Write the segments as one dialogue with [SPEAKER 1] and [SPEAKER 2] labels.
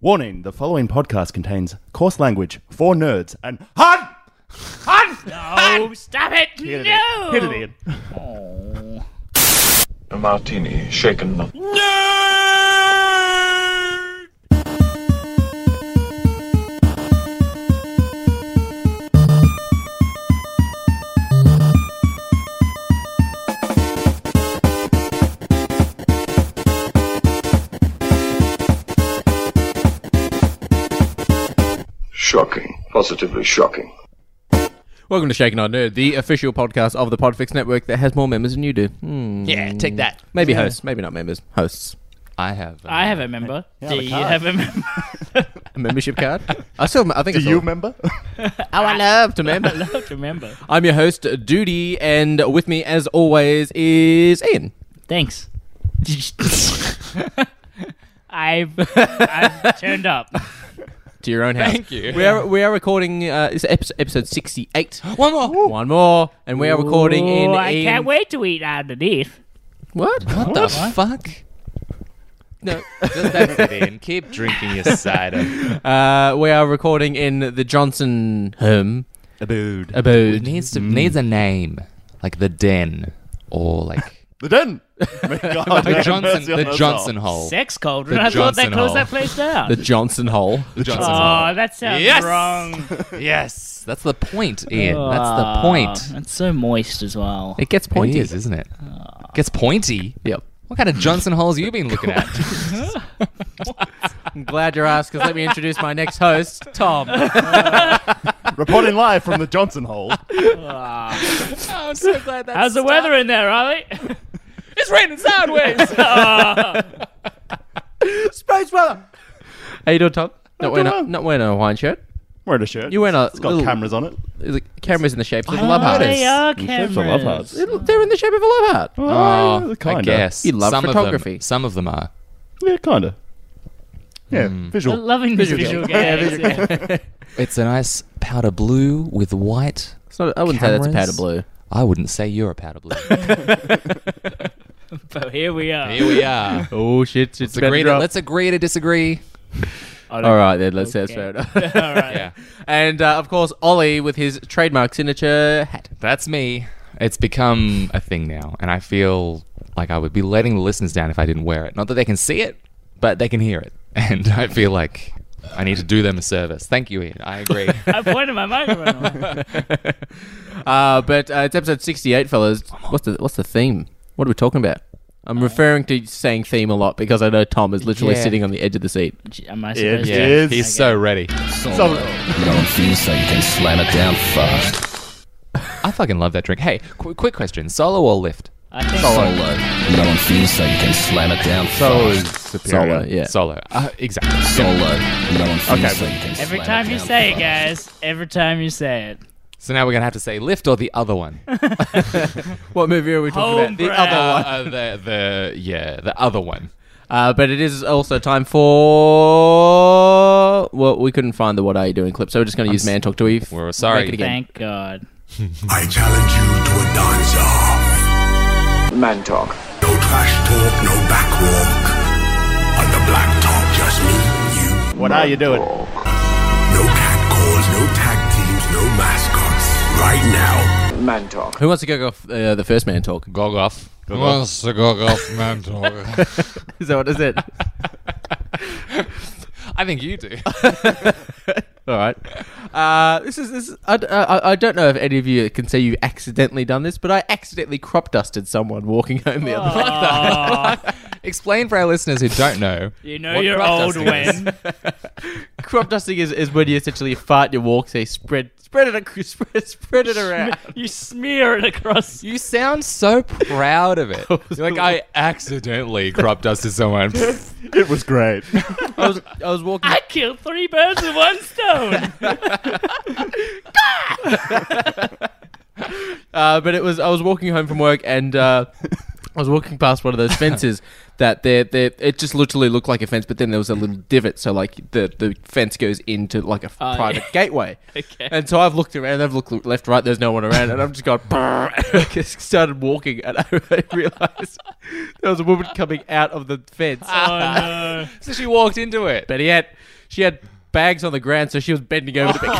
[SPEAKER 1] Warning: The following podcast contains coarse language for nerds and hun, hun.
[SPEAKER 2] Oh, stop it!
[SPEAKER 1] Hit it,
[SPEAKER 2] no!
[SPEAKER 1] Hit it in.
[SPEAKER 3] A martini, shaken, not shocking, positively shocking.
[SPEAKER 4] Welcome to Shaken on Nerd, the official podcast of the Podfix Network that has more members than you do. Hmm.
[SPEAKER 2] Yeah, take that.
[SPEAKER 4] Maybe hosts, maybe not members. Hosts. I have a,
[SPEAKER 2] I have a member. Do you have a member?
[SPEAKER 4] membership card. I still, I think I
[SPEAKER 1] Do
[SPEAKER 4] still,
[SPEAKER 1] you remember?
[SPEAKER 4] Oh, I love to member.
[SPEAKER 2] Love to member.
[SPEAKER 4] I'm your host, Duty, and with me, as always, is Ian.
[SPEAKER 2] Thanks. I've, I've turned up.
[SPEAKER 4] To your own house.
[SPEAKER 5] Thank you.
[SPEAKER 4] We are we are recording uh, this episode, episode 68.
[SPEAKER 5] One more.
[SPEAKER 4] One more, and we are recording in.
[SPEAKER 2] Oh, I
[SPEAKER 4] in-
[SPEAKER 2] can't wait to eat out of this.
[SPEAKER 4] What?
[SPEAKER 5] What the fuck? No, just that's it, Ian. Keep drinking your cider.
[SPEAKER 4] Uh, we are recording in the Johnson home
[SPEAKER 1] Abood.
[SPEAKER 4] abode.
[SPEAKER 5] It needs to needs a name, like the den, or like
[SPEAKER 1] The den. God,
[SPEAKER 5] the
[SPEAKER 1] man,
[SPEAKER 5] Johnson,
[SPEAKER 1] mercy on
[SPEAKER 5] the
[SPEAKER 1] us
[SPEAKER 5] Johnson
[SPEAKER 1] all.
[SPEAKER 5] hole,
[SPEAKER 2] Sex cauldron.
[SPEAKER 5] The
[SPEAKER 2] I thought they
[SPEAKER 5] Johnson
[SPEAKER 2] closed
[SPEAKER 5] Hall.
[SPEAKER 2] that place down.
[SPEAKER 4] the Johnson hole.
[SPEAKER 5] the Johnson
[SPEAKER 2] oh,
[SPEAKER 5] hole.
[SPEAKER 2] that sounds
[SPEAKER 5] Yes!
[SPEAKER 2] wrong. Ah.
[SPEAKER 5] Yes, that's the point, Ian. that's the point.
[SPEAKER 2] It's Oh, so moist as well.
[SPEAKER 4] It gets
[SPEAKER 5] Point
[SPEAKER 4] pointy.
[SPEAKER 5] is, isn't it? Ah. Gets pointy.
[SPEAKER 4] Yep.
[SPEAKER 5] What kind of Johnson holes you been looking at?
[SPEAKER 4] I'm glad you're asked because let me introduce my next host, Tom.
[SPEAKER 1] Reporting live from the Johnson hole.
[SPEAKER 5] I'm so glad that's
[SPEAKER 2] How's the weather in there, Ollie?
[SPEAKER 5] It's raining sideways.
[SPEAKER 4] Space weather. How you doing, Tom? Not wearing a, not wearing a Hawaiian shirt.
[SPEAKER 1] Wearing a shirt.
[SPEAKER 4] You wearing a
[SPEAKER 1] It's got
[SPEAKER 4] little-
[SPEAKER 1] cameras on it.
[SPEAKER 4] The camera's in the
[SPEAKER 5] Oh.
[SPEAKER 4] shape of a love heart.
[SPEAKER 2] they are
[SPEAKER 1] In shapes of love
[SPEAKER 2] cameras.
[SPEAKER 1] hearts.
[SPEAKER 4] It'll- They're in the shape of a love heart.
[SPEAKER 1] Oh,
[SPEAKER 5] Oh, I
[SPEAKER 1] kinda.
[SPEAKER 5] guess.
[SPEAKER 4] You love
[SPEAKER 5] some Of
[SPEAKER 4] photography.
[SPEAKER 5] them, some of them are.
[SPEAKER 1] Yeah, kind of. Yeah,
[SPEAKER 5] Hmm.
[SPEAKER 2] I'm
[SPEAKER 1] visual.
[SPEAKER 2] Loving this visual game.
[SPEAKER 5] It's a nice powder blue with white.
[SPEAKER 4] It's not, I wouldn't say that's a powder
[SPEAKER 5] Cameras.
[SPEAKER 4] blue.
[SPEAKER 5] I wouldn't say you're a powder blue.
[SPEAKER 2] But here we are.
[SPEAKER 5] Here we are.
[SPEAKER 4] Oh shit! It's,
[SPEAKER 5] Let's agree, to, let's agree to disagree.
[SPEAKER 4] All right then. Let's say it's fair
[SPEAKER 2] Okay.
[SPEAKER 4] enough.
[SPEAKER 2] All right.
[SPEAKER 4] and uh, of course, Ollie with his trademark signature hat.
[SPEAKER 5] That's me. It's become a thing now, and I feel like I would be letting the listeners down if I didn't wear it. Not that they can see it, but they can hear it. And I feel like I need to do them a service. Thank you, Ian. I agree.
[SPEAKER 2] I pointed my microphone.
[SPEAKER 4] Uh, but uh, it's episode sixty-eight, fellas. What's the what's the theme? What are we talking about? I'm referring to saying theme a lot because I know Tom is literally
[SPEAKER 5] Yeah.
[SPEAKER 4] sitting on the edge of the seat.
[SPEAKER 2] Am I
[SPEAKER 1] supposed
[SPEAKER 2] supposed
[SPEAKER 1] to- Yes.
[SPEAKER 5] He's so ready.
[SPEAKER 1] So-
[SPEAKER 6] You don't feel so you can slam it down fast.
[SPEAKER 5] I fucking love that drink. Hey, qu- quick question: solo or lift?
[SPEAKER 2] I think
[SPEAKER 6] Solo. You don't feel so you can slam it down
[SPEAKER 1] Oh, so
[SPEAKER 6] fast.
[SPEAKER 1] is superior.
[SPEAKER 4] Solo, yeah.
[SPEAKER 5] Solo. Uh, exactly.
[SPEAKER 6] Solo. You don't feel
[SPEAKER 1] Okay,
[SPEAKER 6] so you can
[SPEAKER 2] every
[SPEAKER 6] slam
[SPEAKER 2] time
[SPEAKER 6] it
[SPEAKER 2] you
[SPEAKER 6] down
[SPEAKER 2] say it,
[SPEAKER 6] fast.
[SPEAKER 2] guys, every time you say it.
[SPEAKER 5] So now we're gonna have to say lift or the other one.
[SPEAKER 4] What movie are we talking
[SPEAKER 2] Home
[SPEAKER 4] about? The
[SPEAKER 2] Brown.
[SPEAKER 4] other one.
[SPEAKER 5] Uh, the the yeah the other one.
[SPEAKER 4] Uh, but it is also time for. Well, we couldn't find the "What Are You Doing" clip, so we're just going to use
[SPEAKER 5] s-
[SPEAKER 4] "Man Talk to Eve."
[SPEAKER 5] We're sorry.
[SPEAKER 4] Make it again.
[SPEAKER 2] Thank God.
[SPEAKER 7] I challenge you to a dance off.
[SPEAKER 3] Man talk.
[SPEAKER 7] No trash talk, no backwalk. On the black top, just me and you.
[SPEAKER 1] What are you doing?
[SPEAKER 7] No cat calls, no tag teams, no mascots. Right now,
[SPEAKER 3] Man talk.
[SPEAKER 4] Who wants to go off uh, the first man talk?
[SPEAKER 5] Gogoff. Wants to Gogoff man talk.
[SPEAKER 4] Is that what is it?
[SPEAKER 5] I think you do.
[SPEAKER 4] All right. Uh, this is this. Is, I, d- uh, I- I don't know if any of you can say you've accidentally done this, but I accidentally crop dusted someone walking home the
[SPEAKER 2] Oh.
[SPEAKER 4] other day.
[SPEAKER 5] Explain for our listeners who don't know.
[SPEAKER 2] You know
[SPEAKER 5] what
[SPEAKER 2] you're
[SPEAKER 5] crop
[SPEAKER 2] old
[SPEAKER 5] dusting is.
[SPEAKER 2] when.
[SPEAKER 4] crop dusting is, is when you essentially fart your walk, say spread spread it ac- spread, spread it around.
[SPEAKER 2] you smear it across.
[SPEAKER 5] You sound so proud of it. You're like I accidentally crop dusted someone.
[SPEAKER 1] It was great.
[SPEAKER 4] I was I was walking.
[SPEAKER 2] I killed three birds with one stone.
[SPEAKER 4] Uh, but it was I was walking home from work and uh, I was walking past one of those fences that they're, they're, it just literally looked like a fence, but then there was a little divot. So, like, the, the fence goes into, like, a f-
[SPEAKER 2] Oh,
[SPEAKER 4] private
[SPEAKER 2] yeah.
[SPEAKER 4] gateway.
[SPEAKER 2] Okay.
[SPEAKER 4] And so I've looked around, I've looked left, right, there's no one around, and I've just gone, "Brrr," just started walking, and I realized there was a woman coming out of the fence.
[SPEAKER 2] Oh no.
[SPEAKER 5] So she walked into it.
[SPEAKER 4] But he had, she had bags on the ground, so she was bending over to pick.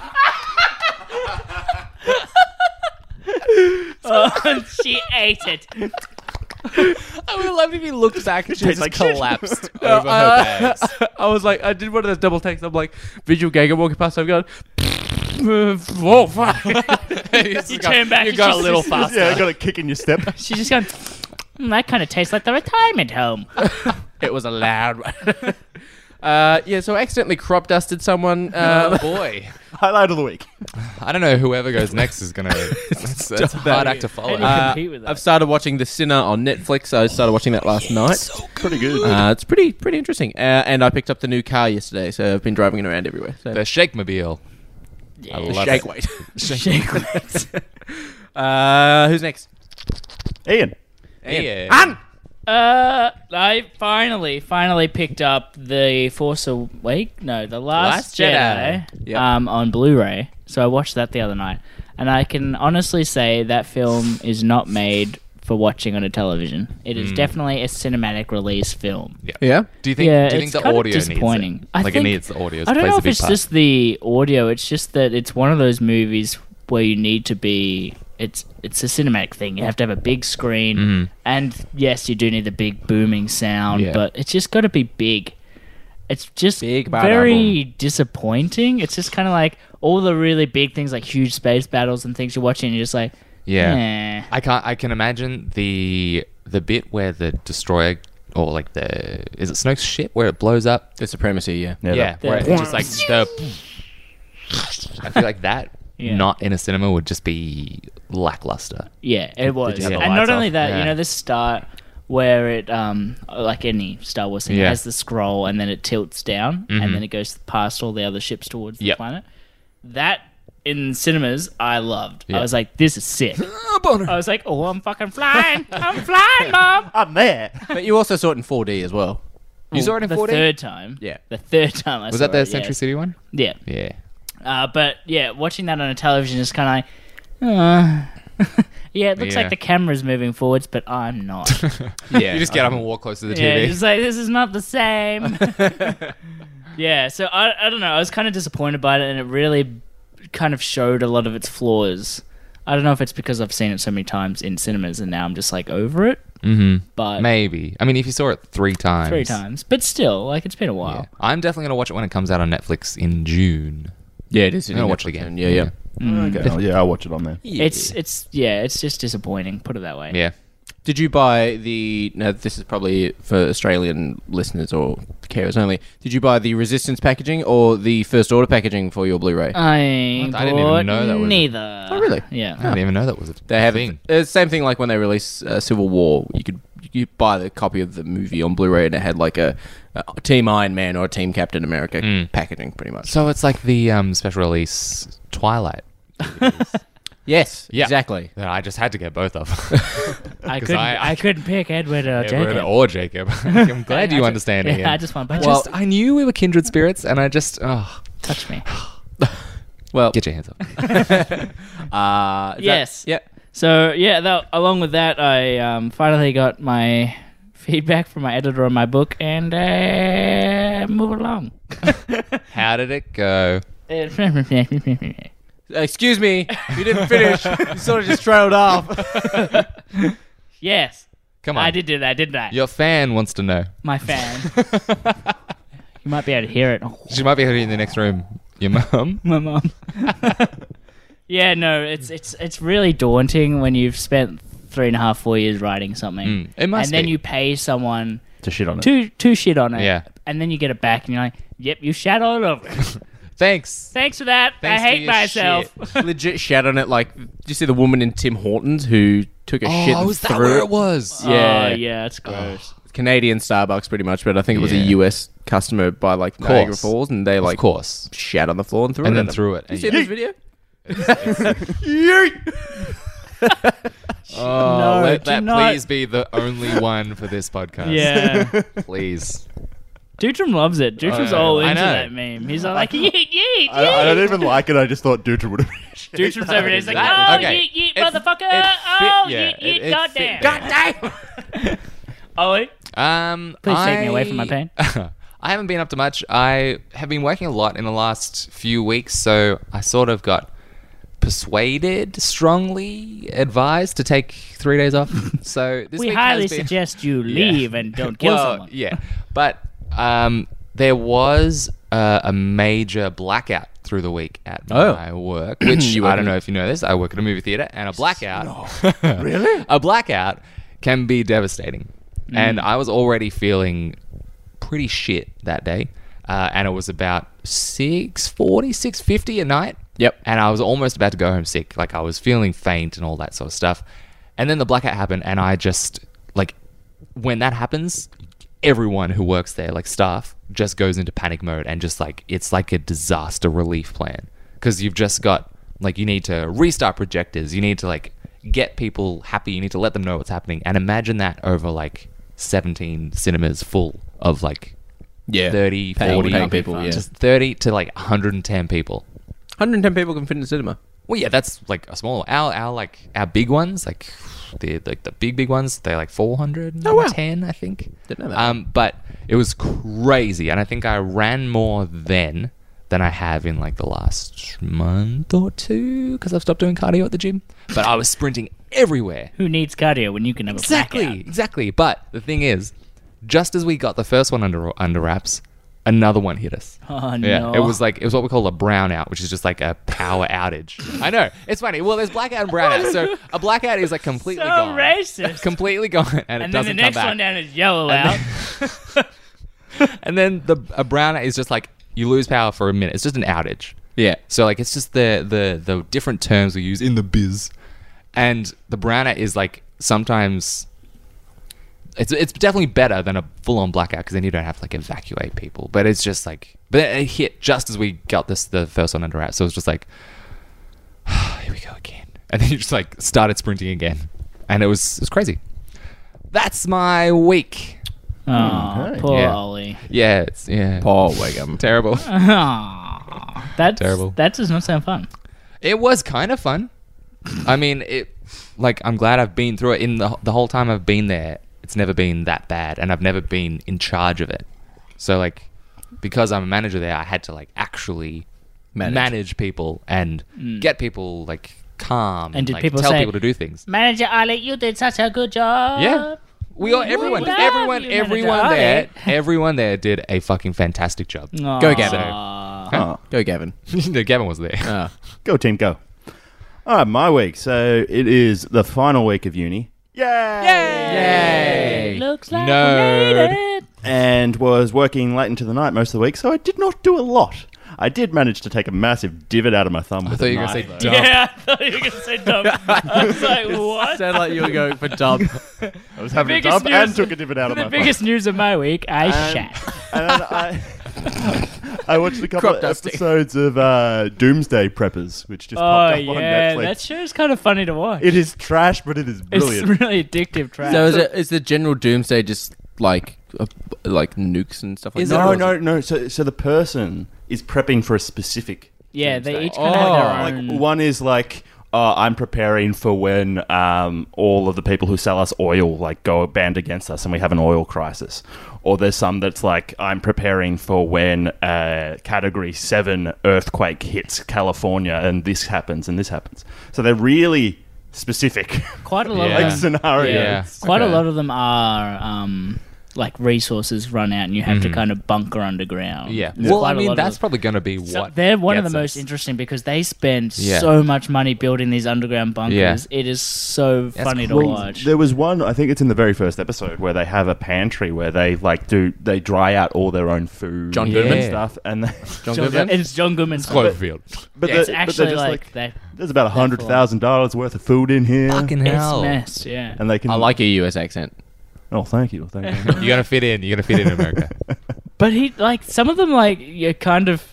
[SPEAKER 2] Oh, she ate it.
[SPEAKER 5] I would love if he looked back and she
[SPEAKER 1] Tastes
[SPEAKER 5] just
[SPEAKER 1] like shit.
[SPEAKER 5] collapsed over her bags.
[SPEAKER 4] I was like, I did one of those double takes. I'm like, visual gag. I'm walking past. I'm going, oh fuck.
[SPEAKER 5] He's
[SPEAKER 2] You
[SPEAKER 5] got-
[SPEAKER 2] turn back
[SPEAKER 5] You
[SPEAKER 2] and
[SPEAKER 5] got a
[SPEAKER 2] she's-
[SPEAKER 5] little faster.
[SPEAKER 1] Yeah, I got a kick in your step.
[SPEAKER 2] She's just going, "Mm, that kind of tastes like the retirement home.
[SPEAKER 4] it was a loud one. Uh, yeah, so I accidentally crop dusted someone.
[SPEAKER 5] Oh
[SPEAKER 4] Uh,
[SPEAKER 5] boy.
[SPEAKER 1] Highlight of the week.
[SPEAKER 5] I don't know whoever goes next is gonna. That's, that's a hard act to
[SPEAKER 2] How
[SPEAKER 5] follow.
[SPEAKER 2] do you
[SPEAKER 4] uh,
[SPEAKER 2] compete with that?
[SPEAKER 4] I've started watching The Sinner on Netflix. I started watching that last night.
[SPEAKER 1] Pretty good.
[SPEAKER 4] uh, it's pretty pretty interesting. Uh, and I picked up the new car yesterday, so I've been driving it around everywhere. So
[SPEAKER 5] the shake mobile. I
[SPEAKER 4] The
[SPEAKER 5] love
[SPEAKER 4] shake
[SPEAKER 5] it.
[SPEAKER 4] weight.
[SPEAKER 2] Shake
[SPEAKER 4] uh, who's next?
[SPEAKER 1] Ian.
[SPEAKER 5] Yeah.
[SPEAKER 2] Uh, I finally, finally picked up the Force Awake. No, the Last,
[SPEAKER 5] Last
[SPEAKER 2] Jedi.
[SPEAKER 4] Jedi. Yep.
[SPEAKER 2] Um, on Blu-ray. So I watched that the other night, and I can honestly say that film is not made for watching on a television. It
[SPEAKER 4] Hmm.
[SPEAKER 2] is definitely a cinematic release film.
[SPEAKER 4] Yeah.
[SPEAKER 5] Do you think?
[SPEAKER 2] yeah,
[SPEAKER 5] do you
[SPEAKER 2] it's
[SPEAKER 5] think the
[SPEAKER 2] kind
[SPEAKER 5] audio
[SPEAKER 2] of disappointing.
[SPEAKER 5] needs it?
[SPEAKER 2] I
[SPEAKER 5] like
[SPEAKER 2] think-
[SPEAKER 5] it needs the audio.
[SPEAKER 2] I don't
[SPEAKER 5] plays
[SPEAKER 2] know
[SPEAKER 5] a
[SPEAKER 2] if
[SPEAKER 5] big
[SPEAKER 2] it's
[SPEAKER 5] part.
[SPEAKER 2] just the audio. It's just that it's one of those movies where you need to be. It's it's a cinematic thing. You have to have a big screen, and yes, you do need the big booming sound,
[SPEAKER 5] Mm-hmm. Yeah.
[SPEAKER 2] but it's just got to be big. It's just
[SPEAKER 4] Big, bad
[SPEAKER 2] very disappointing. It's just kind of like all the really big things, like huge space battles and things you're watching. You're just like,
[SPEAKER 5] Yeah.
[SPEAKER 2] "Nah."
[SPEAKER 5] I can't. I can imagine the the bit where the destroyer or like the is it Snoke's ship where it blows up.
[SPEAKER 4] The supremacy, yeah.
[SPEAKER 5] Yeah,
[SPEAKER 2] the-
[SPEAKER 5] where it's just like the. I feel like that.
[SPEAKER 2] Yeah.
[SPEAKER 5] Not in a cinema would just be lackluster.
[SPEAKER 2] Yeah, it was.
[SPEAKER 5] have the
[SPEAKER 2] And not
[SPEAKER 5] lights
[SPEAKER 2] only
[SPEAKER 5] off?
[SPEAKER 2] that,
[SPEAKER 5] Yeah.
[SPEAKER 2] you know, this start where it, um, like any Star Wars thing, it
[SPEAKER 5] Yeah. Mm-hmm.
[SPEAKER 2] has the scroll and then it tilts down and then it goes past all the other ships towards the
[SPEAKER 5] Yep.
[SPEAKER 2] planet. That in cinemas, I loved. I
[SPEAKER 5] Yeah.
[SPEAKER 2] was like, this is sick.
[SPEAKER 5] Ah,
[SPEAKER 2] I was like, oh, I'm fucking flying. I'm flying, mom.
[SPEAKER 1] I'm there.
[SPEAKER 4] But you also saw it in 4D as well.
[SPEAKER 5] You saw it in
[SPEAKER 2] the
[SPEAKER 5] 4D.
[SPEAKER 2] third time.
[SPEAKER 4] Yeah.
[SPEAKER 2] The third time I
[SPEAKER 5] Was
[SPEAKER 2] saw
[SPEAKER 5] that the
[SPEAKER 2] it,
[SPEAKER 5] Century
[SPEAKER 2] yeah.
[SPEAKER 5] City one?
[SPEAKER 2] Yeah.
[SPEAKER 5] Yeah.
[SPEAKER 2] Uh, but yeah, watching that on a television is kind of like, uh, yeah, it looks
[SPEAKER 5] Yeah.
[SPEAKER 2] like the camera's moving forwards, but I'm not.
[SPEAKER 4] Yeah.
[SPEAKER 5] You just get up and walk close to the
[SPEAKER 2] Yeah,
[SPEAKER 5] TV.
[SPEAKER 2] it's like this is not the same. yeah, so I, I don't know. I was kind of disappointed by it, and it really kind of showed a lot of its flaws. I don't know if it's because I've seen it so many times in cinemas, and now I'm just like over it. Mm-hmm. But
[SPEAKER 5] Maybe. I mean, if you saw it three times.
[SPEAKER 2] three times, but still, like it's been a
[SPEAKER 5] Yeah.
[SPEAKER 2] while.
[SPEAKER 5] I'm definitely gonna watch it when it comes out on Netflix in June.
[SPEAKER 4] Yeah, it is.
[SPEAKER 5] I'm gonna watch it again.
[SPEAKER 4] Yeah, yeah.
[SPEAKER 5] Hmm.
[SPEAKER 1] Okay. Oh, yeah, I'll watch it on there.
[SPEAKER 2] It's it's yeah, it's just disappointing. Put it that way.
[SPEAKER 5] Yeah.
[SPEAKER 4] Did you buy the? Now this is probably for Australian listeners or carers only. Did you buy the resistance packaging or the first order packaging for your Blu-ray?
[SPEAKER 2] I,
[SPEAKER 5] I didn't even
[SPEAKER 2] bought
[SPEAKER 5] know that was a-
[SPEAKER 2] neither.
[SPEAKER 4] Oh, really?
[SPEAKER 5] I
[SPEAKER 2] Yeah.
[SPEAKER 5] didn't even know that was a
[SPEAKER 4] they have
[SPEAKER 5] thing.
[SPEAKER 4] uh, same thing like when they release uh, Civil War. You could you buy the copy of the movie on Blu-ray and it had like a, a Team Iron Man or a Team Captain America packaging, pretty much.
[SPEAKER 5] So it's like the um, special release Twilight
[SPEAKER 4] yes,
[SPEAKER 5] Yeah.
[SPEAKER 4] exactly.
[SPEAKER 5] that I just had to get both of.
[SPEAKER 2] I
[SPEAKER 5] 'Cause
[SPEAKER 2] couldn't.
[SPEAKER 5] I-
[SPEAKER 2] I,
[SPEAKER 5] I-
[SPEAKER 2] couldn't pick Edward or
[SPEAKER 5] Edward
[SPEAKER 2] Jacob.
[SPEAKER 5] or Jacob. I'm glad you
[SPEAKER 2] I-
[SPEAKER 5] understand
[SPEAKER 2] yeah,
[SPEAKER 5] it.
[SPEAKER 2] I just want both.
[SPEAKER 5] Well, I knew we were kindred spirits, and I just oh,
[SPEAKER 2] Touch me.
[SPEAKER 4] Well,
[SPEAKER 5] get your hands up.
[SPEAKER 4] uh, is that-
[SPEAKER 2] Yes.
[SPEAKER 4] yeah.
[SPEAKER 2] So yeah, that, along with that, I um, finally got my feedback from my editor on my book, and uh, move along.
[SPEAKER 5] How did it go?
[SPEAKER 2] yeah,
[SPEAKER 4] Excuse me, you didn't finish. you sort of just trailed off.
[SPEAKER 2] yes,
[SPEAKER 5] Come on,
[SPEAKER 2] I did do that, didn't I?
[SPEAKER 5] Your fan wants to know.
[SPEAKER 2] My fan. you might be able to hear it. Oh,
[SPEAKER 5] She might be hiding in the next room. Your mum.
[SPEAKER 2] my mom. yeah, no, it's it's it's really daunting when you've spent three and a half, four years writing something,
[SPEAKER 5] Mm, it must
[SPEAKER 2] and then
[SPEAKER 5] be.
[SPEAKER 2] you pay someone
[SPEAKER 1] To shit on it.
[SPEAKER 2] to to shit on it,
[SPEAKER 5] Yeah.
[SPEAKER 2] and then you get it back, and you're like, "Yep, you shat all over." it."
[SPEAKER 5] Thanks.
[SPEAKER 2] Thanks for that.
[SPEAKER 5] Thanks
[SPEAKER 2] I
[SPEAKER 5] for
[SPEAKER 2] hate
[SPEAKER 5] your
[SPEAKER 2] myself. Uh,
[SPEAKER 4] Legit shat on it. Like, did you see the woman in Tim Hortons who took a shit and
[SPEAKER 5] was Oh, that
[SPEAKER 4] threw
[SPEAKER 5] where
[SPEAKER 4] it?
[SPEAKER 5] it was?
[SPEAKER 4] Yeah.
[SPEAKER 2] Oh, yeah, it's gross.
[SPEAKER 4] Canadian Starbucks, pretty much, but I think it was
[SPEAKER 5] Yeah.
[SPEAKER 4] a US customer by like Niagara
[SPEAKER 5] course.
[SPEAKER 4] Falls, and they
[SPEAKER 5] Of
[SPEAKER 4] like
[SPEAKER 5] course.
[SPEAKER 4] shat on the floor and threw it.
[SPEAKER 5] And then
[SPEAKER 4] at them.
[SPEAKER 5] threw it.
[SPEAKER 4] You
[SPEAKER 5] And
[SPEAKER 4] seen this video?
[SPEAKER 5] Oh,
[SPEAKER 2] No,
[SPEAKER 5] let
[SPEAKER 2] do
[SPEAKER 5] that
[SPEAKER 2] not-
[SPEAKER 5] please be the only one for this podcast.
[SPEAKER 2] Yeah.
[SPEAKER 5] Please.
[SPEAKER 2] Dutram loves it. Dutram's
[SPEAKER 5] I-
[SPEAKER 2] all
[SPEAKER 5] I
[SPEAKER 2] into
[SPEAKER 5] know.
[SPEAKER 2] that meme. He's all like, yeet, yeet,
[SPEAKER 1] I, I don't
[SPEAKER 2] yeet."
[SPEAKER 1] even like it. I just thought Dutra would have.
[SPEAKER 2] Dutram's over there. He's like, oh,
[SPEAKER 5] Exactly. Okay.
[SPEAKER 2] yeet, yeet,
[SPEAKER 5] It-
[SPEAKER 2] motherfucker.
[SPEAKER 5] it fit-
[SPEAKER 2] oh,
[SPEAKER 5] yeah,
[SPEAKER 2] yeet, yeet,
[SPEAKER 5] it- it
[SPEAKER 2] goddamn.
[SPEAKER 5] fit there.
[SPEAKER 2] Ollie?
[SPEAKER 5] Um,
[SPEAKER 2] Please take me away from my
[SPEAKER 5] I-
[SPEAKER 2] pain.
[SPEAKER 5] I haven't been up to much. I have been working a lot in the last few weeks, so I sort of got persuaded, strongly advised to take three days off. So this
[SPEAKER 2] We
[SPEAKER 5] week
[SPEAKER 2] highly
[SPEAKER 5] has been-
[SPEAKER 2] suggest you
[SPEAKER 5] Yeah.
[SPEAKER 2] leave and don't kill
[SPEAKER 5] well,
[SPEAKER 2] someone.
[SPEAKER 5] Yeah, but um, there was uh, a major blackout through the week at
[SPEAKER 4] Oh.
[SPEAKER 5] my work, which
[SPEAKER 4] You work
[SPEAKER 5] I don't
[SPEAKER 4] in-
[SPEAKER 5] know if you know this. I work at a movie theater, and a blackout,
[SPEAKER 1] really?
[SPEAKER 5] a blackout, can be devastating. And I was already feeling pretty shit that day, uh, and it was about 6.40, 6.50 at night.
[SPEAKER 4] Yep.
[SPEAKER 5] And I was almost about to go home sick. Like I was feeling faint and all that sort of stuff. And then the blackout happened, and I just like when that happens, everyone who works there, like staff, just goes into panic mode and just like it's like a disaster relief plan because you've just got like you need to restart projectors, you need to like get people happy, you need to let them know what's happening, and imagine that over like 17 cinemas full of like
[SPEAKER 4] Yeah.
[SPEAKER 5] 30,
[SPEAKER 4] Paying-
[SPEAKER 5] 40
[SPEAKER 4] paying people, yeah.
[SPEAKER 5] just 30 to like 110 people.
[SPEAKER 4] 110 people can fit in the cinema.
[SPEAKER 5] Well, yeah, that's like a small. Our our like our big ones, like the like the big big ones, they're like 410,
[SPEAKER 4] Oh, wow.
[SPEAKER 5] I think.
[SPEAKER 4] Didn't know that.
[SPEAKER 5] Um, but it was crazy, and I think I ran more then than I have in like the last month or two because I've stopped doing cardio at the gym. But I was sprinting everywhere.
[SPEAKER 2] Who needs cardio when you can have a
[SPEAKER 5] Exactly,
[SPEAKER 2] blackout?
[SPEAKER 5] exactly. But the thing is, just as we got the first one under under wraps, another one hit us.
[SPEAKER 2] Oh,
[SPEAKER 5] Yeah,
[SPEAKER 2] no.
[SPEAKER 5] it was like it was what we call a brownout, which is just like a power outage. I know it's funny. Well, there's blackout and brownout. So a blackout is like completely
[SPEAKER 2] So
[SPEAKER 5] gone,
[SPEAKER 2] racist.
[SPEAKER 5] completely gone, and, it
[SPEAKER 2] And then the
[SPEAKER 5] doesn't
[SPEAKER 2] next
[SPEAKER 5] come back.
[SPEAKER 2] one down is yellow out.
[SPEAKER 5] and then the a brownout is just like you lose power for a minute. It's just an outage.
[SPEAKER 4] Yeah.
[SPEAKER 5] So like it's just the the the different terms we use in the biz, and the brownout is like sometimes. It's, it's definitely better than a full on blackout because then you don't have to like evacuate people. But it's just like, but it hit just as we got this the first one under wraps. So it was just like, here we go again, and then you just like started sprinting again, and it was it was crazy. That's my week.
[SPEAKER 2] Oh, poor
[SPEAKER 5] Yeah.
[SPEAKER 2] Ollie.
[SPEAKER 5] Yeah, it's yeah,
[SPEAKER 4] Paul Wiggum.
[SPEAKER 5] terrible.
[SPEAKER 2] Aw, that's
[SPEAKER 5] Terrible.
[SPEAKER 2] That does not sound fun.
[SPEAKER 5] It was kind of fun. I mean, it like I'm glad I've been through it. In the the whole time I've been there, it's never been that bad, and I've never been in charge of it. So like, because I'm a manager there, I had to like actually
[SPEAKER 4] Manage.
[SPEAKER 5] manage, people and get people like calm
[SPEAKER 2] Mm. And did
[SPEAKER 5] like,
[SPEAKER 2] people
[SPEAKER 5] tell
[SPEAKER 2] say-
[SPEAKER 5] people to do things.
[SPEAKER 2] Manager Ollie, you did such a good job.
[SPEAKER 5] Yeah. We all, everyone,
[SPEAKER 2] love
[SPEAKER 5] everyone,
[SPEAKER 2] you,
[SPEAKER 5] everyone
[SPEAKER 2] Manager
[SPEAKER 5] there, everyone there did a fucking fantastic job.
[SPEAKER 4] Go, Gavin.
[SPEAKER 1] Oh.
[SPEAKER 4] Go, Gavin.
[SPEAKER 5] no, Gavin was there.
[SPEAKER 4] Uh,
[SPEAKER 1] Go team, go. All right, my week. So it is the final week of uni. Yay!
[SPEAKER 5] Yay!
[SPEAKER 2] Looks like
[SPEAKER 5] Nerd.
[SPEAKER 2] I made it.
[SPEAKER 1] And was working late into the night most of the week, so I did not do a lot. I did manage to take a massive divot out of my thumb.
[SPEAKER 5] I
[SPEAKER 1] with
[SPEAKER 5] thought
[SPEAKER 1] a
[SPEAKER 5] you were gonna
[SPEAKER 1] knife,
[SPEAKER 5] say
[SPEAKER 1] though.
[SPEAKER 5] dumb.
[SPEAKER 2] Yeah, I thought you were going to say dumb. I was like, what?
[SPEAKER 4] sounded like you were going for dumb.
[SPEAKER 1] I was having a
[SPEAKER 2] biggest
[SPEAKER 1] dump and
[SPEAKER 2] news-
[SPEAKER 1] took a divot out of
[SPEAKER 2] the
[SPEAKER 1] my
[SPEAKER 2] biggest news of my week, I
[SPEAKER 5] Um,
[SPEAKER 2] shat.
[SPEAKER 1] thumb. And then I, I watched a couple
[SPEAKER 4] Crop
[SPEAKER 1] of
[SPEAKER 4] dusting.
[SPEAKER 1] episodes of uh, Doomsday Preppers, which just
[SPEAKER 2] Oh,
[SPEAKER 1] popped up on
[SPEAKER 2] yeah.
[SPEAKER 1] Netflix.
[SPEAKER 2] That show's kind of funny to watch.
[SPEAKER 1] it is trash, but it is
[SPEAKER 2] it's
[SPEAKER 1] brilliant.
[SPEAKER 2] really addictive trash.
[SPEAKER 4] So is, it, is the general doomsday just like uh, like nukes and stuff like that?
[SPEAKER 1] no,
[SPEAKER 4] or
[SPEAKER 1] no, no. So, so the person is prepping for a specific
[SPEAKER 2] yeah, they each kind
[SPEAKER 4] Oh,
[SPEAKER 2] of have
[SPEAKER 1] like
[SPEAKER 2] their own.
[SPEAKER 1] one is like uh, I'm preparing for when um, all of the people who sell us oil like go band against us and we have an oil crisis, or there's some that's like I'm preparing for when uh, Category Seven earthquake hits California and this happens and this happens. So they're really specific
[SPEAKER 2] Quite a lot
[SPEAKER 5] Yeah.
[SPEAKER 2] of
[SPEAKER 1] like
[SPEAKER 2] them.
[SPEAKER 1] scenarios.
[SPEAKER 5] Yeah.
[SPEAKER 2] Quite
[SPEAKER 5] Okay.
[SPEAKER 2] a lot of them are um, like resources run out, and you have to kind of bunker underground.
[SPEAKER 5] Mm-hmm. Yeah.
[SPEAKER 2] There's
[SPEAKER 5] Well,
[SPEAKER 2] quite
[SPEAKER 5] I
[SPEAKER 2] a lot
[SPEAKER 5] mean,
[SPEAKER 2] of
[SPEAKER 5] that's
[SPEAKER 2] those.
[SPEAKER 5] probably going to be
[SPEAKER 2] So
[SPEAKER 5] what
[SPEAKER 2] they're one of the
[SPEAKER 5] gets
[SPEAKER 2] most
[SPEAKER 5] us.
[SPEAKER 2] interesting because they spend
[SPEAKER 5] Yeah.
[SPEAKER 2] so much money building these underground bunkers. It is so funny to
[SPEAKER 1] Well,
[SPEAKER 2] watch.
[SPEAKER 1] There was one, I think it's in the very first episode, where they have a pantry where they like do they dry out all their own food,
[SPEAKER 4] John
[SPEAKER 1] and
[SPEAKER 5] Goodman?
[SPEAKER 1] stuff, and they,
[SPEAKER 2] John
[SPEAKER 4] John Goodman?
[SPEAKER 2] Goodman- it's John Goodman's fault.
[SPEAKER 5] Cloverfield.
[SPEAKER 1] but
[SPEAKER 2] Yeah,
[SPEAKER 1] they-
[SPEAKER 2] it's
[SPEAKER 1] but they're
[SPEAKER 2] actually
[SPEAKER 1] just
[SPEAKER 2] like, they,
[SPEAKER 1] There's about hundred thousand dollars worth of food in here,
[SPEAKER 5] Fucking
[SPEAKER 2] it's
[SPEAKER 5] hell.
[SPEAKER 2] messed. Yeah.
[SPEAKER 1] and they can.
[SPEAKER 4] I like your US accent.
[SPEAKER 1] Oh, thank you, thank you.
[SPEAKER 5] You're going to fit in. You're going to fit in America.
[SPEAKER 2] But he like some of them like you kind of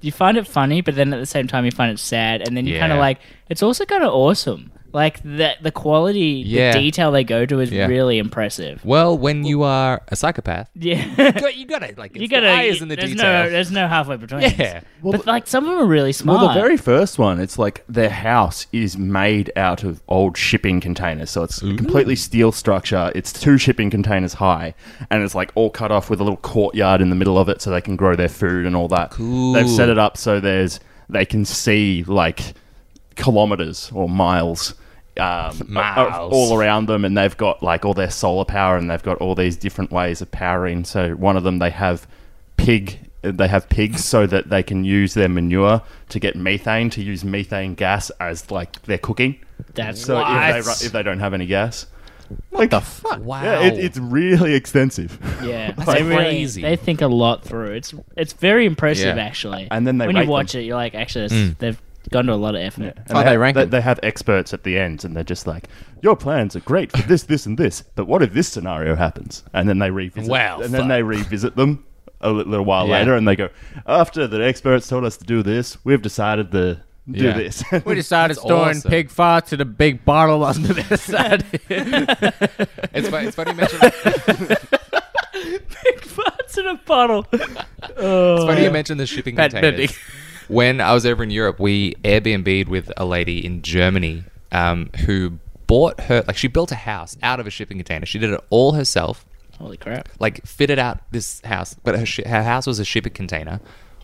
[SPEAKER 2] you find it funny, but then at the same time you find it sad, and then you kind
[SPEAKER 5] Yeah.
[SPEAKER 2] of like it's also kind of awesome. Like the the quality,
[SPEAKER 5] Yeah.
[SPEAKER 2] the detail they go to is
[SPEAKER 5] Yeah.
[SPEAKER 2] really impressive.
[SPEAKER 5] Well, when you are a psychopath,
[SPEAKER 2] Yeah.
[SPEAKER 5] you got- you gotta like it's
[SPEAKER 2] You gotta.
[SPEAKER 5] the eye is in the
[SPEAKER 2] there's
[SPEAKER 5] detail.
[SPEAKER 2] no, there's no halfway between.
[SPEAKER 5] yeah,
[SPEAKER 2] but like some of them are really smart.
[SPEAKER 1] Well, the very first one, it's like their house is made out of old shipping containers. So it's a completely steel structure. It's two shipping containers high. And it's like all cut off with a little courtyard in the middle of it so they can grow their food and all that. Cool. They've set it up so there's they can see like kilometers or miles. Um,
[SPEAKER 5] Miles.
[SPEAKER 1] all around them, and they've got like all their solar power, and they've got all these different ways of powering. So one of them, they have pig they have pigs so that they can use their manure to get methane to use methane gas as like their cooking
[SPEAKER 2] That's
[SPEAKER 1] so if
[SPEAKER 2] what?
[SPEAKER 1] they, ru- if they don't have any gas what the fuck
[SPEAKER 5] wow.
[SPEAKER 1] yeah, it, it's really extensive
[SPEAKER 2] Yeah,
[SPEAKER 1] Like-
[SPEAKER 2] they really
[SPEAKER 5] crazy.
[SPEAKER 2] they think a lot through. it. It's it's very impressive
[SPEAKER 5] Yeah.
[SPEAKER 2] actually.
[SPEAKER 1] And then they
[SPEAKER 2] when
[SPEAKER 1] rate
[SPEAKER 2] you
[SPEAKER 1] them.
[SPEAKER 2] watch it, you're like, actually, this,
[SPEAKER 5] Mm.
[SPEAKER 2] they've gone to a lot of effort.
[SPEAKER 1] And
[SPEAKER 4] Oh, they
[SPEAKER 1] have-
[SPEAKER 4] rank
[SPEAKER 1] they,
[SPEAKER 4] 'em.
[SPEAKER 1] they have experts at the end and they're just like your plans are great for this this and this but what if this scenario happens and then they revisit
[SPEAKER 5] Wow,
[SPEAKER 1] and then
[SPEAKER 5] fuck.
[SPEAKER 1] they revisit them a li- little while
[SPEAKER 5] Yeah.
[SPEAKER 1] later and they go after the experts told us to do this we've decided to do
[SPEAKER 5] Yeah.
[SPEAKER 1] this
[SPEAKER 4] We decided
[SPEAKER 5] That's
[SPEAKER 4] storing
[SPEAKER 5] awesome.
[SPEAKER 4] pig farts in a big bottle under the side.
[SPEAKER 5] It's, fu- it's funny you mention it's
[SPEAKER 2] Farts in a bottle.
[SPEAKER 5] funny you mentioned the shipping
[SPEAKER 4] Pat
[SPEAKER 5] containers.
[SPEAKER 4] Bendick.
[SPEAKER 5] When I was over in Europe, we Airbnb'd with a lady in Germany um, who bought her like she built a house out of a shipping container. She did it all herself.
[SPEAKER 2] Holy crap!
[SPEAKER 5] like fitted out this house, but her, shi her house was a shipping container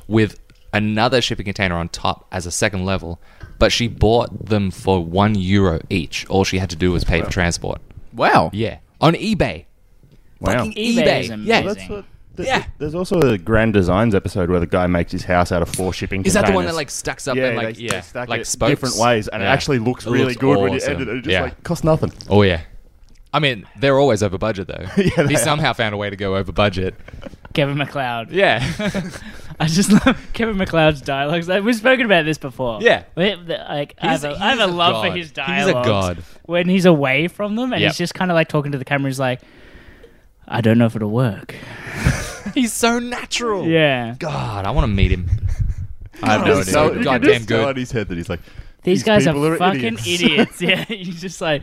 [SPEAKER 5] with another shipping container on top as a second level. But she bought them for one euro each. All she had to do was pay for transport.
[SPEAKER 4] wow.
[SPEAKER 5] Yeah, on eBay.
[SPEAKER 1] wow
[SPEAKER 2] eBay,
[SPEAKER 5] eBay.
[SPEAKER 2] is
[SPEAKER 5] Yeah,
[SPEAKER 2] amazing.
[SPEAKER 1] That's what. Th-
[SPEAKER 5] Yeah.
[SPEAKER 1] th- There's also a Grand Designs episode where the guy makes his house out of four shipping
[SPEAKER 5] Is
[SPEAKER 1] containers.
[SPEAKER 5] that the one that like stacks up
[SPEAKER 1] yeah,
[SPEAKER 5] and like
[SPEAKER 1] they-
[SPEAKER 5] yeah,
[SPEAKER 1] they stack
[SPEAKER 5] like
[SPEAKER 1] it
[SPEAKER 5] spokes?
[SPEAKER 1] different ways, and it
[SPEAKER 5] Yeah.
[SPEAKER 1] actually looks
[SPEAKER 5] It
[SPEAKER 1] really
[SPEAKER 5] looks
[SPEAKER 1] good when you
[SPEAKER 5] awesome.
[SPEAKER 1] edit it. It just
[SPEAKER 5] yeah.
[SPEAKER 1] like costs nothing.
[SPEAKER 5] oh yeah. I mean, they're always over budget though.
[SPEAKER 1] Yeah, they
[SPEAKER 5] he
[SPEAKER 1] are.
[SPEAKER 5] somehow found a way to go over budget.
[SPEAKER 2] Kevin McLeod.
[SPEAKER 5] Yeah.
[SPEAKER 2] I just love Kevin McLeod's dialogues. Like, we've spoken about this before.
[SPEAKER 5] Yeah.
[SPEAKER 2] We- the- like, I have
[SPEAKER 5] He's-
[SPEAKER 2] a, I have
[SPEAKER 5] he's
[SPEAKER 2] a
[SPEAKER 5] a
[SPEAKER 2] love for
[SPEAKER 5] god.
[SPEAKER 2] his
[SPEAKER 5] He's a
[SPEAKER 2] dialogues.
[SPEAKER 5] god.
[SPEAKER 2] When he's away from them and
[SPEAKER 5] Yep.
[SPEAKER 2] he's just kind of like talking to the camera, he's like, I don't know if it'll work.
[SPEAKER 5] He's so natural.
[SPEAKER 2] Yeah.
[SPEAKER 5] God, I want to meet him.
[SPEAKER 4] I have no
[SPEAKER 5] Just so-
[SPEAKER 4] idea.
[SPEAKER 1] you
[SPEAKER 5] goddamn
[SPEAKER 1] can just
[SPEAKER 5] good.
[SPEAKER 1] tell in his head that he's like,
[SPEAKER 2] These,
[SPEAKER 1] These
[SPEAKER 2] guys
[SPEAKER 1] people
[SPEAKER 2] are,
[SPEAKER 1] are
[SPEAKER 2] fucking idiots.
[SPEAKER 1] idiots.
[SPEAKER 2] Yeah. He's just like,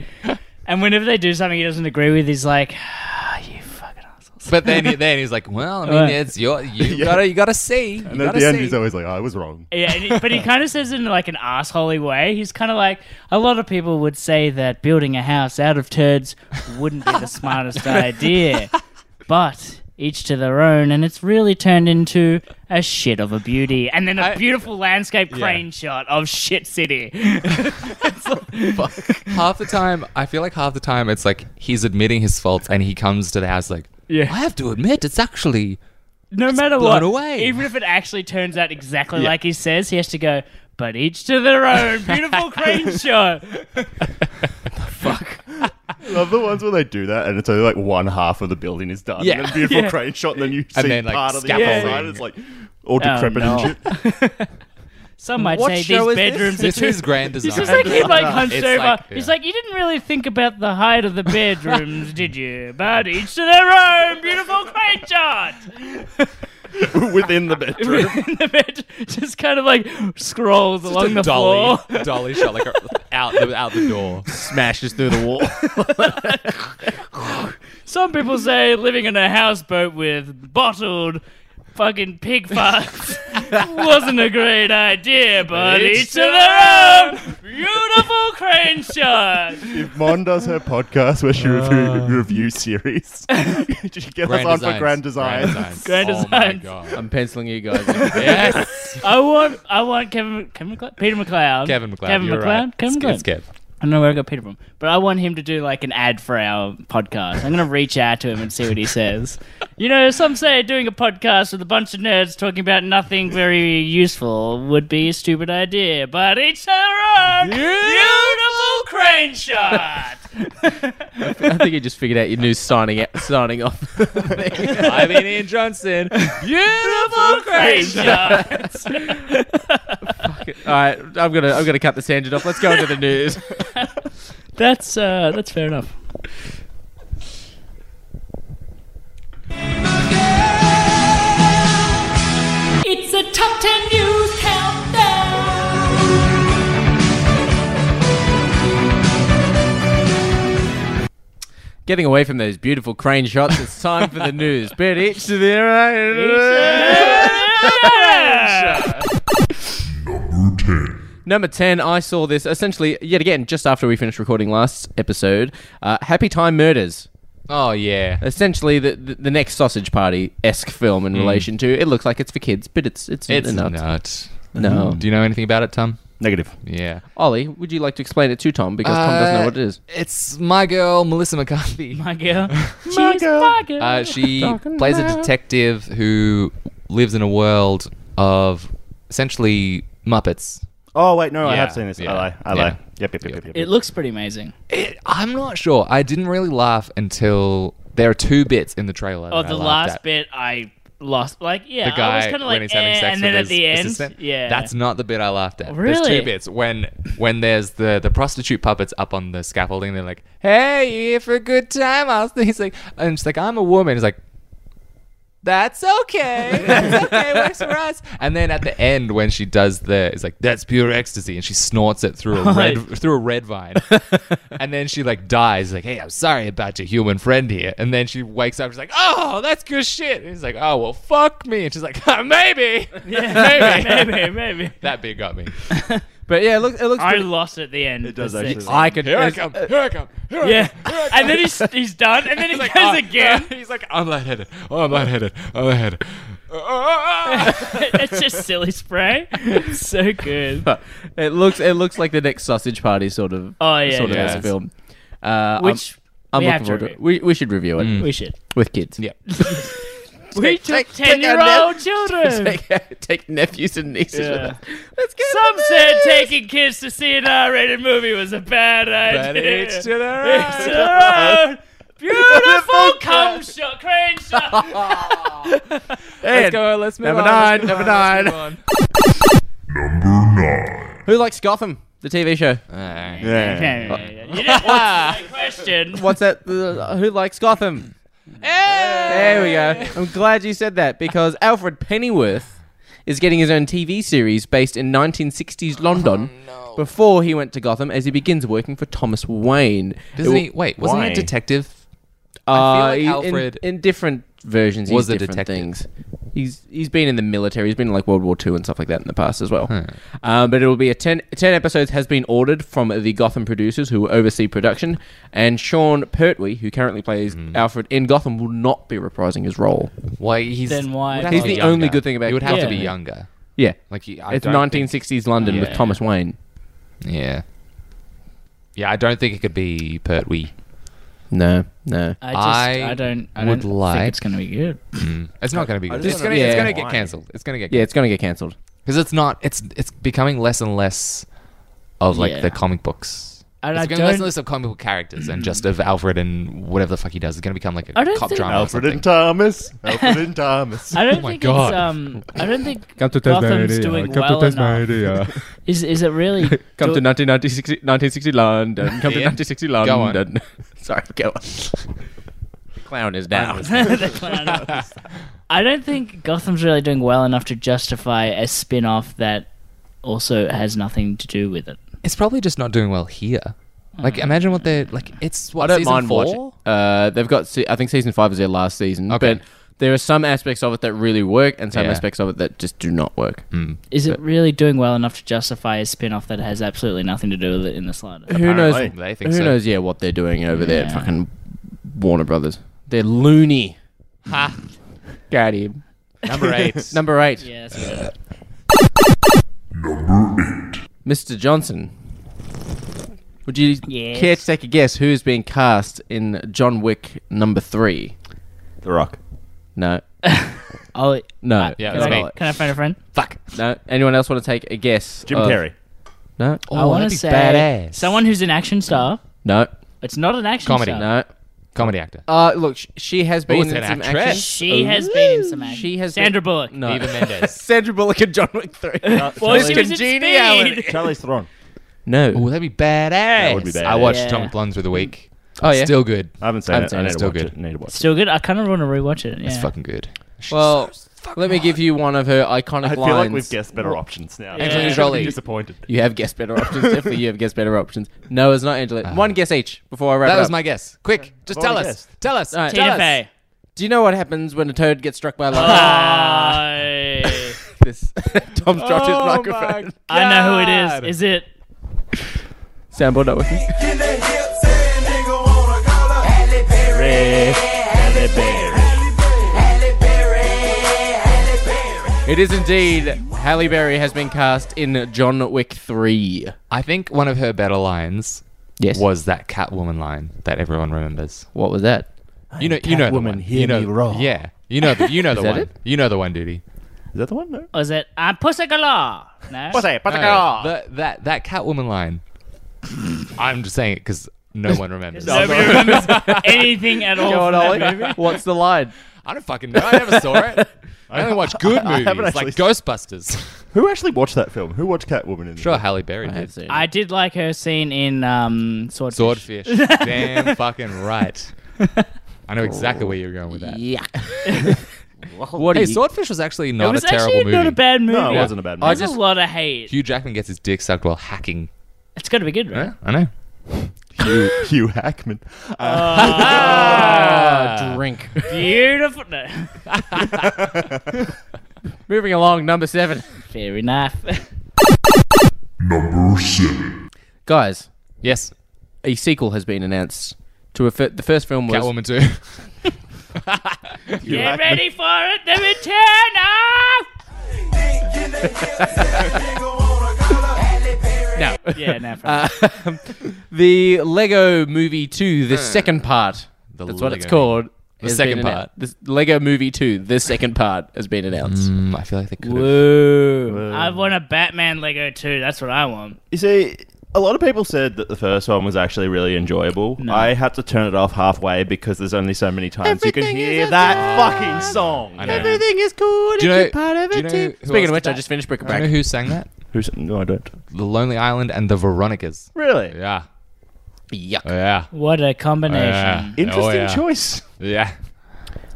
[SPEAKER 2] and whenever they do something he doesn't agree with, he's like, ah, you fucking assholes.
[SPEAKER 5] But then, he- then he's like, "Well, I mean,
[SPEAKER 2] Right.
[SPEAKER 5] it's your you
[SPEAKER 1] Yeah.
[SPEAKER 5] gotta you gotta see."
[SPEAKER 1] and at the end he's always like, "Oh, "I was wrong."
[SPEAKER 2] Yeah, and he, but he kind of says it in like an assholey way. He's kind of like a lot of people would say that building a house out of turds wouldn't be the smartest idea, but each to their own, and it's really turned into a shit of a beauty, and then a beautiful landscape crane shot of shit city. It's like-
[SPEAKER 5] half the time, I feel like half the time it's like he's admitting his faults, and he comes to the house like,
[SPEAKER 2] Yeah.
[SPEAKER 5] I have to admit, it's actually
[SPEAKER 2] no matter what,
[SPEAKER 5] blown away.
[SPEAKER 2] even if it actually turns out exactly like he says, he has to go. But each to their own. Beautiful crane shot.
[SPEAKER 1] Love the ones where they do that, and it's only like one half of the building is done.
[SPEAKER 5] Yeah.
[SPEAKER 1] and then beautiful
[SPEAKER 2] Yeah.
[SPEAKER 1] crane shot, and then you
[SPEAKER 5] And
[SPEAKER 1] see
[SPEAKER 5] then, like,
[SPEAKER 1] part of the
[SPEAKER 5] scaffolding.
[SPEAKER 1] outside. It's like all
[SPEAKER 2] Oh,
[SPEAKER 1] decrepit
[SPEAKER 2] no.
[SPEAKER 1] and shit.
[SPEAKER 2] Some might
[SPEAKER 4] What
[SPEAKER 2] say
[SPEAKER 4] show
[SPEAKER 2] these
[SPEAKER 4] is this?
[SPEAKER 2] bedrooms
[SPEAKER 5] this
[SPEAKER 2] are too
[SPEAKER 5] is grand design.
[SPEAKER 2] He's just like he like hunched
[SPEAKER 5] It's
[SPEAKER 2] over.
[SPEAKER 5] like-
[SPEAKER 2] He's
[SPEAKER 5] yeah.
[SPEAKER 2] like, you didn't really think about the height of the bedrooms, did you? But each to their own. Beautiful crane shot.
[SPEAKER 1] within the bedroom.
[SPEAKER 2] And the bed just kind of like scrolls along the
[SPEAKER 5] dolly,
[SPEAKER 2] floor.
[SPEAKER 5] dolly shot like out the out the door.
[SPEAKER 4] Smashes through the wall.
[SPEAKER 2] Some people say living in a houseboat with bottled fucking pig farts wasn't a great idea, but
[SPEAKER 5] Each
[SPEAKER 2] each to their own. Beautiful crane shot.
[SPEAKER 1] if Mon does her podcast where she review, review series, she gets us on for Grand Design.
[SPEAKER 2] Grand
[SPEAKER 5] oh
[SPEAKER 2] designs.
[SPEAKER 5] my god.
[SPEAKER 4] I'm penciling you guys. in.
[SPEAKER 5] Yes,
[SPEAKER 2] I want, I want Kevin, Kevin McLeod, Peter McLeod,
[SPEAKER 5] Kevin McLeod.
[SPEAKER 2] Kevin
[SPEAKER 5] you're
[SPEAKER 2] McLeod,
[SPEAKER 5] right.
[SPEAKER 2] Kevin
[SPEAKER 5] It's-
[SPEAKER 2] McLeod.
[SPEAKER 5] it's Kev.
[SPEAKER 2] I don't know where I got Peter from, but I want him to do like an ad for our podcast. I'm going to reach out to him and see what he says. You know, some say doing a podcast with a bunch of nerds talking about nothing very useful would be a stupid idea, but it's a rock, beautiful crane shot.
[SPEAKER 4] I think you just figured out your new signing out, signing off.
[SPEAKER 5] I'm Ian Johnson.
[SPEAKER 2] Beautiful crane shot.
[SPEAKER 4] All right, I'm gonna I'm gonna cut the tangent off. Let's go into the news.
[SPEAKER 2] That's uh, that's fair enough.
[SPEAKER 8] It's a top 10 news countdown.
[SPEAKER 4] Getting away from those beautiful crane shots, it's time for the news. But each to their Number 10, I saw this essentially, yet again, just after we finished recording last episode uh, Happy Time Murders.
[SPEAKER 5] Oh yeah.
[SPEAKER 4] Essentially, the, the, the next sausage party esque film in relation to it looks like it's for kids, but it's it's,
[SPEAKER 5] Mm. It's
[SPEAKER 4] it's not.
[SPEAKER 5] not. Mm.
[SPEAKER 4] No. no.
[SPEAKER 5] Do you know anything about it, Tom?
[SPEAKER 1] Negative.
[SPEAKER 5] Yeah.
[SPEAKER 4] Ollie, would you like to explain it to Tom because Tom
[SPEAKER 2] Uh,
[SPEAKER 4] doesn't know what it is?
[SPEAKER 5] It's my girl Melissa McCarthy.
[SPEAKER 2] My girl. She's my girl.
[SPEAKER 5] Uh, she plays a detective who lives in a world of essentially Muppets.
[SPEAKER 1] Oh wait, no, I
[SPEAKER 5] Yeah,
[SPEAKER 1] have seen this.
[SPEAKER 5] yeah,
[SPEAKER 1] I lie. I
[SPEAKER 5] yeah.
[SPEAKER 1] lie. Yep, yep, yep, yep. yep,
[SPEAKER 2] it looks pretty amazing.
[SPEAKER 5] It, I'm not sure. I didn't really laugh until there are two bits in the trailer.
[SPEAKER 2] Oh,
[SPEAKER 5] that I
[SPEAKER 2] the
[SPEAKER 5] laughed
[SPEAKER 2] last
[SPEAKER 5] at.
[SPEAKER 2] bit I lost. Like, yeah,
[SPEAKER 5] The guy
[SPEAKER 2] I was kind of like,
[SPEAKER 5] when he's having
[SPEAKER 2] eh,
[SPEAKER 5] sex
[SPEAKER 2] and
[SPEAKER 5] with
[SPEAKER 2] then at
[SPEAKER 5] his
[SPEAKER 2] the end,
[SPEAKER 5] assistant.
[SPEAKER 2] yeah,
[SPEAKER 5] that's not the bit I laughed at. There's
[SPEAKER 2] Really?
[SPEAKER 5] two bits when when there's the the prostitute puppets up on the scaffolding. They're like, "Hey, you here for a good time?" I was he's like, and she's like, "I'm a woman." He's like, "That's okay, that's okay, works for us." And then at the end, when she does the, it's like, "That's pure ecstasy," and she snorts it through a red through a red vine, and then she like dies. Like, "Hey, I'm sorry about your human friend here." And then she wakes up. She's like, "Oh, that's good shit." And he's like, "Oh well, fuck me." And she's like, "Huh, "Maybe."
[SPEAKER 2] yeah, maybe, maybe, maybe.
[SPEAKER 5] That bit got me.
[SPEAKER 4] But yeah, it looks. It looks
[SPEAKER 2] I
[SPEAKER 4] pretty-
[SPEAKER 2] lost at the end. It
[SPEAKER 1] does actually.
[SPEAKER 4] I could.
[SPEAKER 5] Here I
[SPEAKER 4] it's-
[SPEAKER 5] come. Here I come. Here I
[SPEAKER 2] Yeah,
[SPEAKER 5] come. Here I come.
[SPEAKER 2] and then he's he's done, and then he
[SPEAKER 5] He's
[SPEAKER 2] goes
[SPEAKER 5] like, "Oh,
[SPEAKER 2] again.
[SPEAKER 5] uh," he's like, I'm lightheaded. Oh, I'm lightheaded. I'm lightheaded. Uh, uh, uh."
[SPEAKER 2] it's just silly spray. It's so good.
[SPEAKER 4] It looks. It looks like the next sausage party sort of.
[SPEAKER 2] Oh, yeah,
[SPEAKER 4] sort
[SPEAKER 5] yeah.
[SPEAKER 4] of as a film. Uh,
[SPEAKER 2] Which
[SPEAKER 4] I'm, I'm
[SPEAKER 2] we
[SPEAKER 4] looking
[SPEAKER 2] have to
[SPEAKER 4] forward to.
[SPEAKER 2] review.
[SPEAKER 4] We we should review it
[SPEAKER 2] we should.
[SPEAKER 4] with kids.
[SPEAKER 5] Mm. yeah.
[SPEAKER 2] We took
[SPEAKER 4] take- take
[SPEAKER 2] ten year
[SPEAKER 4] our
[SPEAKER 2] old
[SPEAKER 4] nep-
[SPEAKER 2] children.
[SPEAKER 4] Take, uh, take nephews and nieces with
[SPEAKER 2] Yeah.
[SPEAKER 4] us. Let's go.
[SPEAKER 2] Some said taking kids to see an R rated movie was a bad idea.
[SPEAKER 5] each to their
[SPEAKER 2] Each to their own. Beautiful cum shot, crane shot.
[SPEAKER 5] Let's go. Let's move
[SPEAKER 4] Number
[SPEAKER 5] on.
[SPEAKER 4] nine,
[SPEAKER 5] Let's move
[SPEAKER 4] number
[SPEAKER 5] on,
[SPEAKER 4] nine.
[SPEAKER 5] let's move on.
[SPEAKER 4] Who likes Gotham? The TV show.
[SPEAKER 5] Alright.
[SPEAKER 1] Yeah.
[SPEAKER 2] you didn't answer my question.
[SPEAKER 4] What's that? Uh, who likes Gotham? There we go. I'm glad you said that because Alfred Pennyworth is getting his own TV series based in
[SPEAKER 5] Oh,
[SPEAKER 4] 1960s London before he went to Gotham as he begins working for Thomas Wayne.
[SPEAKER 5] Doesn't
[SPEAKER 4] It
[SPEAKER 5] he? Wait, wasn't he
[SPEAKER 1] Why?
[SPEAKER 5] a detective?
[SPEAKER 4] Uh,
[SPEAKER 5] I feel like
[SPEAKER 4] he- in-
[SPEAKER 5] Alfred-
[SPEAKER 4] in, different versions,
[SPEAKER 5] Was
[SPEAKER 4] he's
[SPEAKER 5] a
[SPEAKER 4] different
[SPEAKER 5] detective.
[SPEAKER 4] things. He's he's been in the military. He's been in like World War II and stuff like that in the past as
[SPEAKER 5] Hmm.
[SPEAKER 4] well. Um, but it will be a 10, 10 episodes has been ordered from the Gotham producers who oversee production, and Sean Pertwee, who currently plays
[SPEAKER 5] Hmm.
[SPEAKER 4] Alfred in Gotham, will not be reprising his role.
[SPEAKER 5] Why he's
[SPEAKER 2] Then why-
[SPEAKER 5] would have
[SPEAKER 2] He's
[SPEAKER 5] to be
[SPEAKER 4] the only
[SPEAKER 5] younger.
[SPEAKER 4] good thing about-
[SPEAKER 5] He would have
[SPEAKER 2] Yeah.
[SPEAKER 5] to be younger.
[SPEAKER 4] Yeah,
[SPEAKER 5] Like he, I
[SPEAKER 4] it's
[SPEAKER 5] don't
[SPEAKER 4] 1960s London with
[SPEAKER 2] Yeah.
[SPEAKER 4] Thomas Wayne.
[SPEAKER 5] Think, yeah. Yeah, I don't think it could be Pertwee.
[SPEAKER 4] No, no.
[SPEAKER 2] I just
[SPEAKER 5] I
[SPEAKER 2] I, don't I
[SPEAKER 5] would
[SPEAKER 2] don't think
[SPEAKER 5] like-
[SPEAKER 2] it's gonna be good.
[SPEAKER 5] It's not going to be good.
[SPEAKER 1] just
[SPEAKER 5] It's
[SPEAKER 1] wanna
[SPEAKER 5] going to
[SPEAKER 4] know
[SPEAKER 5] it's going to
[SPEAKER 1] why.
[SPEAKER 5] get cancelled. It's going to get
[SPEAKER 4] Yeah, it's going to get cancelled.
[SPEAKER 5] because it's not it's it's becoming less and less of like
[SPEAKER 2] Yeah.
[SPEAKER 5] the comic books.
[SPEAKER 2] And
[SPEAKER 5] it's
[SPEAKER 2] I
[SPEAKER 5] becoming less and
[SPEAKER 2] don't-
[SPEAKER 5] less of comic book characters and just of Alfred and whatever the fuck he does. It's gonna become like a
[SPEAKER 2] I don't
[SPEAKER 5] cop
[SPEAKER 2] think-
[SPEAKER 5] drama. or
[SPEAKER 1] Alfred and
[SPEAKER 5] something.
[SPEAKER 1] Thomas. Alfred and Thomas.
[SPEAKER 2] I don't
[SPEAKER 5] Oh my
[SPEAKER 2] think
[SPEAKER 5] God.
[SPEAKER 2] it's um I don't think
[SPEAKER 4] Come to
[SPEAKER 2] Gotham's doing well enough. Is is it really
[SPEAKER 4] Come
[SPEAKER 2] do-
[SPEAKER 4] to 1960, 1960 London. Come to
[SPEAKER 5] Yeah.
[SPEAKER 4] 1960
[SPEAKER 5] Go on.
[SPEAKER 4] London. Sorry, go on. The clown is down.
[SPEAKER 2] The clown office. I don't think Gotham's really doing well enough to justify a spin off that also has nothing to do with it.
[SPEAKER 5] It's probably just not doing well here.
[SPEAKER 2] Mm.
[SPEAKER 5] Like imagine what they're like. It's what
[SPEAKER 4] I don't
[SPEAKER 5] season
[SPEAKER 4] mind
[SPEAKER 5] four?
[SPEAKER 4] watching. Uh, they've got. se- I think season five is their last season.
[SPEAKER 5] Okay.
[SPEAKER 4] But there are some aspects of it that really work, and some
[SPEAKER 5] Yeah. Hmm.
[SPEAKER 4] aspects of it that just do not work.
[SPEAKER 2] Is it really doing well enough to justify a spin off that has absolutely nothing to do with it in the slightest?
[SPEAKER 4] Who knows?
[SPEAKER 1] Apparently,
[SPEAKER 5] they
[SPEAKER 4] Who
[SPEAKER 5] think so.
[SPEAKER 4] knows? Yeah, what they're doing over there at
[SPEAKER 2] Yeah.
[SPEAKER 4] fucking Warner Brothers? They're loony.
[SPEAKER 5] Ha.
[SPEAKER 4] Got him.
[SPEAKER 5] Number eight.
[SPEAKER 4] Number eight,
[SPEAKER 2] Yeah, that's good.
[SPEAKER 4] Mr. Johnson. Would you
[SPEAKER 2] Yes.
[SPEAKER 4] care to take a guess who is being cast in John Wick number three?
[SPEAKER 1] The Rock.
[SPEAKER 4] No.
[SPEAKER 2] I'll,
[SPEAKER 4] No.
[SPEAKER 5] yeah,
[SPEAKER 2] can,
[SPEAKER 5] that's
[SPEAKER 2] I,
[SPEAKER 5] me.
[SPEAKER 2] can I find a friend?
[SPEAKER 5] Fuck.
[SPEAKER 4] No. Anyone else want to take a guess?
[SPEAKER 1] Jim
[SPEAKER 4] of-
[SPEAKER 1] Carrey.
[SPEAKER 4] No.
[SPEAKER 5] Oh,
[SPEAKER 2] I want
[SPEAKER 5] that'd
[SPEAKER 2] to
[SPEAKER 5] be
[SPEAKER 2] say
[SPEAKER 5] badass.
[SPEAKER 2] someone who's an action star.
[SPEAKER 4] No.
[SPEAKER 2] It's not an action
[SPEAKER 5] Comedy.
[SPEAKER 2] star.
[SPEAKER 4] No.
[SPEAKER 5] comedy actor.
[SPEAKER 4] Uh, look, sh- she has been
[SPEAKER 5] it's
[SPEAKER 4] in
[SPEAKER 5] an
[SPEAKER 4] some
[SPEAKER 5] actress.
[SPEAKER 4] action.
[SPEAKER 2] She has been in some action.
[SPEAKER 4] She has
[SPEAKER 2] Sandra
[SPEAKER 4] been-
[SPEAKER 2] Bullock.
[SPEAKER 4] No.
[SPEAKER 5] Eva Mendes.
[SPEAKER 4] Sandra Bullock and John Wick 3.
[SPEAKER 2] Well, she was in
[SPEAKER 4] Congeniality.
[SPEAKER 2] Speed.
[SPEAKER 1] Charlie's Theron.
[SPEAKER 5] Oh,
[SPEAKER 4] No.
[SPEAKER 5] that'd be badass. That
[SPEAKER 1] would be
[SPEAKER 5] I watched
[SPEAKER 2] badass.
[SPEAKER 5] Atomic Blonde through the week.
[SPEAKER 4] Oh, yeah.
[SPEAKER 5] Still good.
[SPEAKER 1] I haven't seen
[SPEAKER 4] Haven't
[SPEAKER 1] it.
[SPEAKER 4] seen
[SPEAKER 1] I
[SPEAKER 4] it.
[SPEAKER 1] need to
[SPEAKER 5] Still
[SPEAKER 1] watch
[SPEAKER 5] good.
[SPEAKER 1] it. Need to watch it.
[SPEAKER 2] Still good. I kind of want to rewatch it. Yeah.
[SPEAKER 5] It's fucking good. She's
[SPEAKER 4] Well, Let me give you one of her iconic
[SPEAKER 1] I
[SPEAKER 4] lines.
[SPEAKER 1] feel like we've guessed better options now.
[SPEAKER 4] Angelina
[SPEAKER 1] I'm
[SPEAKER 4] Jolie.
[SPEAKER 1] disappointed.
[SPEAKER 4] You have guessed better options. Definitely, you have guessed better options. No, it's not Angela. One guess each before I wrap
[SPEAKER 5] That
[SPEAKER 4] it
[SPEAKER 5] was
[SPEAKER 4] up.
[SPEAKER 5] my guess. Quick, just tell
[SPEAKER 1] already
[SPEAKER 5] us.
[SPEAKER 1] guessed.
[SPEAKER 5] Tell us.
[SPEAKER 4] All right.
[SPEAKER 5] Tell
[SPEAKER 2] Tina
[SPEAKER 5] us.
[SPEAKER 2] Fey.
[SPEAKER 4] Do you know what happens when a toad gets struck by lightning?
[SPEAKER 2] I
[SPEAKER 4] This Tom's dropped his microphone.
[SPEAKER 2] I know who it is. Is it?
[SPEAKER 4] Soundboard not working. It is indeed. Halle Berry has been cast in John Wick 3.
[SPEAKER 5] I think one of her better lines
[SPEAKER 4] Yes.
[SPEAKER 5] was that Catwoman line that everyone remembers.
[SPEAKER 4] What was that?
[SPEAKER 5] You know, you know the one. you know, Yeah, you know, the, you know the
[SPEAKER 4] that
[SPEAKER 5] one.
[SPEAKER 4] it?
[SPEAKER 5] You know the one, duty.
[SPEAKER 1] Is that the one? No.
[SPEAKER 2] Was it? I'm Pussy Galore. No.
[SPEAKER 5] that that that Catwoman line. I'm just saying it because no one remembers.
[SPEAKER 2] Nobody remembers anything at all.
[SPEAKER 4] Go on,
[SPEAKER 2] from that
[SPEAKER 4] Ollie.
[SPEAKER 2] movie.
[SPEAKER 4] What's the line?
[SPEAKER 5] I don't fucking know. I never saw it. I only watch good
[SPEAKER 1] I
[SPEAKER 5] movies
[SPEAKER 1] haven't
[SPEAKER 5] like
[SPEAKER 1] actually-
[SPEAKER 5] Ghostbusters.
[SPEAKER 1] Who actually watched that film? Who watched Catwoman? In the-
[SPEAKER 5] sure, Halle Berry
[SPEAKER 4] I've
[SPEAKER 5] did.
[SPEAKER 4] seen it.
[SPEAKER 2] I did like her scene in um, Swordfish.
[SPEAKER 5] Swordfish. Damn fucking right. I know exactly where you're going with that.
[SPEAKER 4] Yeah. what
[SPEAKER 5] Hey,
[SPEAKER 4] do you-
[SPEAKER 5] Swordfish was actually
[SPEAKER 2] It
[SPEAKER 5] not
[SPEAKER 2] was
[SPEAKER 5] a terrible
[SPEAKER 2] actually
[SPEAKER 5] movie.
[SPEAKER 2] not a bad movie.
[SPEAKER 1] No, it wasn't a bad
[SPEAKER 4] I
[SPEAKER 1] movie.
[SPEAKER 2] There's a lot of hate.
[SPEAKER 5] Hugh Jackman gets his dick sucked while hacking.
[SPEAKER 2] It's got to be good, right?
[SPEAKER 5] Yeah, I know.
[SPEAKER 1] Hugh, Hugh Hackman.
[SPEAKER 4] Ah, drink.
[SPEAKER 2] Beautiful. No.
[SPEAKER 4] Moving along, number seven.
[SPEAKER 2] Fair enough.
[SPEAKER 4] Guys,
[SPEAKER 5] Yes,
[SPEAKER 4] a sequel has been announced to a fir- the first film was
[SPEAKER 5] Catwoman too.
[SPEAKER 2] Get ready for it, the return of.
[SPEAKER 4] no
[SPEAKER 2] Yeah, no. from-
[SPEAKER 4] the Lego Movie Two, the second part. That's what it's
[SPEAKER 5] Ah. Lego
[SPEAKER 4] called. The
[SPEAKER 5] second part.
[SPEAKER 4] This Lego Movie Two, the second part has been announced.
[SPEAKER 5] Mm, I feel like they could. have
[SPEAKER 4] Whoa!
[SPEAKER 2] I want a Batman Lego too. That's what I want.
[SPEAKER 1] You see, a lot of people said that the first one was actually really enjoyable. I had to turn it off halfway because there's only so many times you can
[SPEAKER 4] Everything is
[SPEAKER 1] hear
[SPEAKER 4] a
[SPEAKER 1] that fucking song.
[SPEAKER 5] I know.
[SPEAKER 4] is cool.
[SPEAKER 5] Do you know- do you know who
[SPEAKER 4] Speaking
[SPEAKER 5] else
[SPEAKER 4] of which,
[SPEAKER 5] did
[SPEAKER 4] I just finished Brick a
[SPEAKER 5] Do you know
[SPEAKER 4] Brack.
[SPEAKER 5] who sang that?
[SPEAKER 1] Who's, no, I don't.
[SPEAKER 5] The Lonely Island and the Veronicas.
[SPEAKER 1] Really?
[SPEAKER 5] Yeah.
[SPEAKER 4] Yuck!
[SPEAKER 5] Yeah.
[SPEAKER 2] What a combination.
[SPEAKER 5] Yeah.
[SPEAKER 1] Interesting
[SPEAKER 5] Oh, yeah.
[SPEAKER 1] choice.
[SPEAKER 5] Yeah.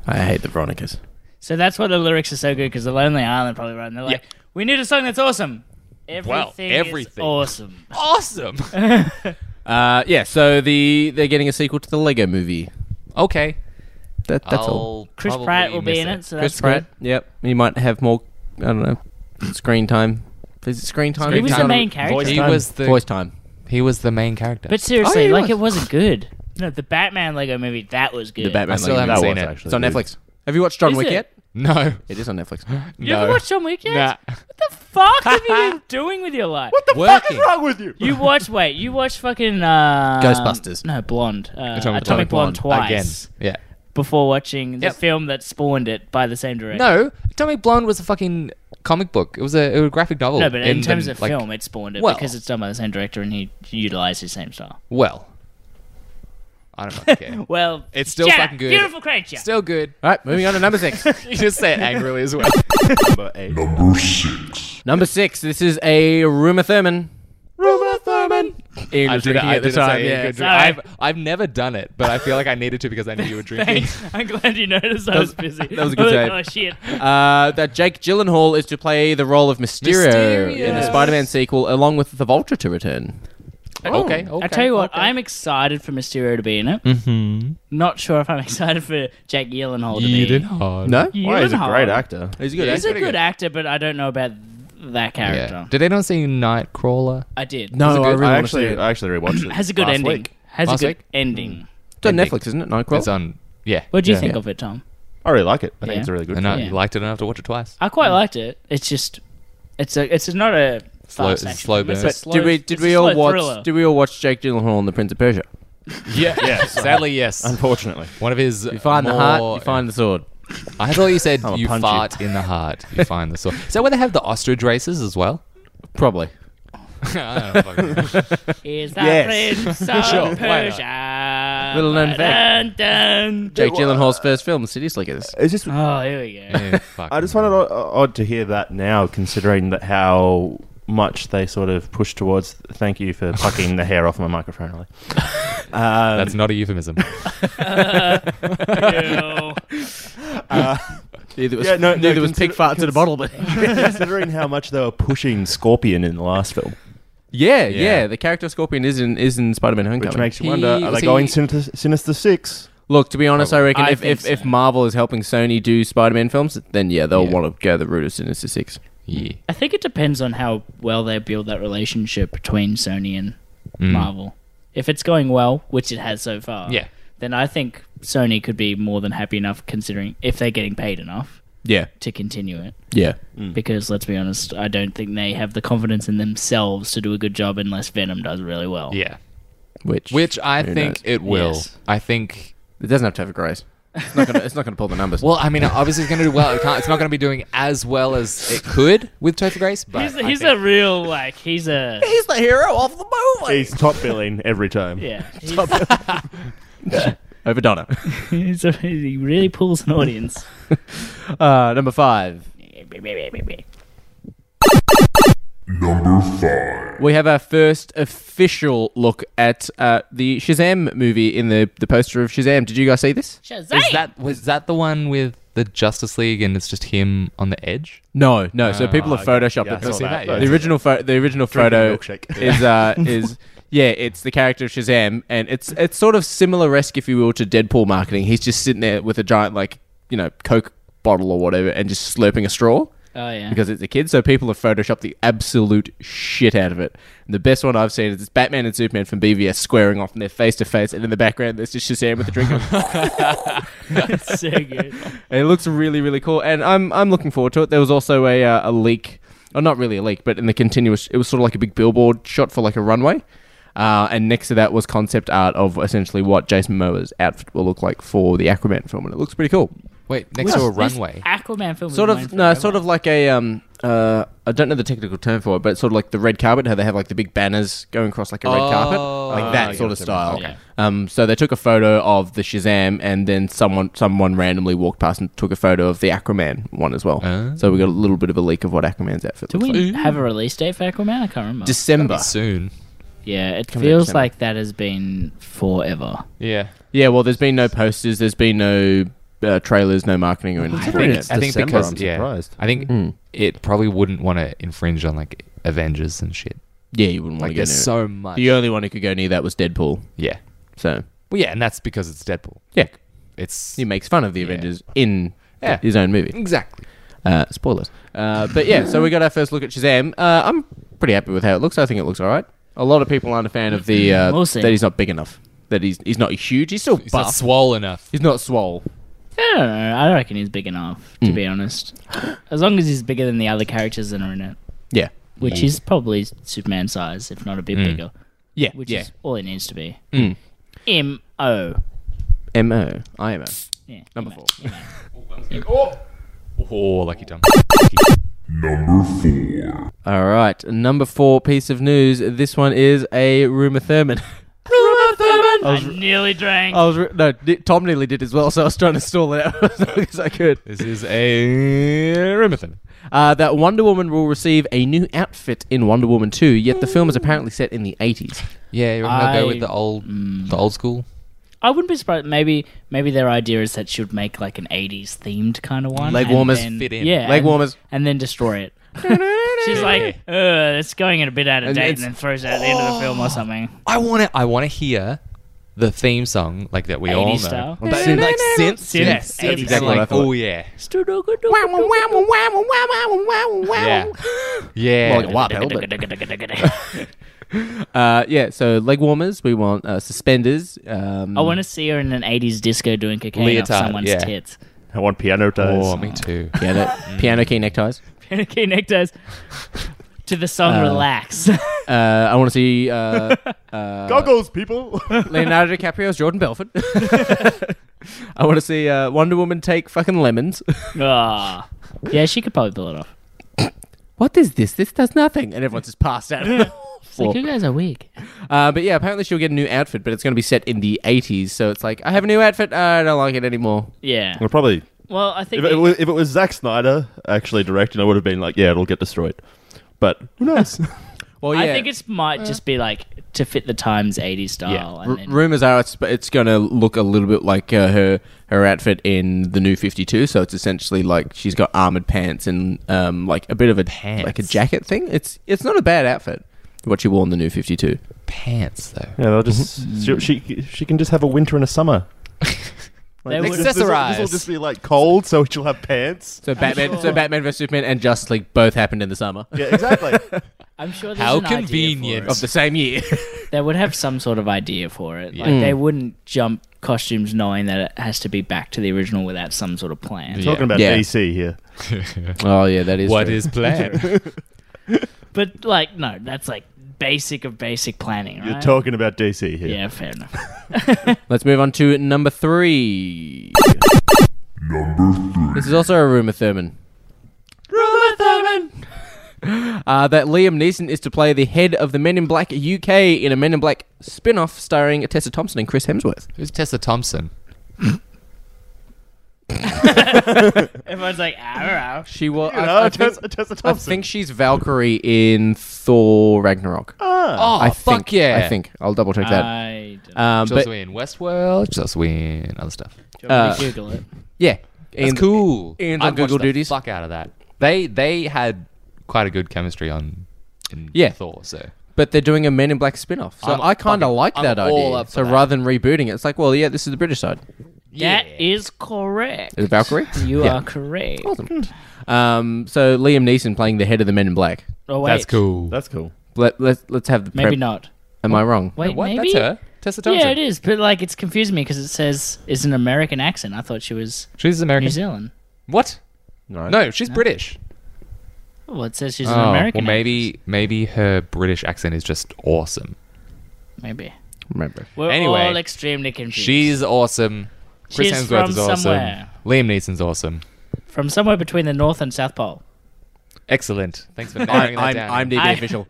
[SPEAKER 4] I hate the Veronicas.
[SPEAKER 2] So that's why the lyrics are so good because the Lonely Island probably wrote. And they're like, we need a song that's awesome. Everything
[SPEAKER 5] Well,
[SPEAKER 2] is
[SPEAKER 5] everything.
[SPEAKER 2] awesome.
[SPEAKER 5] Awesome.
[SPEAKER 4] Uh, yeah. So the they're getting a sequel to the Lego Movie.
[SPEAKER 5] okay.
[SPEAKER 4] That, that's
[SPEAKER 5] Oh,
[SPEAKER 4] all.
[SPEAKER 2] Chris
[SPEAKER 5] probably
[SPEAKER 2] Pratt will be
[SPEAKER 5] miss
[SPEAKER 2] in it, so
[SPEAKER 4] Chris
[SPEAKER 2] that's
[SPEAKER 4] Pratt.
[SPEAKER 2] good.
[SPEAKER 4] Yep. He might have more. I don't know. Screen time. Is it screen time?
[SPEAKER 2] He was the
[SPEAKER 5] Time.
[SPEAKER 2] main character.
[SPEAKER 5] He
[SPEAKER 1] time.
[SPEAKER 5] was the
[SPEAKER 4] Voice time.
[SPEAKER 5] he was the main character.
[SPEAKER 2] But
[SPEAKER 4] Oh,
[SPEAKER 2] seriously,
[SPEAKER 4] yeah,
[SPEAKER 2] like
[SPEAKER 4] he
[SPEAKER 2] it
[SPEAKER 4] was.
[SPEAKER 2] wasn't good. No, the Batman Lego movie that was good.
[SPEAKER 4] The Batman.
[SPEAKER 5] I still
[SPEAKER 4] Lego
[SPEAKER 5] haven't
[SPEAKER 4] Movie.
[SPEAKER 5] seen
[SPEAKER 1] was
[SPEAKER 5] it.
[SPEAKER 1] actually
[SPEAKER 4] It's on
[SPEAKER 1] good.
[SPEAKER 4] Netflix. Have you watched John
[SPEAKER 2] Is
[SPEAKER 4] Wick
[SPEAKER 2] it?
[SPEAKER 4] yet?
[SPEAKER 5] no.
[SPEAKER 4] It is on Netflix.
[SPEAKER 2] You ever
[SPEAKER 5] No.
[SPEAKER 2] watched John Wick yet?
[SPEAKER 5] Nah.
[SPEAKER 2] What the fuck have you been doing with your life? What the?
[SPEAKER 5] Working.
[SPEAKER 1] wrong with you?
[SPEAKER 2] You watch. Wait, you watch fucking um,
[SPEAKER 4] Ghostbusters.
[SPEAKER 2] No, Blonde. Uh, Atomic,
[SPEAKER 5] Atomic
[SPEAKER 2] Blonde,
[SPEAKER 4] Blonde.
[SPEAKER 5] Again.
[SPEAKER 2] twice
[SPEAKER 5] Yeah.
[SPEAKER 2] before watching the
[SPEAKER 5] Yep.
[SPEAKER 2] film that spawned it by the same director.
[SPEAKER 5] No, Atomic Blonde was a fucking comic book. It was a, it was a graphic novel.
[SPEAKER 2] No, but in,
[SPEAKER 5] And
[SPEAKER 2] terms
[SPEAKER 5] then,
[SPEAKER 2] of
[SPEAKER 5] like,
[SPEAKER 2] film, it spawned it
[SPEAKER 5] Well.
[SPEAKER 2] because it's done by the same director and he utilized his same style.
[SPEAKER 5] Well, I don't fucking care.
[SPEAKER 2] Well,
[SPEAKER 5] It's still
[SPEAKER 2] yeah,
[SPEAKER 5] fucking good.
[SPEAKER 2] Beautiful creature.
[SPEAKER 5] Still good.
[SPEAKER 4] All right, moving on to number six.
[SPEAKER 5] You just say it angrily as well.
[SPEAKER 1] Number eight.
[SPEAKER 4] number six. This is a Ruma Thurman. Ruma Thurman. Ian
[SPEAKER 5] I
[SPEAKER 4] was
[SPEAKER 5] did it.
[SPEAKER 4] drinking
[SPEAKER 5] I
[SPEAKER 4] at the
[SPEAKER 5] did it.
[SPEAKER 4] time.
[SPEAKER 5] Sorry,
[SPEAKER 4] Yeah.
[SPEAKER 5] good drink.
[SPEAKER 2] Sorry.
[SPEAKER 5] I've I've never done it, but I feel like I needed to because I knew you were drinking.
[SPEAKER 2] I'm glad you noticed I was,
[SPEAKER 4] was-
[SPEAKER 2] busy.
[SPEAKER 4] that was a good
[SPEAKER 2] Oh, shit.
[SPEAKER 4] Uh, that Jake Gyllenhaal is to play the role of Mysterio, in the
[SPEAKER 5] Mysterio.
[SPEAKER 4] Spider-Man sequel, along with the Vulture to return. Oh.
[SPEAKER 5] okay, okay.
[SPEAKER 2] I tell you what, I'm excited for Mysterio to be in it. Mm-hmm. Not sure if I'm excited for Jack Gyllenhaal to be.
[SPEAKER 5] You did hard.
[SPEAKER 4] No,
[SPEAKER 2] Gyllenhaal.
[SPEAKER 1] Why, he's a great actor.
[SPEAKER 4] he's a good.
[SPEAKER 2] He's
[SPEAKER 4] actor.
[SPEAKER 2] a
[SPEAKER 5] pretty
[SPEAKER 2] good
[SPEAKER 5] good.
[SPEAKER 2] actor, but I don't know about that character.
[SPEAKER 5] Yeah. Did they not see Nightcrawler?
[SPEAKER 2] I did.
[SPEAKER 4] No, Oh, I
[SPEAKER 5] good-
[SPEAKER 4] really
[SPEAKER 1] I
[SPEAKER 4] want to see
[SPEAKER 1] actually,
[SPEAKER 4] it.
[SPEAKER 1] I actually rewatched it.
[SPEAKER 2] Has a good
[SPEAKER 1] last
[SPEAKER 2] ending.
[SPEAKER 1] week.
[SPEAKER 2] Has
[SPEAKER 5] Last
[SPEAKER 2] a good
[SPEAKER 5] week? Hmm.
[SPEAKER 2] ending.
[SPEAKER 4] It's on
[SPEAKER 5] ending.
[SPEAKER 4] Netflix, isn't it? Nightcrawler.
[SPEAKER 5] It's on. Yeah.
[SPEAKER 2] What do you
[SPEAKER 5] Yeah.
[SPEAKER 2] think
[SPEAKER 5] Yeah.
[SPEAKER 2] of it, Tom?
[SPEAKER 1] I really like it. I think
[SPEAKER 2] Yeah.
[SPEAKER 1] it's a really good
[SPEAKER 5] And I
[SPEAKER 1] film.
[SPEAKER 2] Yeah.
[SPEAKER 5] liked it enough to watch it twice.
[SPEAKER 2] I quite liked it. It's just, it's a, it's not a
[SPEAKER 5] Slow-
[SPEAKER 2] fast
[SPEAKER 5] it's a
[SPEAKER 2] action.
[SPEAKER 5] slow
[SPEAKER 2] It's a
[SPEAKER 5] burn. But
[SPEAKER 2] slow-
[SPEAKER 4] did we
[SPEAKER 2] it's
[SPEAKER 4] did
[SPEAKER 2] a
[SPEAKER 4] we all
[SPEAKER 2] slow
[SPEAKER 4] watch
[SPEAKER 2] thriller.
[SPEAKER 4] did we all watch Jake Gyllenhaal in The Prince of Persia?
[SPEAKER 5] Yeah.
[SPEAKER 1] Yeah,
[SPEAKER 5] Sadly, yes.
[SPEAKER 1] Unfortunately.
[SPEAKER 5] One of his.
[SPEAKER 4] You find the
[SPEAKER 5] more-
[SPEAKER 4] heart, you find the sword.
[SPEAKER 5] I thought you said you
[SPEAKER 1] punch you.
[SPEAKER 5] fart in the heart. You find the sword. Is that where they have the ostrich races as well?
[SPEAKER 4] Probably.
[SPEAKER 5] I don't fucking know.
[SPEAKER 2] Oh, Is that
[SPEAKER 1] Yes.
[SPEAKER 2] Prince of
[SPEAKER 5] Sure, why not?
[SPEAKER 2] Persia?
[SPEAKER 4] Little known fact.
[SPEAKER 2] Dun, dun.
[SPEAKER 4] Jake Gyllenhaal's first film, City Slickers.
[SPEAKER 1] It's just,
[SPEAKER 2] Oh, here we go.
[SPEAKER 5] Yeah, Eh, fuck.
[SPEAKER 1] I just find it o- odd to hear that now, considering that how much they sort of push towards. Thank you for plucking the hair off my microphone, Um, Ollie.
[SPEAKER 5] That's not a euphemism.
[SPEAKER 1] uh,
[SPEAKER 2] Ew.
[SPEAKER 4] Neither was,
[SPEAKER 1] Yeah, no, no,
[SPEAKER 4] neither was pig
[SPEAKER 1] consider-
[SPEAKER 4] farts in a bottle, but
[SPEAKER 1] Considering how much they were pushing Scorpion in the last film,
[SPEAKER 4] yeah, yeah,
[SPEAKER 5] Yeah.
[SPEAKER 4] The character Scorpion is in is in Spider-Man: Homecoming,
[SPEAKER 1] which makes you
[SPEAKER 5] He-
[SPEAKER 1] wonder: Are
[SPEAKER 5] was
[SPEAKER 1] they going
[SPEAKER 5] he-
[SPEAKER 1] Sinister, Sinister Six?
[SPEAKER 4] Look, to be honest, I reckon
[SPEAKER 2] I
[SPEAKER 4] if,
[SPEAKER 2] think
[SPEAKER 4] if, if
[SPEAKER 2] so.
[SPEAKER 4] Marvel is helping Sony do Spider-Man films, then yeah, they'll
[SPEAKER 5] Yeah.
[SPEAKER 4] want to go the route of Sinister Six.
[SPEAKER 5] Yeah.
[SPEAKER 2] I think it depends on how well they build that relationship between Sony and Marvel. If it's going well, which it has so far,
[SPEAKER 5] Hmm. Yeah.
[SPEAKER 2] then I think Sony could be more than happy enough, considering if they're getting paid enough
[SPEAKER 4] Yeah,
[SPEAKER 2] to continue it.
[SPEAKER 4] yeah,
[SPEAKER 5] Hmm.
[SPEAKER 2] Because let's be honest, I don't think they have the confidence in themselves to do a good job unless Venom does really well.
[SPEAKER 5] Yeah.
[SPEAKER 4] which
[SPEAKER 5] Which I
[SPEAKER 4] Who
[SPEAKER 5] think
[SPEAKER 4] knows?
[SPEAKER 5] it will.
[SPEAKER 2] Yes.
[SPEAKER 5] I think.
[SPEAKER 4] it doesn't have to have a grace. It's not gonna it's not gonna pull the numbers.
[SPEAKER 5] Well, I mean, obviously it's going to do well. It can't, it's not going to be doing as well as it could with Topher Grace. But
[SPEAKER 2] He's,
[SPEAKER 5] I
[SPEAKER 2] he's
[SPEAKER 5] think-
[SPEAKER 2] a real like he's a
[SPEAKER 4] he's the hero of the movie.
[SPEAKER 1] He's top billing every time.
[SPEAKER 2] yeah he's,
[SPEAKER 4] Over Donna.
[SPEAKER 2] he's a, he really pulls an audience.
[SPEAKER 4] Uh, number five. We have our first official look at uh, the Shazam movie in the, the poster of Shazam. Did you guys see this?
[SPEAKER 2] Shazam!
[SPEAKER 5] Is that was that the one with the Justice League and it's just him on the edge?
[SPEAKER 4] No, no. so people have
[SPEAKER 1] Ah,
[SPEAKER 4] photoshopped
[SPEAKER 1] Yeah, I
[SPEAKER 4] it.
[SPEAKER 1] saw
[SPEAKER 5] see that,
[SPEAKER 1] that.
[SPEAKER 5] yeah.
[SPEAKER 4] The original photo. The original
[SPEAKER 1] Drinking
[SPEAKER 4] photo
[SPEAKER 1] milkshake.
[SPEAKER 4] is uh, is yeah. It's the character of Shazam, and it's it's sort of similar esque, if you will, to Deadpool marketing. He's just sitting there with a giant like you know Coke bottle or whatever, and just slurping a straw.
[SPEAKER 2] Oh yeah,
[SPEAKER 4] because it's a kid. So people have photoshopped the absolute shit out of it. And the best one I've seen is it's Batman and Superman from BVS squaring off, and they're face to face, and in the background there's just Shazam with a drink. and
[SPEAKER 2] it's so good.
[SPEAKER 4] it looks really, really cool. And I'm I'm looking forward to it. There was also a uh, a leak, or not really a leak, but in the continuous, it was sort of like a big billboard shot for like a runway. Uh, and next to that was concept art of essentially what Jason Momoa's outfit will look like for the Aquaman film, and it looks pretty cool.
[SPEAKER 5] Wait, next to a runway.
[SPEAKER 2] This Aquaman film. was
[SPEAKER 4] sort
[SPEAKER 2] mine
[SPEAKER 4] of no,
[SPEAKER 2] forever.
[SPEAKER 4] sort of like a um uh I don't know the technical term for it, but it's sort of like the red carpet, how they have like the big banners going across like a red carpet,
[SPEAKER 5] Oh.
[SPEAKER 4] like that sort of style.
[SPEAKER 2] Yeah.
[SPEAKER 4] Um, so they took a photo of the Shazam, and then someone someone randomly walked past and took a photo of the Aquaman one as well.
[SPEAKER 5] Oh.
[SPEAKER 4] So we got a little bit of a leak of what Aquaman's outfit.
[SPEAKER 2] Do
[SPEAKER 4] looks
[SPEAKER 2] we
[SPEAKER 4] like.
[SPEAKER 2] have a release date for Aquaman? I can't remember.
[SPEAKER 4] December?
[SPEAKER 5] Soon.
[SPEAKER 2] yeah, it
[SPEAKER 4] Coming out
[SPEAKER 2] feels
[SPEAKER 4] December.
[SPEAKER 2] like that has been forever.
[SPEAKER 5] Yeah.
[SPEAKER 4] Yeah. Well, there's been no posters. There's been no. Uh, trailers, no marketing or anything.
[SPEAKER 5] I think,
[SPEAKER 1] it's
[SPEAKER 5] I think
[SPEAKER 1] December,
[SPEAKER 5] because
[SPEAKER 1] I'm
[SPEAKER 5] yeah,
[SPEAKER 1] surprised.
[SPEAKER 5] I think it probably wouldn't want to infringe on like Avengers and shit.
[SPEAKER 4] yeah, you wouldn't want to
[SPEAKER 5] Like
[SPEAKER 4] go near
[SPEAKER 5] there's
[SPEAKER 4] it.
[SPEAKER 5] so much.
[SPEAKER 4] The only one who could go near that was Deadpool.
[SPEAKER 5] yeah.
[SPEAKER 4] So,
[SPEAKER 5] Well, yeah, and that's because it's Deadpool.
[SPEAKER 4] yeah,
[SPEAKER 5] It's
[SPEAKER 4] he makes fun of the Avengers in
[SPEAKER 5] Yeah.
[SPEAKER 4] his own movie.
[SPEAKER 5] exactly.
[SPEAKER 4] Uh, spoilers. Uh, but yeah, so we got our first look at Shazam. Uh, I'm pretty happy with how it looks. I think it looks all right. A lot of people aren't a fan of the uh,
[SPEAKER 2] We'll see.
[SPEAKER 4] that he's not big enough. That he's he's not huge. He's still
[SPEAKER 5] It's
[SPEAKER 4] buff.
[SPEAKER 5] not swole enough.
[SPEAKER 4] he's not swole.
[SPEAKER 2] I don't know. I reckon he's big enough to be honest. As long as he's bigger than the other characters that are in it,
[SPEAKER 4] Yeah.
[SPEAKER 2] which is probably Superman size, if not a bit bigger,
[SPEAKER 4] Yeah.
[SPEAKER 2] which
[SPEAKER 4] yeah.
[SPEAKER 2] is all it needs to be.
[SPEAKER 4] Mm.
[SPEAKER 2] M O.
[SPEAKER 4] M O I M O.
[SPEAKER 2] Yeah.
[SPEAKER 4] Number
[SPEAKER 2] M O.
[SPEAKER 4] four.
[SPEAKER 5] Oh, lucky dumb.
[SPEAKER 4] All right. Number four piece of news. This one is a rumor Thurman. rumor Thurman. I
[SPEAKER 2] I
[SPEAKER 4] was,
[SPEAKER 2] nearly drank.
[SPEAKER 4] I was re- no. Di- Tom nearly did as well, so I was trying to stall it out as long as I could.
[SPEAKER 5] This is a Rimathan.
[SPEAKER 4] uh, that Wonder Woman will receive a new outfit in Wonder Woman 2, yet the film is apparently set in the 80s.
[SPEAKER 5] Yeah, you reckon they'll go
[SPEAKER 2] I-
[SPEAKER 5] with the old, the old school.
[SPEAKER 2] I wouldn't be surprised. Maybe maybe their idea is that she would make like an '80s themed kind of one.
[SPEAKER 4] Leg
[SPEAKER 2] and
[SPEAKER 4] warmers
[SPEAKER 2] then-
[SPEAKER 5] fit in.
[SPEAKER 2] Yeah,
[SPEAKER 4] Leg
[SPEAKER 2] and-
[SPEAKER 4] warmers.
[SPEAKER 2] and then destroy it. She's like, "Ugh, it's going a bit out of
[SPEAKER 5] And
[SPEAKER 2] date," and
[SPEAKER 5] it's-
[SPEAKER 2] then throws it at the end of the film or something.
[SPEAKER 5] I want to. I want to hear the theme song like that we all know.
[SPEAKER 2] 80s style?
[SPEAKER 5] But like synth, synth,
[SPEAKER 2] Yes,
[SPEAKER 5] synth,
[SPEAKER 2] 80s.
[SPEAKER 5] exactly.
[SPEAKER 4] That's what I
[SPEAKER 5] Like,
[SPEAKER 4] thought.
[SPEAKER 5] oh yeah,
[SPEAKER 4] Well,
[SPEAKER 5] yeah.
[SPEAKER 4] like a wap hell, but- Uh, yeah, so leg warmers, we want uh, suspenders. Um,
[SPEAKER 2] I want to see her in an '80s disco doing cocaine
[SPEAKER 5] Leotard,
[SPEAKER 2] off someone's
[SPEAKER 5] yeah.
[SPEAKER 2] tits.
[SPEAKER 1] I want piano toes.
[SPEAKER 5] oh, me too.
[SPEAKER 4] piano, piano key neckties.
[SPEAKER 2] Pinocchio nectars to the song "Relax."
[SPEAKER 4] Uh, I want to see uh,
[SPEAKER 1] Goggles, people.
[SPEAKER 4] Leonardo DiCaprio's Jordan Belfort. I want to see uh, Wonder Woman take fucking lemons.
[SPEAKER 2] Ah, yeah, she could probably pull it off.
[SPEAKER 4] what is this? This does nothing. And everyone's just passed out.
[SPEAKER 2] It's like you guys are weak.
[SPEAKER 4] Uh, but yeah, apparently she'll get a new outfit, but it's going to be set in the 80s. So it's like, I have a new outfit. Uh, I don't like it anymore.
[SPEAKER 2] Yeah.
[SPEAKER 1] well, probably.
[SPEAKER 2] Well, I think
[SPEAKER 1] If it,
[SPEAKER 2] they-
[SPEAKER 1] was, if it was Zack Snyder actually directing, I would have been like, yeah, it'll get destroyed. But who knows?
[SPEAKER 4] Well,
[SPEAKER 2] I
[SPEAKER 4] yeah.
[SPEAKER 2] think it's might just be like to fit the times 80s style.
[SPEAKER 4] R-
[SPEAKER 2] And then,
[SPEAKER 4] rumors are it's it's going to look a little bit like uh, her her outfit in the new 52 so it's essentially like she's got armored pants and um like a bit of a
[SPEAKER 5] Pants.
[SPEAKER 4] like a jacket thing it's it's not a bad outfit what she wore in the new 52
[SPEAKER 5] Pants though.
[SPEAKER 9] Yeah, they'll just she, she she can just have a winter and a summer.
[SPEAKER 2] They would-
[SPEAKER 9] this, will- this will just be like cold, so she'll have pants.
[SPEAKER 4] so batman so batman vs superman and just like both happened in the summer
[SPEAKER 9] Yeah, exactly.
[SPEAKER 2] I'm sure there's
[SPEAKER 5] How
[SPEAKER 2] an idea for
[SPEAKER 5] convenient.
[SPEAKER 2] it.
[SPEAKER 4] of the same year
[SPEAKER 2] They would have some sort of idea for it.
[SPEAKER 5] Yeah.
[SPEAKER 2] Like they wouldn't jump costumes knowing that it has to be back to the original without some sort of plan.
[SPEAKER 5] Yeah.
[SPEAKER 9] Talking about
[SPEAKER 4] Yeah.
[SPEAKER 9] DC here.
[SPEAKER 4] oh yeah that is
[SPEAKER 5] What
[SPEAKER 4] true.
[SPEAKER 5] is plan?
[SPEAKER 2] But like, no, that's like basic of basic planning, right?
[SPEAKER 9] You're talking about DC here.
[SPEAKER 2] yeah, fair enough.
[SPEAKER 4] Let's move on to number three. Number three. This is also a rumor, Thurman. Rumor, Thurman. Uh, that Liam Neeson is to play the head of the Men in Black UK in a Men in Black spin-off starring Tessa Thompson and Chris Hemsworth.
[SPEAKER 5] Who's Tessa Thompson?
[SPEAKER 2] Everyone's like, ow, ow.
[SPEAKER 4] She was.
[SPEAKER 9] You know,
[SPEAKER 4] I, I think,
[SPEAKER 9] Tessa, Tessa
[SPEAKER 4] I
[SPEAKER 9] Thompson.
[SPEAKER 4] think she's Valkyrie in Thor Ragnarok.
[SPEAKER 9] ah,
[SPEAKER 5] Oh,
[SPEAKER 4] I think,
[SPEAKER 5] fuck yeah! Uh,
[SPEAKER 4] I think I'll double check that.
[SPEAKER 2] I don't
[SPEAKER 4] Um,
[SPEAKER 5] Joss
[SPEAKER 4] but
[SPEAKER 5] Whedon, Westworld, Joss Whedon, other stuff.
[SPEAKER 4] uh,
[SPEAKER 2] Google it.
[SPEAKER 4] yeah,
[SPEAKER 5] It's
[SPEAKER 4] Ian's-
[SPEAKER 5] cool.
[SPEAKER 4] Ian's
[SPEAKER 5] I'd
[SPEAKER 4] on
[SPEAKER 5] watch
[SPEAKER 4] Google
[SPEAKER 5] the
[SPEAKER 4] duties.
[SPEAKER 5] Fuck out of that. They they had quite a good chemistry on. In
[SPEAKER 4] Yeah.
[SPEAKER 5] Thor. So
[SPEAKER 4] But they're doing a Men in Black spin-off, so
[SPEAKER 5] I'm
[SPEAKER 4] i kind
[SPEAKER 5] fucking-
[SPEAKER 4] of like
[SPEAKER 5] I'm
[SPEAKER 4] that
[SPEAKER 5] all
[SPEAKER 4] idea.
[SPEAKER 5] up for
[SPEAKER 4] So
[SPEAKER 5] that.
[SPEAKER 4] rather than rebooting it, it's like, well, yeah, this is the British side.
[SPEAKER 5] yeah,
[SPEAKER 2] That is correct.
[SPEAKER 4] Is it Valkyrie?
[SPEAKER 2] You
[SPEAKER 4] Yeah.
[SPEAKER 2] are correct.
[SPEAKER 4] Awesome. Um, so Liam Neeson playing the head of the Men in Black.
[SPEAKER 2] Oh, wait.
[SPEAKER 5] that's cool.
[SPEAKER 9] that's cool.
[SPEAKER 4] Let, let's let's have the
[SPEAKER 2] Maybe
[SPEAKER 4] prep.
[SPEAKER 2] not.
[SPEAKER 4] Am I wrong?
[SPEAKER 2] Wait,
[SPEAKER 5] what?
[SPEAKER 2] maybe?
[SPEAKER 5] That's her. Tessa Thompson.
[SPEAKER 2] Yeah, it is. But like, it's confusing me because it says it's an American accent. I thought she was
[SPEAKER 5] She's American.
[SPEAKER 2] New Zealand.
[SPEAKER 5] What? No, she's British.
[SPEAKER 2] Well, it says she's
[SPEAKER 5] Oh,
[SPEAKER 2] an American.
[SPEAKER 5] well, maybe maybe her British accent is just awesome.
[SPEAKER 2] actress. maybe
[SPEAKER 4] Remember.
[SPEAKER 2] we're
[SPEAKER 5] Anyway,
[SPEAKER 2] all extremely confused.
[SPEAKER 5] She's awesome. Chris
[SPEAKER 2] She's
[SPEAKER 5] Hemsworth
[SPEAKER 2] from
[SPEAKER 5] is awesome.
[SPEAKER 2] somewhere.
[SPEAKER 5] Liam Neeson's awesome.
[SPEAKER 2] from somewhere between the North and South Pole.
[SPEAKER 5] Excellent. Thanks for narrowing that
[SPEAKER 4] I'm
[SPEAKER 5] down.
[SPEAKER 4] I'm DB
[SPEAKER 2] I-
[SPEAKER 4] official.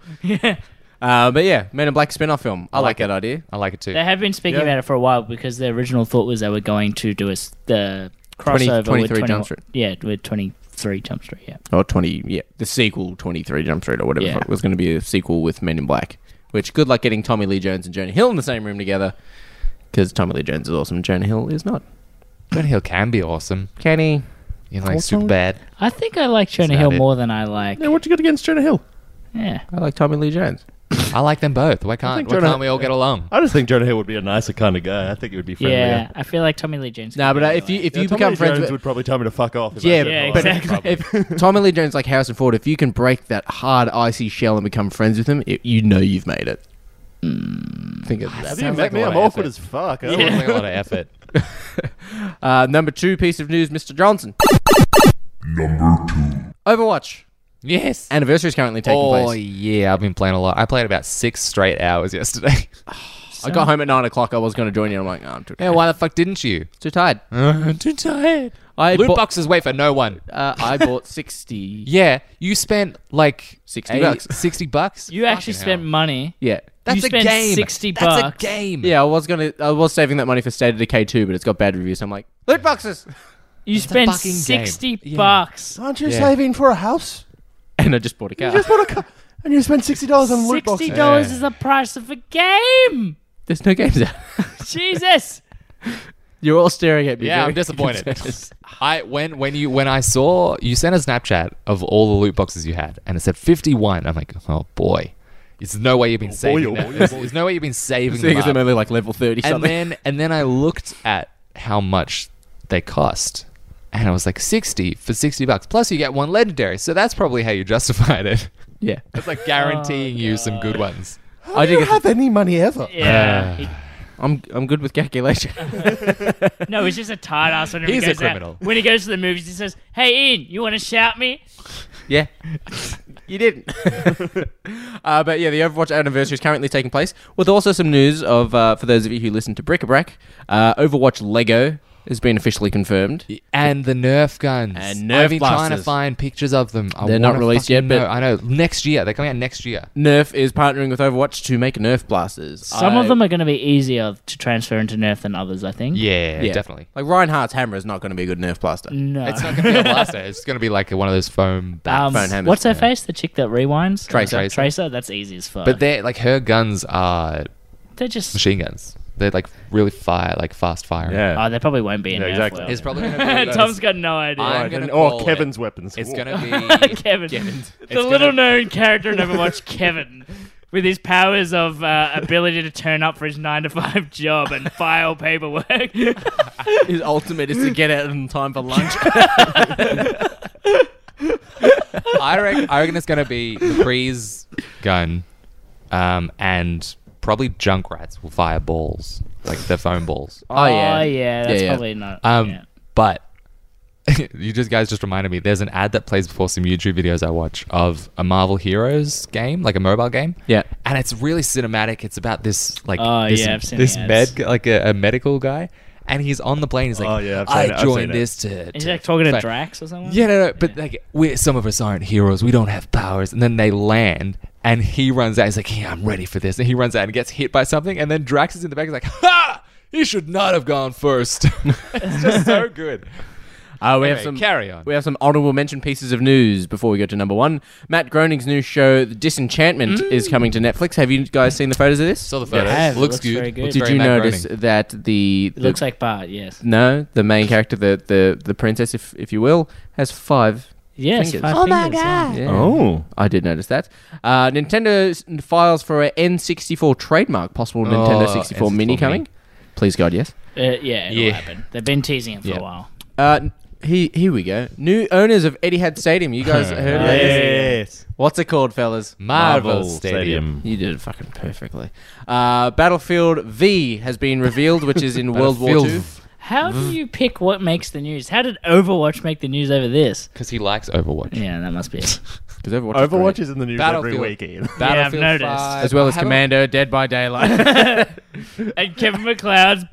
[SPEAKER 4] Uh, but yeah, Men in Black spin-off film. I, like
[SPEAKER 5] like
[SPEAKER 4] that idea.
[SPEAKER 5] I like it too.
[SPEAKER 2] They have been speaking
[SPEAKER 4] Yeah.
[SPEAKER 2] about it for a while because their original thought was they were going to do a s the crossover
[SPEAKER 4] 23
[SPEAKER 2] with 20,
[SPEAKER 4] Jump Street.
[SPEAKER 2] Yeah, with twenty three Jump Street. Yeah,
[SPEAKER 4] Or Oh, twenty, yeah, the sequel, twenty three Jump Street or whatever
[SPEAKER 2] Yeah.
[SPEAKER 4] the fuck, was going to be a sequel with Men in Black. Which good luck getting Tommy Lee Jones and Jonah Hill in the same room together, because Tommy Lee Jones is awesome, Jonah Hill is not.
[SPEAKER 5] Jonah Hill can be awesome.
[SPEAKER 4] Can he?
[SPEAKER 5] You know, like super bad.
[SPEAKER 2] I think I like Jonah
[SPEAKER 5] That's
[SPEAKER 2] Hill
[SPEAKER 5] about it.
[SPEAKER 2] more than I like.
[SPEAKER 9] Yeah, what you got against Jonah Hill?
[SPEAKER 2] Yeah,
[SPEAKER 4] I like Tommy Lee Jones.
[SPEAKER 5] I like them both. Why can't
[SPEAKER 9] think
[SPEAKER 5] why
[SPEAKER 9] Jonah-
[SPEAKER 5] can't we all get along?
[SPEAKER 9] I just think Jonah Hill would be a nicer kind of guy. I think he would be friendlier.
[SPEAKER 2] yeah. I feel like Tommy Lee Jones.
[SPEAKER 4] No,
[SPEAKER 2] could be
[SPEAKER 4] but uh,
[SPEAKER 2] the
[SPEAKER 4] if you
[SPEAKER 2] way.
[SPEAKER 4] if you
[SPEAKER 9] Tommy
[SPEAKER 4] become
[SPEAKER 9] Lee
[SPEAKER 4] friends
[SPEAKER 9] Jones
[SPEAKER 4] with
[SPEAKER 9] would probably tell me to fuck off. if I
[SPEAKER 4] Yeah,
[SPEAKER 9] said
[SPEAKER 2] Yeah,
[SPEAKER 9] hi.
[SPEAKER 2] exactly.
[SPEAKER 4] if Tommy Lee Jones like Harrison Ford, if you can break that hard icy shell and become friends with him, it, you know you've made it.
[SPEAKER 5] Hmm.
[SPEAKER 4] Think of that.
[SPEAKER 9] Have you
[SPEAKER 5] Sounds
[SPEAKER 9] met
[SPEAKER 5] like a
[SPEAKER 9] me?
[SPEAKER 5] lot
[SPEAKER 9] I'm
[SPEAKER 5] of
[SPEAKER 9] awkward
[SPEAKER 5] effort.
[SPEAKER 9] as fuck. I
[SPEAKER 5] That
[SPEAKER 9] don't
[SPEAKER 5] Sounds like a lot of effort.
[SPEAKER 4] Uh, number two piece of news, Mr. Johnson. Number two. Overwatch
[SPEAKER 5] yes.
[SPEAKER 4] anniversary is currently taking
[SPEAKER 5] Oh
[SPEAKER 4] place.
[SPEAKER 5] yeah, I've been playing a lot. I played about six straight hours yesterday.
[SPEAKER 4] I got home at nine o'clock. I was going to join you. I'm like, oh, I'm too,
[SPEAKER 5] yeah, why the fuck didn't you?
[SPEAKER 4] too tired.
[SPEAKER 5] I'm too tired.
[SPEAKER 4] I
[SPEAKER 5] Loot
[SPEAKER 4] bought-
[SPEAKER 5] boxes wait for no one.
[SPEAKER 4] Uh, I bought sixty.
[SPEAKER 5] Yeah, you spent like
[SPEAKER 4] 60 bucks.
[SPEAKER 5] Sixty bucks.
[SPEAKER 2] you actually
[SPEAKER 5] Fucking
[SPEAKER 2] spent
[SPEAKER 5] hell.
[SPEAKER 2] money.
[SPEAKER 4] Yeah.
[SPEAKER 5] That's
[SPEAKER 2] you
[SPEAKER 5] a
[SPEAKER 2] spent
[SPEAKER 5] game.
[SPEAKER 2] 60
[SPEAKER 5] That's
[SPEAKER 2] bucks.
[SPEAKER 5] a game.
[SPEAKER 4] Yeah, I was gonna. I was saving that money for State of Decay 2, but it's got bad reviews. So I'm like, loot boxes,
[SPEAKER 2] You
[SPEAKER 5] a
[SPEAKER 2] spent
[SPEAKER 5] fucking game.
[SPEAKER 2] sixty
[SPEAKER 5] Yeah.
[SPEAKER 2] bucks.
[SPEAKER 9] Aren't you
[SPEAKER 5] Yeah.
[SPEAKER 9] saving for a house?
[SPEAKER 4] and I just bought a car.
[SPEAKER 9] You just bought a car and you spent sixty dollars on loot
[SPEAKER 2] Sixty
[SPEAKER 9] boxes.
[SPEAKER 2] dollars
[SPEAKER 5] Yeah.
[SPEAKER 2] is the price of a game.
[SPEAKER 4] There's no games out.
[SPEAKER 2] Jesus.
[SPEAKER 4] You're all staring at me.
[SPEAKER 5] Yeah,
[SPEAKER 4] very
[SPEAKER 5] I'm disappointed.
[SPEAKER 4] concerned.
[SPEAKER 5] I when when you when I saw you sent a Snapchat of all the loot boxes you had, and it said 51. I'm like, oh boy, there's no way you've been saving
[SPEAKER 9] oh
[SPEAKER 5] them.
[SPEAKER 9] boy,
[SPEAKER 5] There's, there's no way you've been saving
[SPEAKER 4] Seeing as I'm
[SPEAKER 5] them. Up.
[SPEAKER 4] only like level 30
[SPEAKER 5] And
[SPEAKER 4] something.
[SPEAKER 5] then and then I looked at how much they cost, and I was like, 60 for 60 bucks. Plus you get one legendary, so that's probably how you justified it. Oh,
[SPEAKER 4] yeah.
[SPEAKER 5] It's like guaranteeing you some good ones.
[SPEAKER 4] I did get,
[SPEAKER 9] Have any money ever?
[SPEAKER 2] Yeah. He-
[SPEAKER 4] I'm, I'm good with calculation.
[SPEAKER 2] No, he's just a tired ass when he
[SPEAKER 5] He's a
[SPEAKER 2] goes out-
[SPEAKER 5] criminal.
[SPEAKER 2] when he goes to the movies, he says, "Hey, Ian, you want to shout me?"
[SPEAKER 4] yeah. you didn't. uh, but yeah, the Overwatch anniversary is currently taking place with also some news of, uh, for those of you who listen to Bric-a-Brac, uh, Overwatch Lego has been officially confirmed.
[SPEAKER 5] And the Nerf guns.
[SPEAKER 4] And Nerf
[SPEAKER 5] I've been trying to
[SPEAKER 4] blasters.
[SPEAKER 5] find pictures of them. I
[SPEAKER 4] They're not
[SPEAKER 5] wanna
[SPEAKER 4] released yet,
[SPEAKER 5] fucking
[SPEAKER 4] but-
[SPEAKER 5] know. I know next year they're coming out next year.
[SPEAKER 4] Nerf is partnering with Overwatch to make Nerf blasters.
[SPEAKER 2] Some
[SPEAKER 4] I-
[SPEAKER 2] of them are going to be easier to transfer into Nerf than others, I think.
[SPEAKER 5] Yeah, definitely.
[SPEAKER 4] Like Reinhardt's hammer is not going to be a good Nerf blaster.
[SPEAKER 2] No.
[SPEAKER 5] It's not gonna be a blaster. It's gonna be like one of those foam bats.
[SPEAKER 2] um,
[SPEAKER 4] phone hammers,
[SPEAKER 2] what's her
[SPEAKER 4] yeah.
[SPEAKER 2] face? The chick that rewinds?
[SPEAKER 5] Tracer.
[SPEAKER 2] Tracer. Tracer? That's easy as fuck.
[SPEAKER 5] but they're like her guns are
[SPEAKER 2] they're just.
[SPEAKER 5] machine guns. They're like really fire, like fast firing.
[SPEAKER 2] Oh, they probably won't be in
[SPEAKER 9] Yeah,
[SPEAKER 2] Nerf.
[SPEAKER 9] exactly.
[SPEAKER 2] World.
[SPEAKER 5] It's probably gonna be
[SPEAKER 2] Tom's got no idea.
[SPEAKER 5] I'm
[SPEAKER 9] Right,
[SPEAKER 5] gonna
[SPEAKER 9] and- or
[SPEAKER 5] call
[SPEAKER 9] Kevin's
[SPEAKER 5] it.
[SPEAKER 9] weapons.
[SPEAKER 5] It's
[SPEAKER 9] Ooh.
[SPEAKER 5] gonna be
[SPEAKER 2] Kevin. The
[SPEAKER 5] gonna-
[SPEAKER 2] little known character in Overwatch, Kevin, with his powers of uh, ability to turn up for his nine to five job and file paperwork.
[SPEAKER 4] His ultimate is to get out in time for lunch.
[SPEAKER 5] I reckon, I reckon it's going to be McCree's gun, um, and probably Junkrats will fire balls, like the foam balls.
[SPEAKER 4] oh yeah,
[SPEAKER 2] Oh, yeah, that's
[SPEAKER 4] yeah.
[SPEAKER 2] probably not.
[SPEAKER 5] Um,
[SPEAKER 2] yeah.
[SPEAKER 5] But you just guys just reminded me. There's an ad that plays before some YouTube videos I watch of a Marvel Heroes game, like a mobile game.
[SPEAKER 4] Yeah.
[SPEAKER 5] and it's really cinematic. It's about this like
[SPEAKER 2] Oh,
[SPEAKER 5] this,
[SPEAKER 2] yeah, I've seen
[SPEAKER 5] this
[SPEAKER 2] the ads.
[SPEAKER 5] med like a, a medical guy, and he's on the plane. He's like,
[SPEAKER 9] Oh, yeah, I've seen
[SPEAKER 5] I
[SPEAKER 9] it, I've seen
[SPEAKER 5] joined
[SPEAKER 9] it."
[SPEAKER 5] this to.
[SPEAKER 2] Is
[SPEAKER 5] to
[SPEAKER 2] he like talking to
[SPEAKER 5] fight."
[SPEAKER 2] Drax or something?
[SPEAKER 5] Yeah, no, no. But like, we some of us aren't heroes. We don't have powers. And then they land, and he runs out. He's like, "Yeah, I'm ready for this." And he runs out and gets hit by something. And then Drax is in the back. He's like, "Ha! He should not have gone first. it's just so good.
[SPEAKER 4] Uh, we have
[SPEAKER 5] Anyway,
[SPEAKER 4] some
[SPEAKER 5] carry on.
[SPEAKER 4] We have some honorable mention pieces of news before we go to number one. Matt Groening's new show, The Disenchantment, is coming to Netflix. Have you guys seen the photos of this?
[SPEAKER 5] Saw the photos.
[SPEAKER 2] I have. It
[SPEAKER 5] Looks,
[SPEAKER 2] looks
[SPEAKER 5] good.
[SPEAKER 2] very good.
[SPEAKER 5] Looks
[SPEAKER 4] Did
[SPEAKER 5] very
[SPEAKER 4] you
[SPEAKER 5] Matt
[SPEAKER 4] notice
[SPEAKER 5] Groening.
[SPEAKER 4] that the,
[SPEAKER 2] It looks like Bart, yes.
[SPEAKER 4] no the main character, the the the princess, if if you will, has five.
[SPEAKER 2] Yes.
[SPEAKER 4] Fingers.
[SPEAKER 2] five
[SPEAKER 4] Oh
[SPEAKER 2] my god.
[SPEAKER 4] Yeah.
[SPEAKER 9] Oh.
[SPEAKER 4] I did notice that. Uh, Nintendo s- files for a N64 trademark. Possible Nintendo
[SPEAKER 5] Oh,
[SPEAKER 4] 64
[SPEAKER 5] N64
[SPEAKER 4] mini
[SPEAKER 5] mini.
[SPEAKER 4] coming. Please God, yes.
[SPEAKER 2] Uh, yeah, it'll
[SPEAKER 5] Yeah.
[SPEAKER 2] happen. They've been teasing him for
[SPEAKER 5] Yeah.
[SPEAKER 2] a while.
[SPEAKER 4] Uh, n- he, here we go. New owners of Etihad Stadium. You guys heard of this?
[SPEAKER 9] Yes.
[SPEAKER 4] What's it called, fellas?
[SPEAKER 5] Marvel, Stadium.
[SPEAKER 4] You did it fucking perfectly. Uh, Battlefield V has been revealed, which is in World War
[SPEAKER 5] Battlefield
[SPEAKER 4] Two.
[SPEAKER 5] V.
[SPEAKER 2] How do you pick what makes the news? How did Overwatch make the news over this?
[SPEAKER 5] Because he likes Overwatch.
[SPEAKER 2] Yeah, that must be it.
[SPEAKER 4] Because Overwatch, is
[SPEAKER 9] Overwatch
[SPEAKER 4] great.
[SPEAKER 9] is in the news every
[SPEAKER 5] Battlefield.
[SPEAKER 9] week, Ian.
[SPEAKER 5] Battlefield
[SPEAKER 2] noticed.
[SPEAKER 5] 5.
[SPEAKER 4] as well
[SPEAKER 5] I
[SPEAKER 4] as
[SPEAKER 5] haven't-
[SPEAKER 4] Commando, Dead by Daylight.
[SPEAKER 2] and Kevin McLeod's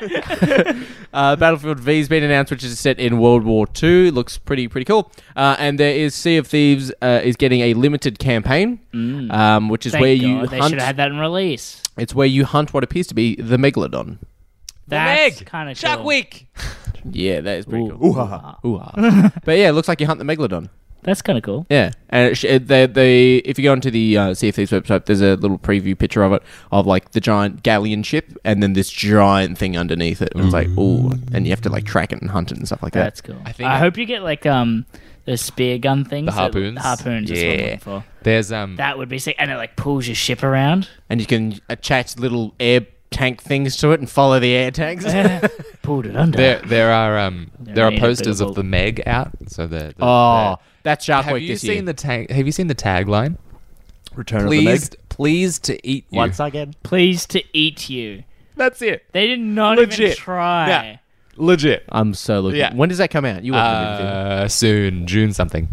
[SPEAKER 2] beautiful.
[SPEAKER 4] Uh, Battlefield V has been announced, which is set in World War II. Looks pretty pretty cool. Uh, and there is Sea of Thieves uh, is getting a limited campaign,
[SPEAKER 5] Mm.
[SPEAKER 4] um, which is
[SPEAKER 2] Thank
[SPEAKER 4] where
[SPEAKER 2] God,
[SPEAKER 4] you
[SPEAKER 2] they should have
[SPEAKER 4] hunt.
[SPEAKER 2] had that in release.
[SPEAKER 4] it's where you hunt what appears to be the megalodon.
[SPEAKER 2] That's kind of cool.
[SPEAKER 5] Week.
[SPEAKER 4] Yeah, that is pretty cool.
[SPEAKER 9] Ooh-ha-ha.
[SPEAKER 4] Ooh-ah. but yeah, it looks like you hunt the megalodon.
[SPEAKER 2] That's kind of cool.
[SPEAKER 4] Yeah, and it sh- it- they, they if you go onto the uh, Sea of Thieves website, there's a little preview picture of it of like the giant galleon ship, and then this giant thing underneath it. And it's like, ooh, and you have to like track it and hunt it and stuff like that.
[SPEAKER 2] That's cool. I,
[SPEAKER 5] think-
[SPEAKER 2] hope you get like um those spear gun things.
[SPEAKER 5] The
[SPEAKER 2] that-
[SPEAKER 5] harpoons?
[SPEAKER 2] harpoons. That's what I'm
[SPEAKER 5] Yeah.
[SPEAKER 2] looking for.
[SPEAKER 5] There's um.
[SPEAKER 2] That would be sick. And it like pulls your ship around,
[SPEAKER 4] and you can attach little air tank things to it and follow the air tanks.
[SPEAKER 2] pulled it under.
[SPEAKER 5] There, there are um, there are
[SPEAKER 2] made a
[SPEAKER 5] posters
[SPEAKER 2] bit of
[SPEAKER 5] of
[SPEAKER 2] a-
[SPEAKER 5] the Meg out. So the, the
[SPEAKER 4] oh, that's
[SPEAKER 5] the-
[SPEAKER 4] Shark
[SPEAKER 5] have
[SPEAKER 4] Week
[SPEAKER 5] you
[SPEAKER 4] this
[SPEAKER 5] seen
[SPEAKER 4] year.
[SPEAKER 5] the tag? Have you seen the tagline?
[SPEAKER 9] Return
[SPEAKER 5] Pleased, pleased to eat you.
[SPEAKER 9] Once again.
[SPEAKER 2] Pleased to eat you.
[SPEAKER 5] That's it.
[SPEAKER 2] They did not even
[SPEAKER 5] Legit.
[SPEAKER 2] try.
[SPEAKER 5] Yeah. Legit.
[SPEAKER 4] I'm so looking.
[SPEAKER 5] Yeah.
[SPEAKER 4] When does that come out? You watch it, didn't
[SPEAKER 5] Uh, soon, June something.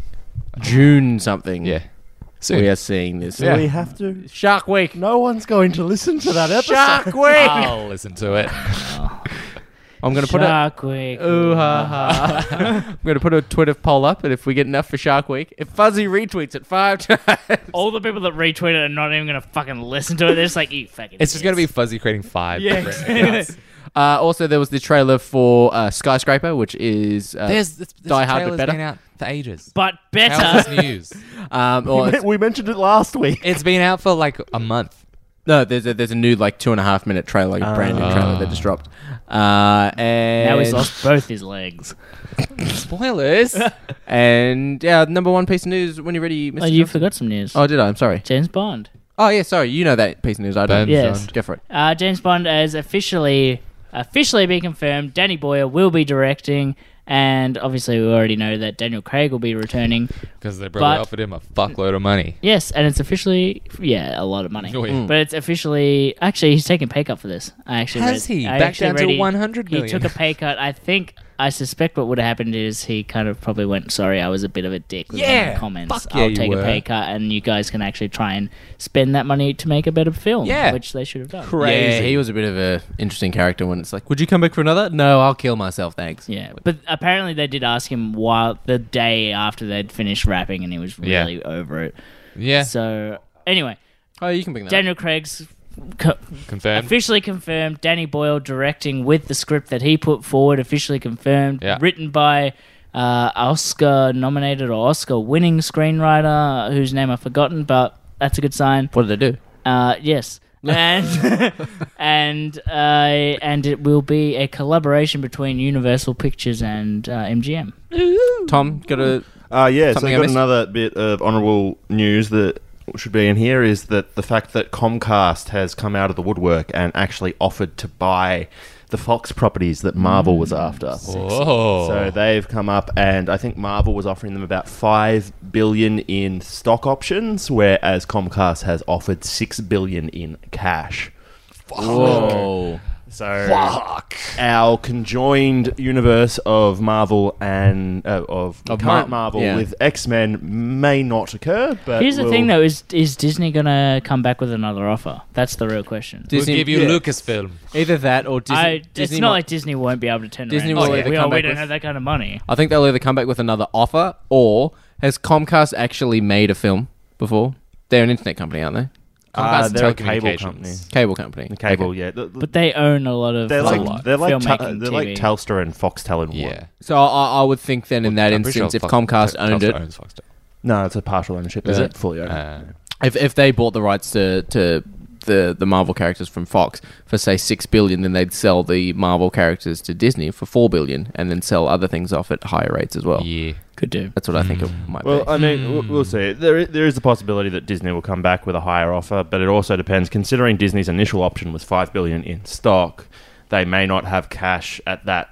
[SPEAKER 4] you? June something.
[SPEAKER 5] Oh, Yeah. Soon.
[SPEAKER 4] we are seeing this.
[SPEAKER 9] Do we have to?
[SPEAKER 4] Shark Week.
[SPEAKER 9] No one's going to listen to that episode.
[SPEAKER 4] Shark Week.
[SPEAKER 5] I'll listen to it.
[SPEAKER 4] I'm gonna put a
[SPEAKER 2] Shark Week.
[SPEAKER 4] Ooh, ha, ha. Uh-huh. I'm gonna put a Twitter poll up, and if we get enough for Shark Week, if Fuzzy retweets it five times,
[SPEAKER 2] All the people that retweet it are not even gonna fucking listen to it. They're just like, you fucking.
[SPEAKER 5] It's just gonna be
[SPEAKER 2] idiots."
[SPEAKER 5] fuzzy creating five. different
[SPEAKER 2] Yeah.
[SPEAKER 5] accounts.
[SPEAKER 4] uh, also there was the trailer for uh, Skyscraper, which is uh,
[SPEAKER 5] There's, this, this
[SPEAKER 4] Die Hard, but
[SPEAKER 5] trailer's
[SPEAKER 4] better.
[SPEAKER 5] been out for ages.
[SPEAKER 2] but
[SPEAKER 5] How's
[SPEAKER 2] better.
[SPEAKER 5] this news?
[SPEAKER 4] um, or it's-
[SPEAKER 9] We mentioned it last week.
[SPEAKER 5] It's been out for like a month.
[SPEAKER 4] No, there's a there's a new like two and a half minute trailer, like a brand new trailer that just dropped. Uh, and
[SPEAKER 2] Now he's lost both his legs.
[SPEAKER 5] Spoilers.
[SPEAKER 4] And yeah, number one piece of news. When you're ready, Mr.
[SPEAKER 2] Oh, you
[SPEAKER 4] Johnson.
[SPEAKER 2] forgot some news.
[SPEAKER 4] Oh, did I? I'm sorry.
[SPEAKER 2] James Bond.
[SPEAKER 4] Oh yeah, sorry. You know that piece of news. I don't.
[SPEAKER 5] Burns
[SPEAKER 2] Yes. on.
[SPEAKER 4] Go for it.
[SPEAKER 2] Uh, James Bond has officially officially been confirmed. Danny Boyle will be directing, and obviously we already know that Daniel Craig will be returning.
[SPEAKER 5] Because they
[SPEAKER 2] But-
[SPEAKER 5] probably offered him a fuckload of money.
[SPEAKER 2] Yes, and it's officially yeah a lot of money,
[SPEAKER 5] Oh, yeah. Mm.
[SPEAKER 2] but it's officially actually he's taking pay cut for this. I actually
[SPEAKER 5] Has
[SPEAKER 2] read-
[SPEAKER 5] he?
[SPEAKER 2] I
[SPEAKER 5] Back
[SPEAKER 2] actually
[SPEAKER 5] down to
[SPEAKER 2] read he-
[SPEAKER 5] 100
[SPEAKER 2] He took
[SPEAKER 5] million.
[SPEAKER 2] a pay cut. I think I suspect what would have happened is he kind of probably went, "Sorry, I was a bit of a dick." With my
[SPEAKER 5] Yeah,
[SPEAKER 2] comments.
[SPEAKER 5] fuck yeah,
[SPEAKER 2] I'll
[SPEAKER 5] you
[SPEAKER 2] take
[SPEAKER 5] were."
[SPEAKER 2] a pay cut, and you guys can actually try and spend that money to make a better film.
[SPEAKER 5] Yeah.
[SPEAKER 2] which they should have done.
[SPEAKER 4] Yeah, he was a bit of a interesting character when it's like, would you come back for another? No, I'll kill myself, thanks.
[SPEAKER 2] Yeah, but apparently they did ask him while the day after they'd finished rapping, and he was
[SPEAKER 5] Yeah.
[SPEAKER 2] really over it.
[SPEAKER 5] Yeah,
[SPEAKER 2] So anyway,
[SPEAKER 4] Oh, you can bring that. up.
[SPEAKER 2] Daniel Craig's co-
[SPEAKER 5] confirmed.
[SPEAKER 2] officially confirmed. Danny Boyle directing with the script that he put forward, officially confirmed.
[SPEAKER 5] Yeah.
[SPEAKER 2] Written by uh, Oscar-nominated or Oscar-winning screenwriter whose name I've forgotten, but that's a good sign.
[SPEAKER 4] What did they do?
[SPEAKER 2] Uh, yes. and and uh, and it will be a collaboration between Universal Pictures and uh, MGM.
[SPEAKER 4] Tom got a
[SPEAKER 1] Uh, yeah,
[SPEAKER 4] Something I
[SPEAKER 1] so I've got
[SPEAKER 4] missed?
[SPEAKER 1] another bit of honourable news that should be in here is that the fact that Comcast has come out of the woodwork and actually offered to buy the Fox properties that Marvel was
[SPEAKER 4] Mm.
[SPEAKER 1] after.
[SPEAKER 5] Whoa.
[SPEAKER 1] So they've come up, and I think Marvel was offering them about five billion in stock options, whereas Comcast has offered six billion in cash.
[SPEAKER 5] Oh.
[SPEAKER 4] whoa.
[SPEAKER 1] So our conjoined universe of Marvel and uh, of,
[SPEAKER 4] Of
[SPEAKER 1] current
[SPEAKER 4] Mar-
[SPEAKER 1] Marvel
[SPEAKER 4] yeah.
[SPEAKER 1] with X Men may not occur. But
[SPEAKER 2] Here's the
[SPEAKER 1] we'll-
[SPEAKER 2] thing, though: is is Disney gonna come back with another offer? That's the real question.
[SPEAKER 5] we'll
[SPEAKER 4] Disney-
[SPEAKER 5] give you
[SPEAKER 4] yeah.
[SPEAKER 5] Lucasfilm.
[SPEAKER 4] Either that or Disney.
[SPEAKER 2] I,
[SPEAKER 4] Disney
[SPEAKER 2] it's not
[SPEAKER 4] might-
[SPEAKER 2] like Disney won't be able to turn
[SPEAKER 4] Disney
[SPEAKER 2] around. and
[SPEAKER 4] will either
[SPEAKER 2] say, we,
[SPEAKER 4] come
[SPEAKER 2] oh, we
[SPEAKER 4] back
[SPEAKER 2] don't
[SPEAKER 4] with-
[SPEAKER 2] have that kind of money.
[SPEAKER 4] I think they'll either come back with another offer or has Comcast actually made a film before? They're an internet company, aren't they?
[SPEAKER 1] Uh,
[SPEAKER 5] Comcast
[SPEAKER 1] they're a cable
[SPEAKER 5] Telecommunications.
[SPEAKER 1] company.
[SPEAKER 4] Cable company.
[SPEAKER 1] The cable, yeah. The- the-
[SPEAKER 2] But they own a lot of.
[SPEAKER 1] they're
[SPEAKER 2] um,
[SPEAKER 1] like they're like
[SPEAKER 2] filmmaking,
[SPEAKER 1] Tel- they're
[SPEAKER 2] TV.
[SPEAKER 1] like Telstra and Foxtel in one.
[SPEAKER 5] Yeah.
[SPEAKER 4] So I, I would think then in that
[SPEAKER 5] I'm pretty
[SPEAKER 4] instance,
[SPEAKER 5] sure
[SPEAKER 4] if
[SPEAKER 5] Fox-
[SPEAKER 4] Comcast
[SPEAKER 5] Tel-
[SPEAKER 4] owned
[SPEAKER 5] Telstra
[SPEAKER 4] it,
[SPEAKER 5] owns Foxtel.
[SPEAKER 1] No, it's a partial ownership. Is
[SPEAKER 4] Yeah.
[SPEAKER 1] it fully owned?
[SPEAKER 2] Ah.
[SPEAKER 5] Uh,
[SPEAKER 4] if if they bought the rights to to the the Marvel characters from Fox for say six billion, then they'd sell the Marvel characters to Disney for four billion, and then sell other things off at higher rates as well.
[SPEAKER 5] yeah. Mm.
[SPEAKER 2] Could do.
[SPEAKER 4] That's what I think it might
[SPEAKER 1] Well,
[SPEAKER 4] be.
[SPEAKER 1] I mean, we'll,
[SPEAKER 4] Hmm.
[SPEAKER 1] we'll see. There, i- there is the possibility that Disney will come back with a higher offer, but it also depends. Considering Disney's initial option was five billion in stock, they may not have cash at that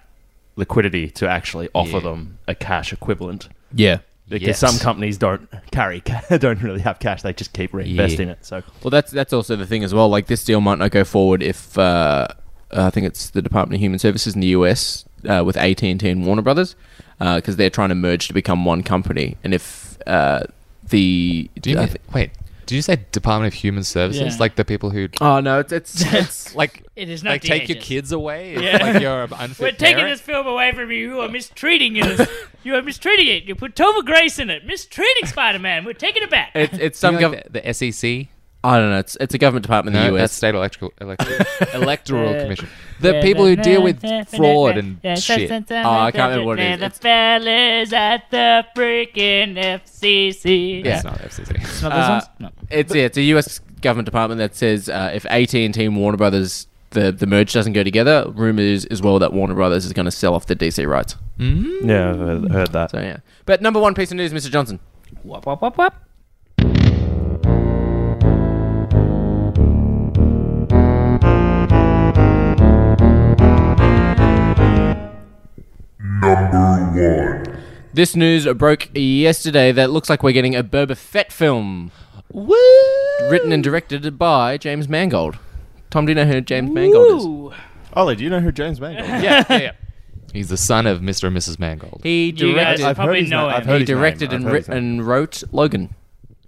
[SPEAKER 1] liquidity to actually offer
[SPEAKER 5] Yeah.
[SPEAKER 1] them a cash equivalent.
[SPEAKER 4] yeah.
[SPEAKER 1] Because
[SPEAKER 5] Yes.
[SPEAKER 1] some companies don't carry, ca- don't really have cash; they just keep reinvesting it. So,
[SPEAKER 4] Well, that's that's also the thing as well. Like this deal might not go forward if uh, I think it's the Department of Human Services in the U.S. Uh, with AT and T and Warner Brothers because they're trying to merge to become one company, and if uh, the
[SPEAKER 5] Do you
[SPEAKER 4] I
[SPEAKER 5] mean,
[SPEAKER 4] thi-
[SPEAKER 5] wait? Did you say Department of Human Services?
[SPEAKER 2] Yeah.
[SPEAKER 5] Like the people who
[SPEAKER 4] oh no, it's it's, it's
[SPEAKER 5] like
[SPEAKER 2] It is not
[SPEAKER 5] like
[SPEAKER 2] the
[SPEAKER 5] take your
[SPEAKER 2] agents.
[SPEAKER 5] kids away? If,
[SPEAKER 2] Yeah.
[SPEAKER 5] Like you're an unfit
[SPEAKER 2] We're taking
[SPEAKER 5] parent?
[SPEAKER 2] this film away from you. You are mistreating it. you are mistreating it. You put Tova Grace in it. Mistreating Spider-Man. We're taking it back.
[SPEAKER 4] it's, it's
[SPEAKER 5] Do you
[SPEAKER 4] some
[SPEAKER 5] like
[SPEAKER 4] gov-
[SPEAKER 5] the, E the SEC.
[SPEAKER 4] I don't know. It's it's a government department in
[SPEAKER 5] No,
[SPEAKER 4] the
[SPEAKER 5] that's
[SPEAKER 4] US.
[SPEAKER 5] state electrical, elect- electoral
[SPEAKER 2] Uh,
[SPEAKER 5] commission. The people who deal with fraud and shit.
[SPEAKER 4] I can't remember what it is.
[SPEAKER 2] The
[SPEAKER 4] It's-
[SPEAKER 2] fellas at the freaking FCC.
[SPEAKER 5] Yeah, it's not E the FCC.
[SPEAKER 2] Not those
[SPEAKER 4] Uh,
[SPEAKER 2] ones? No.
[SPEAKER 4] It's yeah, it's a US government department that says uh, if AT and T and Warner Brothers the the merge doesn't go together, rumor is as well that Warner Brothers is going to sell off the DC rights.
[SPEAKER 1] yeah, I've heard- heard that.
[SPEAKER 4] So yeah. But number one piece of news, Mr. Johnson.
[SPEAKER 2] Wop, wop, wop, wop.
[SPEAKER 4] This news broke yesterday that looks like we're getting a Boba Fett film. Woo! Written and directed by James Mangold. Tom, do you know who James Mangold
[SPEAKER 2] Ooh.
[SPEAKER 1] Ollie, do you know who James Mangold? is?
[SPEAKER 4] is? Yeah, yeah, yeah.
[SPEAKER 5] He's the son of Mr. and Mrs. Mangold.
[SPEAKER 4] He
[SPEAKER 2] You guys
[SPEAKER 4] directed.
[SPEAKER 2] probably
[SPEAKER 1] his
[SPEAKER 2] know
[SPEAKER 1] name.
[SPEAKER 2] him.
[SPEAKER 1] I've heard
[SPEAKER 4] he
[SPEAKER 1] his name.
[SPEAKER 4] directed
[SPEAKER 1] I've
[SPEAKER 4] and,
[SPEAKER 1] heard
[SPEAKER 4] writ
[SPEAKER 1] his name.
[SPEAKER 4] and wrote Logan.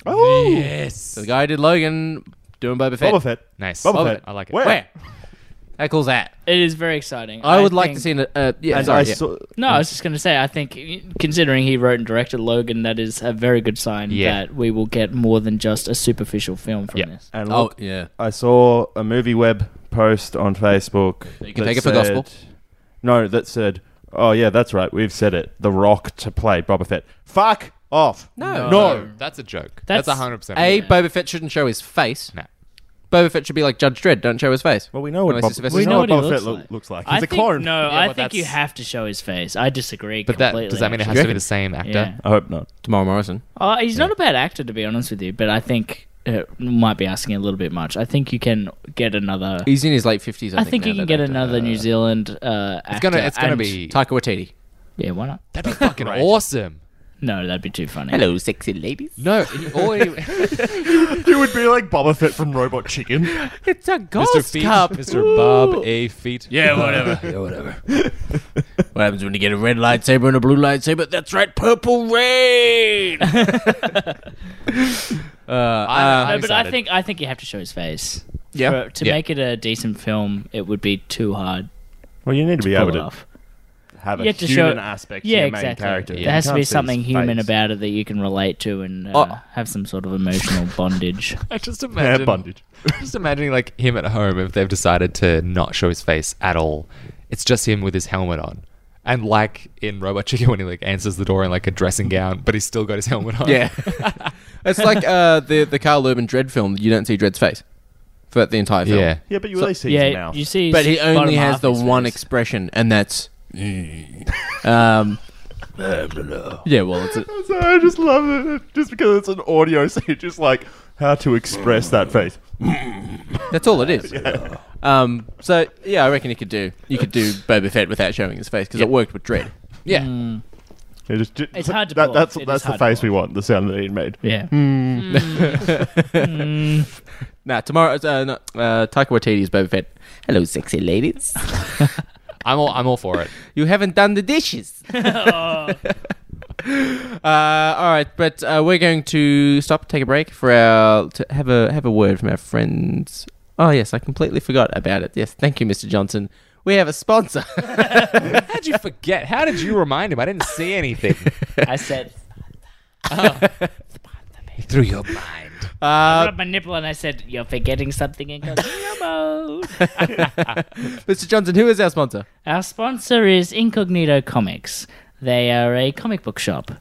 [SPEAKER 1] Oh,
[SPEAKER 5] yes.
[SPEAKER 4] The guy who did Logan doing Boba Fett.
[SPEAKER 1] Boba Fett.
[SPEAKER 5] Nice.
[SPEAKER 1] Boba
[SPEAKER 5] Love
[SPEAKER 1] Fett.
[SPEAKER 5] it. I like it.
[SPEAKER 1] Where?
[SPEAKER 4] Where? How cool's that?
[SPEAKER 2] It is very exciting.
[SPEAKER 4] I, would like to
[SPEAKER 2] think-
[SPEAKER 4] see. An, uh, yeah,
[SPEAKER 1] And
[SPEAKER 4] sorry,
[SPEAKER 1] I
[SPEAKER 4] yeah.
[SPEAKER 1] saw.
[SPEAKER 2] No, I was just going to say, I think considering he wrote and directed Logan, that is a very good sign
[SPEAKER 5] Yeah.
[SPEAKER 2] that we will get more than just a superficial film from
[SPEAKER 5] Yeah.
[SPEAKER 2] this.
[SPEAKER 1] And
[SPEAKER 4] Oh
[SPEAKER 1] look,
[SPEAKER 4] yeah.
[SPEAKER 1] I saw a movie web post on Facebook.
[SPEAKER 4] You can
[SPEAKER 1] that
[SPEAKER 4] take it for
[SPEAKER 1] said-
[SPEAKER 4] gospel.
[SPEAKER 1] No, that said, oh yeah, that's right. We've said it. The Rock to play Boba Fett. Fuck off.
[SPEAKER 4] No.
[SPEAKER 5] No, that's a joke. That's,
[SPEAKER 2] That's-
[SPEAKER 5] 100%.
[SPEAKER 4] A Boba Fett shouldn't show his face.
[SPEAKER 5] No.
[SPEAKER 4] Boba Fett should be like Judge Dredd. Don't show his face.
[SPEAKER 1] Well, we know what
[SPEAKER 4] Unless
[SPEAKER 1] Bob,
[SPEAKER 4] it's Sylvester
[SPEAKER 1] we know
[SPEAKER 4] Stallone.
[SPEAKER 1] what Boba Fett loo- looks like. He's
[SPEAKER 2] I
[SPEAKER 1] a
[SPEAKER 2] think-
[SPEAKER 1] clone.
[SPEAKER 2] No,
[SPEAKER 5] Yeah,
[SPEAKER 2] I
[SPEAKER 5] but
[SPEAKER 2] think you
[SPEAKER 5] that's-
[SPEAKER 2] have to show his face. I disagree
[SPEAKER 5] But that
[SPEAKER 2] completely.
[SPEAKER 5] does that mean it has
[SPEAKER 2] actually.
[SPEAKER 5] to be the same actor?
[SPEAKER 2] Yeah.
[SPEAKER 1] I hope not.
[SPEAKER 4] Tamara Morrison.
[SPEAKER 2] Uh, he's not a bad actor, to be honest with you, but I think it might be asking a little bit much. I think you can get another.
[SPEAKER 4] He's in his late fifties. I,
[SPEAKER 2] I think you
[SPEAKER 4] now,
[SPEAKER 2] can
[SPEAKER 4] that
[SPEAKER 2] get
[SPEAKER 4] actor.
[SPEAKER 2] another New Zealand uh, actor.
[SPEAKER 5] It's gonna, it's gonna
[SPEAKER 2] and-
[SPEAKER 5] be.
[SPEAKER 4] Taika Waititi.
[SPEAKER 2] Yeah, why not?
[SPEAKER 5] That'd be fucking awesome.
[SPEAKER 2] No, that'd be too funny.
[SPEAKER 4] sexy ladies.
[SPEAKER 5] No, you- or Mr.
[SPEAKER 1] You would be like Boba Fett from Robot Chicken.
[SPEAKER 4] It's a ghost
[SPEAKER 5] Feet,
[SPEAKER 4] cup.
[SPEAKER 5] Mr. Bob A. Feet. Yeah, whatever.
[SPEAKER 4] What happens when you get a red lightsaber and a blue lightsaber? That's right, purple rain.
[SPEAKER 5] uh, I,
[SPEAKER 2] No, but I think I think you have to show his face.
[SPEAKER 4] Yeah.
[SPEAKER 2] For- to
[SPEAKER 5] Yeah.
[SPEAKER 2] make it a decent film, it would be too hard
[SPEAKER 1] Well, you need to be
[SPEAKER 2] to
[SPEAKER 1] able
[SPEAKER 2] pull it
[SPEAKER 1] to
[SPEAKER 2] off.
[SPEAKER 1] have a
[SPEAKER 2] You have to show
[SPEAKER 1] human aspect
[SPEAKER 2] yeah,
[SPEAKER 1] to your main
[SPEAKER 2] exactly.
[SPEAKER 1] character. You
[SPEAKER 2] There has to
[SPEAKER 1] can't
[SPEAKER 2] be
[SPEAKER 1] see his
[SPEAKER 2] something human
[SPEAKER 1] face.
[SPEAKER 2] about it that you can relate to and uh,
[SPEAKER 5] Oh.
[SPEAKER 2] have some sort of emotional bondage.
[SPEAKER 5] I just
[SPEAKER 1] Yeah,
[SPEAKER 5] imagine
[SPEAKER 1] bondage.
[SPEAKER 5] just imagining like him at home if they've decided to not show his face at all. It's just him with his helmet on. And like in Robot Chicken when he like answers the door in like a dressing gown, but he's still got his helmet on.
[SPEAKER 4] yeah, it's like uh, the the Carl Urban Dread film. You don't see Dread's face for the entire film.
[SPEAKER 5] Yeah.
[SPEAKER 1] Yeah, but you really see his
[SPEAKER 2] yeah,
[SPEAKER 1] mouth.
[SPEAKER 2] you see,
[SPEAKER 4] but he
[SPEAKER 2] bottom
[SPEAKER 4] only has
[SPEAKER 2] half
[SPEAKER 4] the
[SPEAKER 2] of his
[SPEAKER 4] one
[SPEAKER 2] face.
[SPEAKER 4] expression, and that's. um, yeah, well, it's a,
[SPEAKER 1] So I just love it, just because it's an audio, so you're just like how to express that face.
[SPEAKER 4] that's all it is. Um, so yeah, I reckon you could do you could do Boba Fett without showing his face because it worked with Dread.
[SPEAKER 5] Yeah.
[SPEAKER 1] Yeah, just- ju-
[SPEAKER 2] It's hard to
[SPEAKER 1] That,
[SPEAKER 2] pull
[SPEAKER 1] that's
[SPEAKER 2] off. It
[SPEAKER 1] that's
[SPEAKER 2] is
[SPEAKER 1] the
[SPEAKER 2] hard to
[SPEAKER 1] face
[SPEAKER 2] pull
[SPEAKER 1] we want. The sound that he made.
[SPEAKER 2] Yeah.
[SPEAKER 4] Now tomorrow, uh, no, uh, Taika Waititi's Boba Fett. Hello, sexy ladies.
[SPEAKER 5] I'm all I'm all for it.
[SPEAKER 4] You haven't done the dishes. Uh, all right, but uh, we're going to stop, take a break for our to have a have a word from our friends. Oh yes, I completely forgot about it. Yes, thank you, Mr. Johnson. We have a sponsor.
[SPEAKER 5] How'd you forget? How did you remind him? I didn't see anything.
[SPEAKER 2] I said,
[SPEAKER 5] Through your mind.
[SPEAKER 4] Uh,
[SPEAKER 2] I rubbed my nipple and I said, "You're forgetting something." And goes, "No."
[SPEAKER 4] Mr. Johnson, who is our sponsor?
[SPEAKER 2] Our sponsor is Incognito Comics. They are a comic book shop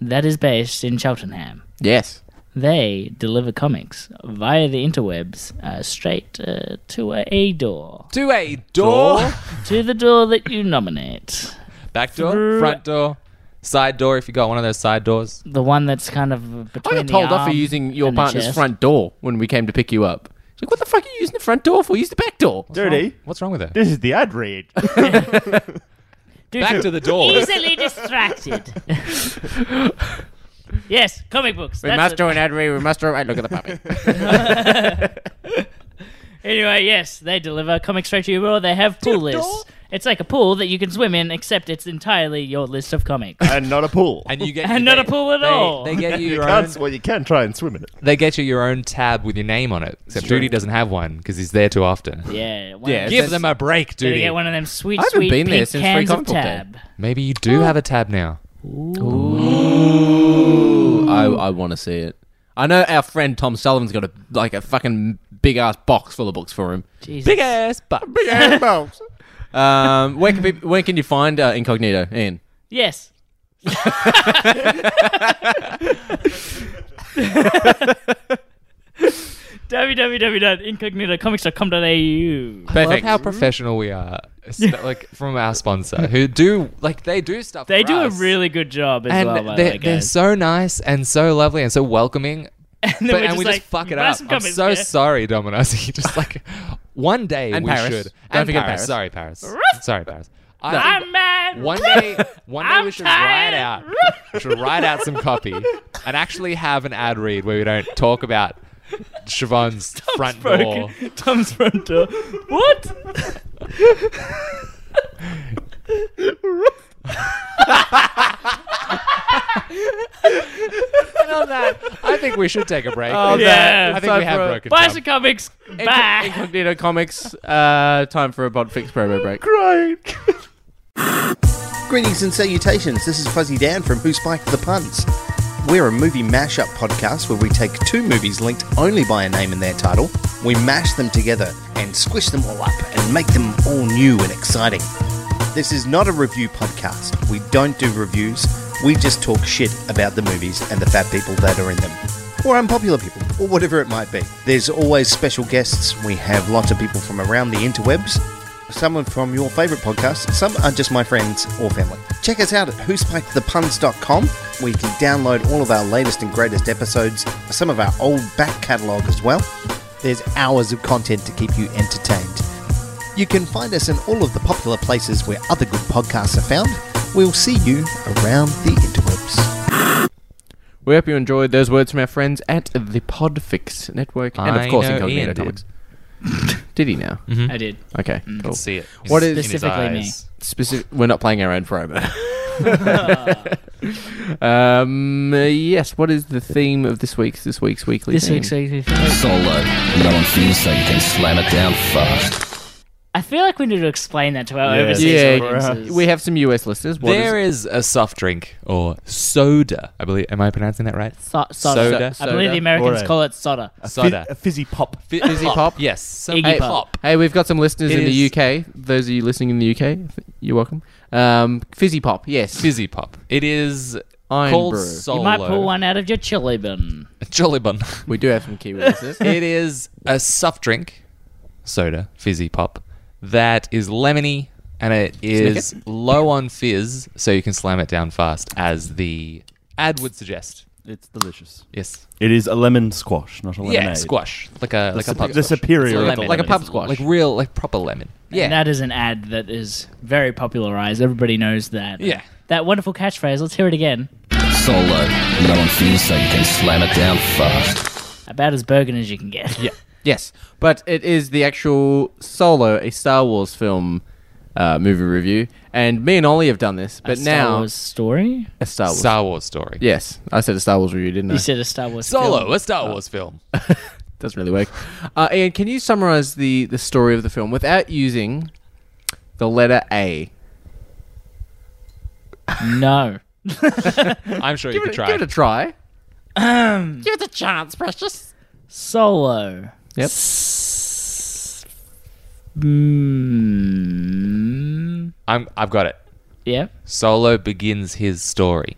[SPEAKER 2] that is based in Cheltenham.
[SPEAKER 4] Yes.
[SPEAKER 2] They deliver comics via the interwebs uh, straight uh, to a, a door.
[SPEAKER 5] To a door.
[SPEAKER 2] to the door that you nominate.
[SPEAKER 5] Back door, front door, side door if you got one of those side doors.
[SPEAKER 2] The one that's kind of
[SPEAKER 4] I
[SPEAKER 2] between
[SPEAKER 4] got told
[SPEAKER 2] the
[SPEAKER 4] off for
[SPEAKER 2] arm
[SPEAKER 4] using your
[SPEAKER 2] and the
[SPEAKER 4] partner's
[SPEAKER 2] chest.
[SPEAKER 4] front door when we came to pick you up. She's like, what the fuck are you using the front door for? Use the back door.
[SPEAKER 1] Dirty.
[SPEAKER 5] What's wrong with it?
[SPEAKER 1] This is the ad read.
[SPEAKER 2] Dude,
[SPEAKER 5] Back to the door.
[SPEAKER 2] Easily distracted. yes, comic books.
[SPEAKER 4] We
[SPEAKER 2] that's
[SPEAKER 4] must
[SPEAKER 2] it.
[SPEAKER 4] do an ad read. We must do a right look at the puppy.
[SPEAKER 2] Anyway, yes, they deliver comics straight to you, or they have pool lists. It's like a pool that you can swim in, except it's entirely your list of comics.
[SPEAKER 1] and not a pool.
[SPEAKER 5] And you get
[SPEAKER 2] And not a pool at
[SPEAKER 5] they-
[SPEAKER 2] all.
[SPEAKER 5] They get you
[SPEAKER 1] you
[SPEAKER 5] your
[SPEAKER 1] can't.
[SPEAKER 5] own.
[SPEAKER 1] s- Well, you can try and swim in it.
[SPEAKER 5] They get you your own tab with your name on it. Except Duty doesn't have one because he's there too often.
[SPEAKER 2] yeah, one
[SPEAKER 4] Yeah,
[SPEAKER 2] of
[SPEAKER 5] Give
[SPEAKER 4] That's-
[SPEAKER 5] them a break,
[SPEAKER 2] Did
[SPEAKER 5] Duty.
[SPEAKER 2] get one of them sweet,
[SPEAKER 4] I haven't
[SPEAKER 2] sweet
[SPEAKER 4] been there
[SPEAKER 2] pink
[SPEAKER 4] since Free
[SPEAKER 2] cans of
[SPEAKER 4] Comic Book Day.
[SPEAKER 2] tab?
[SPEAKER 5] Maybe you
[SPEAKER 2] Oh.
[SPEAKER 5] do have a tab now.
[SPEAKER 4] I, I want to see it. I know our friend Tom Sullivan's got a like a fucking big ass box full of books for him.
[SPEAKER 2] Jesus.
[SPEAKER 4] Big ass box. Big ass box. um, where can people, where can you find uh, Incognito? Ian.
[SPEAKER 2] Yes. www.incognitocomics.com.au.
[SPEAKER 5] I love
[SPEAKER 4] Perfect.
[SPEAKER 5] how professional we are. It's not Like from our sponsor, who do like they do stuff.
[SPEAKER 2] They
[SPEAKER 5] for
[SPEAKER 2] do a
[SPEAKER 5] us.
[SPEAKER 2] really good job as
[SPEAKER 5] and
[SPEAKER 2] well, by the
[SPEAKER 5] they're,
[SPEAKER 2] way,
[SPEAKER 5] they're
[SPEAKER 2] guys.
[SPEAKER 5] so nice and so lovely and so welcoming.
[SPEAKER 2] And
[SPEAKER 5] but,
[SPEAKER 2] we're
[SPEAKER 5] and we just
[SPEAKER 2] like,
[SPEAKER 5] fuck it
[SPEAKER 2] buy
[SPEAKER 5] up.
[SPEAKER 2] some
[SPEAKER 5] I'm
[SPEAKER 2] comics,
[SPEAKER 5] so
[SPEAKER 2] yeah.
[SPEAKER 5] sorry, Domino's. You just like one day
[SPEAKER 4] And
[SPEAKER 5] we
[SPEAKER 4] Paris.
[SPEAKER 5] should.
[SPEAKER 4] Don't
[SPEAKER 5] and
[SPEAKER 4] forget
[SPEAKER 5] Paris.
[SPEAKER 4] Paris.
[SPEAKER 5] Sorry, Paris. sorry, Paris. I-
[SPEAKER 2] I'm mad.
[SPEAKER 5] one day, one day
[SPEAKER 2] I'm
[SPEAKER 5] we should write
[SPEAKER 2] tired.
[SPEAKER 5] out, we should write out some copy, and actually have an ad read where we don't talk about Siobhan's front door.
[SPEAKER 2] Broken. Tom's front door. What?
[SPEAKER 5] And on that, I think we should take a break.
[SPEAKER 2] Yeah.
[SPEAKER 5] I think we have broken.
[SPEAKER 2] Buy
[SPEAKER 5] time.
[SPEAKER 2] some comics.
[SPEAKER 4] Inco-
[SPEAKER 2] Bye.
[SPEAKER 4] Incognito Comics. Uh, time for a bod fix promo break.
[SPEAKER 10] Greetings and salutations. This is Fuzzy Dan from Who Spiked the Puns. We're a movie mashup podcast where we take two movies linked only by a name in their title, we mash them together and squish them all up and make them all new and exciting. This is not a review podcast. We don't do reviews. We just talk shit about the movies and the fat people that are in them. Or unpopular people, or whatever it might be. There's always special guests. We have lots of people from around the interwebs some are from your favourite podcasts, some are just my friends or family. Check us out at whospikethepuns.com where you can download all of our latest and greatest episodes, some of our old back catalogue as well. There's hours of content to keep you entertained. You can find us in all of the popular places where other good podcasts are found. We'll see you around the interwebs.
[SPEAKER 4] We hope you enjoyed those words from our friends at the Podfix Network and
[SPEAKER 5] I
[SPEAKER 4] of course
[SPEAKER 5] know
[SPEAKER 4] Incognito
[SPEAKER 5] Ian did.
[SPEAKER 4] Comics. Did he now?
[SPEAKER 2] I did.
[SPEAKER 4] Okay.
[SPEAKER 2] Mm-hmm. Mm.
[SPEAKER 4] Cool.
[SPEAKER 5] see it. in-
[SPEAKER 4] What
[SPEAKER 5] in
[SPEAKER 4] is-
[SPEAKER 5] Mm-hmm. his
[SPEAKER 2] Specifically me.
[SPEAKER 5] eyes.
[SPEAKER 4] Specific. We're not playing our own promo. um. Yes. What is the theme of this week's this week's weekly?
[SPEAKER 2] This
[SPEAKER 5] Mm.
[SPEAKER 4] theme?
[SPEAKER 2] week's weekly.
[SPEAKER 6] Solo. No one fears, so you can slam it down fast.
[SPEAKER 2] I feel like we need to explain that to our
[SPEAKER 1] Yeah.
[SPEAKER 2] overseas
[SPEAKER 4] Yeah.
[SPEAKER 2] audiences.
[SPEAKER 4] We have some US listeners. What is
[SPEAKER 5] There is a soft drink or soda. I believe. Am I pronouncing that right?
[SPEAKER 2] So- soda.
[SPEAKER 5] Soda.
[SPEAKER 2] I believe
[SPEAKER 4] Soda.
[SPEAKER 2] the Americans
[SPEAKER 1] Alright.
[SPEAKER 2] call it soda.
[SPEAKER 5] Soda.
[SPEAKER 1] Fi- a fizzy pop.
[SPEAKER 5] Fi-
[SPEAKER 4] Fizzy pop.
[SPEAKER 5] Yes. Some
[SPEAKER 2] Iggy
[SPEAKER 5] Iggy
[SPEAKER 2] Pop.
[SPEAKER 5] pop.
[SPEAKER 4] Hey, we've got some listeners
[SPEAKER 5] It
[SPEAKER 4] in the
[SPEAKER 5] is-
[SPEAKER 4] UK. Those of you listening in the UK, you're welcome. Um, fizzy pop, yes.
[SPEAKER 5] Fizzy pop. It is
[SPEAKER 4] Iron
[SPEAKER 5] called
[SPEAKER 4] brew. You
[SPEAKER 5] solo.
[SPEAKER 2] You might pull one out of your chili bin.
[SPEAKER 5] Jolly bun.
[SPEAKER 4] We do have some Kiwi listeners.
[SPEAKER 5] it is a soft drink, soda, fizzy pop, that is lemony and it is low on fizz, so you can slam it down fast, as the ad would suggest.
[SPEAKER 1] It's delicious.
[SPEAKER 5] Yes.
[SPEAKER 1] It is a lemon squash, not a lemonade.
[SPEAKER 5] Yeah, squash, like a
[SPEAKER 1] The,
[SPEAKER 5] like a
[SPEAKER 1] sup-
[SPEAKER 5] pub.
[SPEAKER 1] the
[SPEAKER 5] squash.
[SPEAKER 1] superior
[SPEAKER 5] It's
[SPEAKER 1] of the
[SPEAKER 5] lemon.
[SPEAKER 1] lemon.
[SPEAKER 4] Like a
[SPEAKER 1] isn't
[SPEAKER 4] pub
[SPEAKER 1] it?
[SPEAKER 4] squash.
[SPEAKER 5] like real, like proper lemon. Yeah,
[SPEAKER 2] And that is an ad that is very popularized. Everybody knows that.
[SPEAKER 5] Yeah.
[SPEAKER 2] That wonderful catchphrase. Let's hear it again.
[SPEAKER 6] Solo. No one fears, so you can slam it down fast.
[SPEAKER 2] About as Bergen as you can get. Yeah.
[SPEAKER 4] yes, but it is the actual solo, a Star Wars film uh, movie review. And me and Ollie have done this, but
[SPEAKER 2] a
[SPEAKER 4] now
[SPEAKER 2] Star Wars story.
[SPEAKER 4] a Star Wars.
[SPEAKER 5] Star Wars story.
[SPEAKER 4] yes, I said a Star Wars review, didn't I?
[SPEAKER 2] You said a Star Wars
[SPEAKER 5] Solo,
[SPEAKER 2] film.
[SPEAKER 5] a Star Wars film.
[SPEAKER 4] Doesn't really work. Uh, Ian, can you summarize the, the story of the film without using the letter A?
[SPEAKER 2] No.
[SPEAKER 5] I'm sure you
[SPEAKER 4] Give
[SPEAKER 5] could
[SPEAKER 4] it,
[SPEAKER 5] try.
[SPEAKER 4] give it a try.
[SPEAKER 2] Solo.
[SPEAKER 4] Yep.
[SPEAKER 2] S- Mm,
[SPEAKER 5] I'm, I've got it.
[SPEAKER 2] yeah.
[SPEAKER 5] Solo begins his story.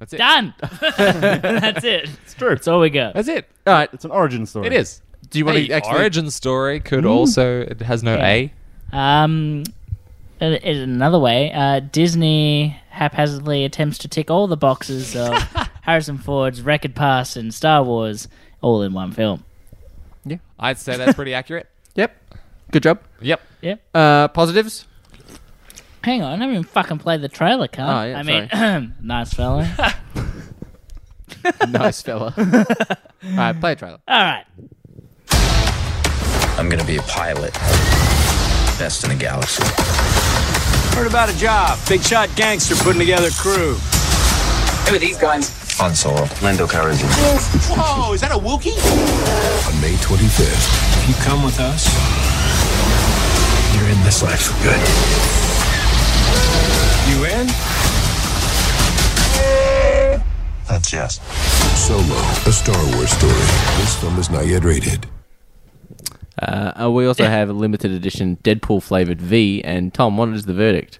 [SPEAKER 5] That's it.
[SPEAKER 2] Done. That's it. It's
[SPEAKER 1] true.
[SPEAKER 2] That's all we got.
[SPEAKER 5] That's it.
[SPEAKER 4] All right.
[SPEAKER 1] It's an origin story.
[SPEAKER 5] It is.
[SPEAKER 4] Do you want
[SPEAKER 5] Hey,
[SPEAKER 4] to actually
[SPEAKER 5] origin story could also it has no
[SPEAKER 2] Yeah.
[SPEAKER 5] A.
[SPEAKER 2] Um, in, in another way, uh, Disney haphazardly attempts to tick all the boxes of Harrison Ford's record pass in Star Wars all in one film.
[SPEAKER 5] I'd say that's pretty accurate.
[SPEAKER 4] Yep. Good job.
[SPEAKER 5] Yep.
[SPEAKER 2] Yep.
[SPEAKER 4] Uh, positives.
[SPEAKER 2] Hang on, I haven't even fucking played the trailer, Carl.
[SPEAKER 4] Oh, yeah,
[SPEAKER 2] I mean, nice fella.
[SPEAKER 4] nice fella. All
[SPEAKER 5] Uh,
[SPEAKER 4] right, play a trailer.
[SPEAKER 2] all right.
[SPEAKER 6] I'm gonna be a pilot. Best in the galaxy.
[SPEAKER 11] Heard about a job. Big shot gangster putting together crew. Who are these guys?
[SPEAKER 6] On Solo. Lando Calrissian.
[SPEAKER 11] Whoa, is that a Wookiee?
[SPEAKER 7] On May 25th,
[SPEAKER 11] If you come with us,
[SPEAKER 7] you're in this life for good.
[SPEAKER 11] you in?
[SPEAKER 6] That's yes.
[SPEAKER 7] Solo, a Star Wars story. This film is not yet rated.
[SPEAKER 4] Uh, uh, we also have a limited edition Deadpool flavored V. And Tom, what is the verdict?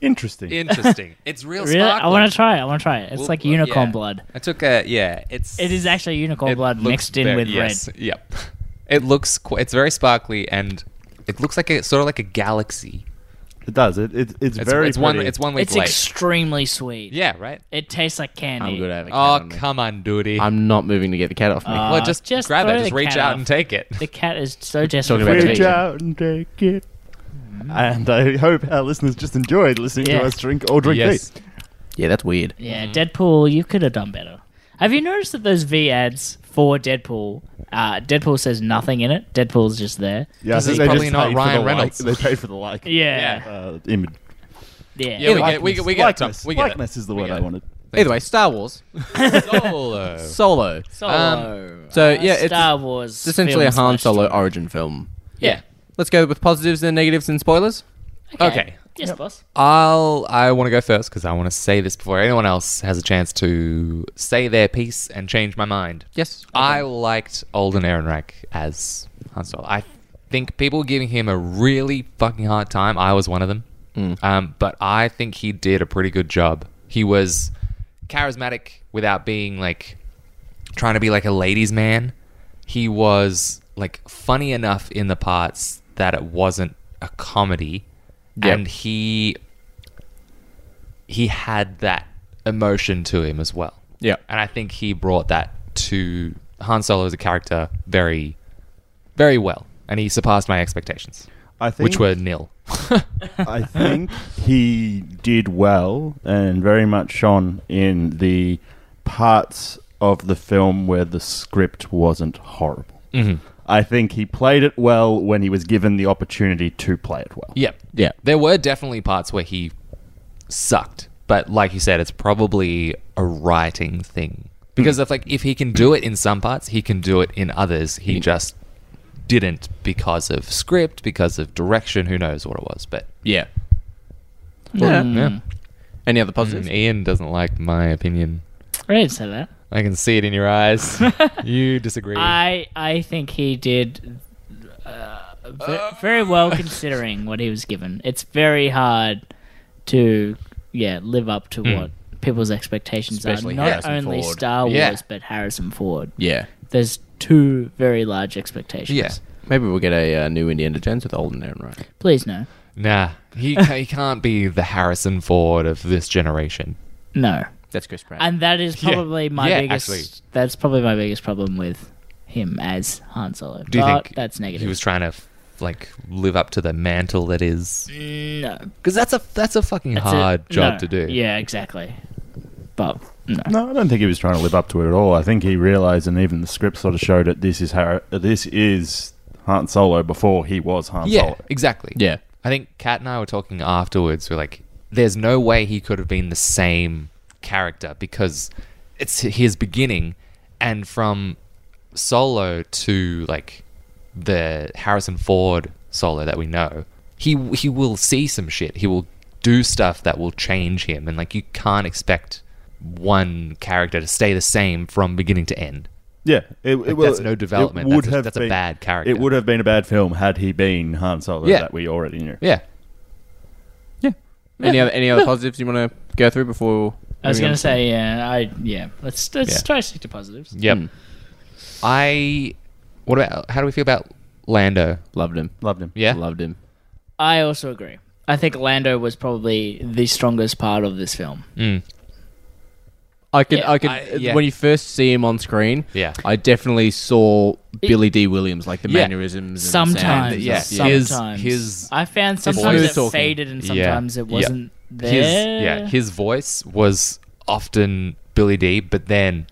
[SPEAKER 1] Interesting.
[SPEAKER 5] Interesting. it's real
[SPEAKER 2] Really? I want to try it. I want to try it. It's like unicorn blood.
[SPEAKER 5] I took a yeah. It's
[SPEAKER 2] It is actually unicorn
[SPEAKER 5] it
[SPEAKER 2] blood
[SPEAKER 5] looks
[SPEAKER 2] mixed in
[SPEAKER 5] very-
[SPEAKER 2] with
[SPEAKER 5] yes,
[SPEAKER 2] red.
[SPEAKER 5] Yep. It looks qu- it's very sparkly and it looks like a sort of like a galaxy.
[SPEAKER 1] It does. It, it, it's,
[SPEAKER 5] It's
[SPEAKER 1] very
[SPEAKER 5] it's one
[SPEAKER 1] pretty.
[SPEAKER 5] it's one week
[SPEAKER 2] It's
[SPEAKER 5] late.
[SPEAKER 2] extremely sweet.
[SPEAKER 5] yeah, right.
[SPEAKER 2] It tastes like candy.
[SPEAKER 4] I'm good at having a cat
[SPEAKER 5] Oh
[SPEAKER 4] on me.
[SPEAKER 5] come Uh, on, duty.
[SPEAKER 4] I'm not moving to get the cat off me.
[SPEAKER 5] well, just,
[SPEAKER 2] just
[SPEAKER 5] grab
[SPEAKER 2] throw
[SPEAKER 5] it.
[SPEAKER 2] the
[SPEAKER 5] Just reach
[SPEAKER 2] cat
[SPEAKER 5] out
[SPEAKER 2] off.
[SPEAKER 5] and take it.
[SPEAKER 2] The cat is so
[SPEAKER 4] Talking
[SPEAKER 2] desperate.
[SPEAKER 4] about the
[SPEAKER 2] for
[SPEAKER 1] Reach
[SPEAKER 4] Reach
[SPEAKER 2] attention.
[SPEAKER 1] out and take it. And I hope our listeners just enjoyed listening
[SPEAKER 2] Yeah.
[SPEAKER 1] to us drink or drink
[SPEAKER 5] Yes.
[SPEAKER 1] tea.
[SPEAKER 4] yeah, that's weird.
[SPEAKER 2] Yeah, Deadpool, you could have done better. Have you noticed that those V ads for Deadpool, uh, Deadpool says nothing in it. Deadpool's just there.
[SPEAKER 1] Yeah, I
[SPEAKER 5] This
[SPEAKER 1] think
[SPEAKER 5] is
[SPEAKER 1] they
[SPEAKER 5] probably
[SPEAKER 1] just
[SPEAKER 5] not
[SPEAKER 1] paid for
[SPEAKER 5] Ryan
[SPEAKER 1] the like-
[SPEAKER 5] Reynolds.
[SPEAKER 1] They paid for the like.
[SPEAKER 2] Yeah.
[SPEAKER 1] Uh, image.
[SPEAKER 2] Yeah.
[SPEAKER 5] Yeah, we get, we get, we get it, Tom.
[SPEAKER 1] likeness.
[SPEAKER 5] We get
[SPEAKER 1] likeness
[SPEAKER 5] it.
[SPEAKER 1] is the
[SPEAKER 5] We
[SPEAKER 1] word
[SPEAKER 5] get
[SPEAKER 1] I
[SPEAKER 5] it.
[SPEAKER 1] wanted.
[SPEAKER 4] Either way, Star Wars
[SPEAKER 5] Solo. Um,
[SPEAKER 4] Solo.
[SPEAKER 2] Solo.
[SPEAKER 4] so,
[SPEAKER 2] Uh,
[SPEAKER 4] Um, yeah, it's-
[SPEAKER 2] Star Wars.
[SPEAKER 4] It's essentially a
[SPEAKER 2] film
[SPEAKER 4] Han
[SPEAKER 2] slash
[SPEAKER 4] Solo
[SPEAKER 2] story.
[SPEAKER 4] origin film.
[SPEAKER 5] yeah.
[SPEAKER 4] Let's go with positives, then negatives, and spoilers.
[SPEAKER 5] Okay.
[SPEAKER 2] Yes, boss.
[SPEAKER 5] I'll I want to go first because I want to say this before anyone else has a chance to say their piece and change my mind.
[SPEAKER 4] Yes.
[SPEAKER 5] I liked Alden Ehrenreich as Han Solo. I think people giving him a really fucking hard time. I was one of them. Um, but I think he did a pretty good job. He was charismatic without being like trying to be like a ladies' man. He was like funny enough in the parts that it wasn't a comedy,
[SPEAKER 4] Yep.
[SPEAKER 5] and he he had that emotion to him as well.
[SPEAKER 4] Yeah.
[SPEAKER 5] And I think he brought that to Han Solo as a character very, very well. And he surpassed my expectations,
[SPEAKER 1] I think,
[SPEAKER 5] which were nil.
[SPEAKER 1] I think he did well and very much shone in the parts of the film where the script wasn't horrible.
[SPEAKER 5] Mhm.
[SPEAKER 1] I think he played it well when he was given the opportunity to play it well.
[SPEAKER 5] Yep. Yeah. There were definitely parts where he sucked, but like you said, it's probably a writing thing because if like if he can do it in some parts, he can do it in others. He just didn't because of script, because of direction. Who knows what it was? But
[SPEAKER 4] Yeah.
[SPEAKER 5] Well,
[SPEAKER 2] Mm.
[SPEAKER 5] yeah.
[SPEAKER 4] Any other positives?
[SPEAKER 5] Mm, Ian doesn't like my opinion.
[SPEAKER 2] I didn't say that.
[SPEAKER 5] I can see it in your eyes. you disagree.
[SPEAKER 2] I I think he did uh, ve- very well considering what he was given. It's very hard to yeah live up to
[SPEAKER 5] Hmm.
[SPEAKER 2] what people's expectations
[SPEAKER 4] Especially
[SPEAKER 2] are. Not
[SPEAKER 4] Harrison
[SPEAKER 2] only
[SPEAKER 4] Ford.
[SPEAKER 2] Star Wars,
[SPEAKER 4] Yeah.
[SPEAKER 2] but Harrison Ford.
[SPEAKER 4] Yeah.
[SPEAKER 2] There's two very large expectations.
[SPEAKER 5] Yeah.
[SPEAKER 4] Maybe we'll get a uh, new Indiana Jones with Alden Ehrenreich.
[SPEAKER 2] Please no.
[SPEAKER 5] Nah, he ca- he can't be the Harrison Ford of this generation.
[SPEAKER 2] No.
[SPEAKER 4] That's Chris Pratt.
[SPEAKER 2] And that is
[SPEAKER 5] Yeah.
[SPEAKER 2] probably my
[SPEAKER 5] Yeah,
[SPEAKER 2] biggest.
[SPEAKER 5] actually.
[SPEAKER 2] That's probably my biggest problem with him as Han Solo.
[SPEAKER 5] Do you
[SPEAKER 2] But
[SPEAKER 5] think
[SPEAKER 2] that's negative?
[SPEAKER 5] He was trying to f- like live up to the mantle that is
[SPEAKER 2] no.
[SPEAKER 5] because that's a that's a fucking
[SPEAKER 2] That's a-
[SPEAKER 5] hard job
[SPEAKER 2] no.
[SPEAKER 5] to do.
[SPEAKER 2] Yeah, exactly. But no.
[SPEAKER 1] No, I don't think he was trying to live up to it at all. I think he realized, and even the script sort of showed it. This is Har- this is Han Solo before he was Han
[SPEAKER 5] Yeah,
[SPEAKER 1] Solo.
[SPEAKER 5] exactly.
[SPEAKER 4] Yeah.
[SPEAKER 5] I think Kat and I were talking afterwards. We're like, there's no way he could have been the same character because it's his beginning, and from Solo to like the Harrison Ford Solo that we know, he he will see some shit. He will do stuff that will change him, and like you can't expect one character to stay the same from beginning to end.
[SPEAKER 1] Yeah, it, it
[SPEAKER 5] Like,
[SPEAKER 1] will-
[SPEAKER 5] that's no development. That's a- that's a
[SPEAKER 1] been-
[SPEAKER 5] bad character.
[SPEAKER 1] It would have been a bad film had he been Han Solo
[SPEAKER 5] Yeah.
[SPEAKER 1] that we already knew.
[SPEAKER 5] Yeah.
[SPEAKER 4] Any other any other positives you want to go through before?
[SPEAKER 2] I was
[SPEAKER 4] moving on
[SPEAKER 2] gonna
[SPEAKER 4] to-
[SPEAKER 2] say yeah. I yeah. Let's let's
[SPEAKER 5] Yeah.
[SPEAKER 2] try to stick to positives.
[SPEAKER 5] Yep. I. What about? How do we feel about Lando?
[SPEAKER 4] loved him.
[SPEAKER 1] Loved him.
[SPEAKER 5] Yeah.
[SPEAKER 4] Loved him.
[SPEAKER 2] I also agree. I think Lando was probably the strongest part of this film.
[SPEAKER 5] Mm.
[SPEAKER 4] I could,
[SPEAKER 2] Yeah.
[SPEAKER 4] I could. uh,
[SPEAKER 5] I- yeah.
[SPEAKER 4] When you first see him on screen,
[SPEAKER 5] Yeah.
[SPEAKER 4] I definitely saw Billy D. Williams, like the
[SPEAKER 5] Yeah.
[SPEAKER 4] mannerisms. and
[SPEAKER 2] Sometimes,
[SPEAKER 4] sounds.
[SPEAKER 5] uh, yeah, his-
[SPEAKER 2] sometimes
[SPEAKER 5] his
[SPEAKER 2] I found sometimes
[SPEAKER 4] voice
[SPEAKER 2] it
[SPEAKER 4] talking.
[SPEAKER 2] faded and
[SPEAKER 5] Yeah.
[SPEAKER 2] sometimes it
[SPEAKER 5] Yeah.
[SPEAKER 2] wasn't
[SPEAKER 5] His
[SPEAKER 2] there.
[SPEAKER 5] yeah, his voice was often Billy D, but then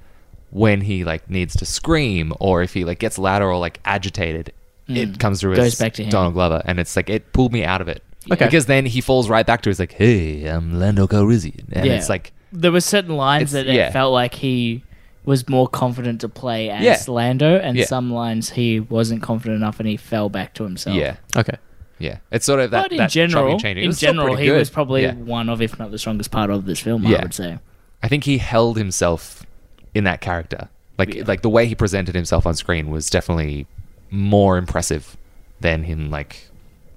[SPEAKER 5] when he like needs to scream or if he like gets louder or like agitated, it comes
[SPEAKER 2] Hmm.
[SPEAKER 5] through
[SPEAKER 2] Goes
[SPEAKER 5] as
[SPEAKER 2] back to him.
[SPEAKER 5] Donald Glover, and it's like it pulled me out of it.
[SPEAKER 4] Okay.
[SPEAKER 5] Because then he falls right back to his like, hey, I'm Lando Calrissian, and
[SPEAKER 2] Yeah.
[SPEAKER 5] it's like
[SPEAKER 2] there were certain lines
[SPEAKER 5] It's-
[SPEAKER 2] that it
[SPEAKER 5] yeah.
[SPEAKER 2] felt like he was more confident to play as
[SPEAKER 5] Yeah.
[SPEAKER 2] Lando, and
[SPEAKER 5] Yeah.
[SPEAKER 2] some lines he wasn't confident enough, and he fell back to himself.
[SPEAKER 5] yeah,
[SPEAKER 4] Okay.
[SPEAKER 5] yeah. It's sort of that.
[SPEAKER 2] but in
[SPEAKER 5] that chopping and
[SPEAKER 2] general,
[SPEAKER 5] changing. It
[SPEAKER 2] in
[SPEAKER 5] was still
[SPEAKER 2] general,
[SPEAKER 5] pretty
[SPEAKER 2] he
[SPEAKER 5] good.
[SPEAKER 2] was probably
[SPEAKER 5] Yeah.
[SPEAKER 2] one of, if not the strongest part of this film. I
[SPEAKER 5] Yeah.
[SPEAKER 2] would say.
[SPEAKER 5] I think he held himself in that character. Like like the way he presented himself on screen was definitely more impressive than him like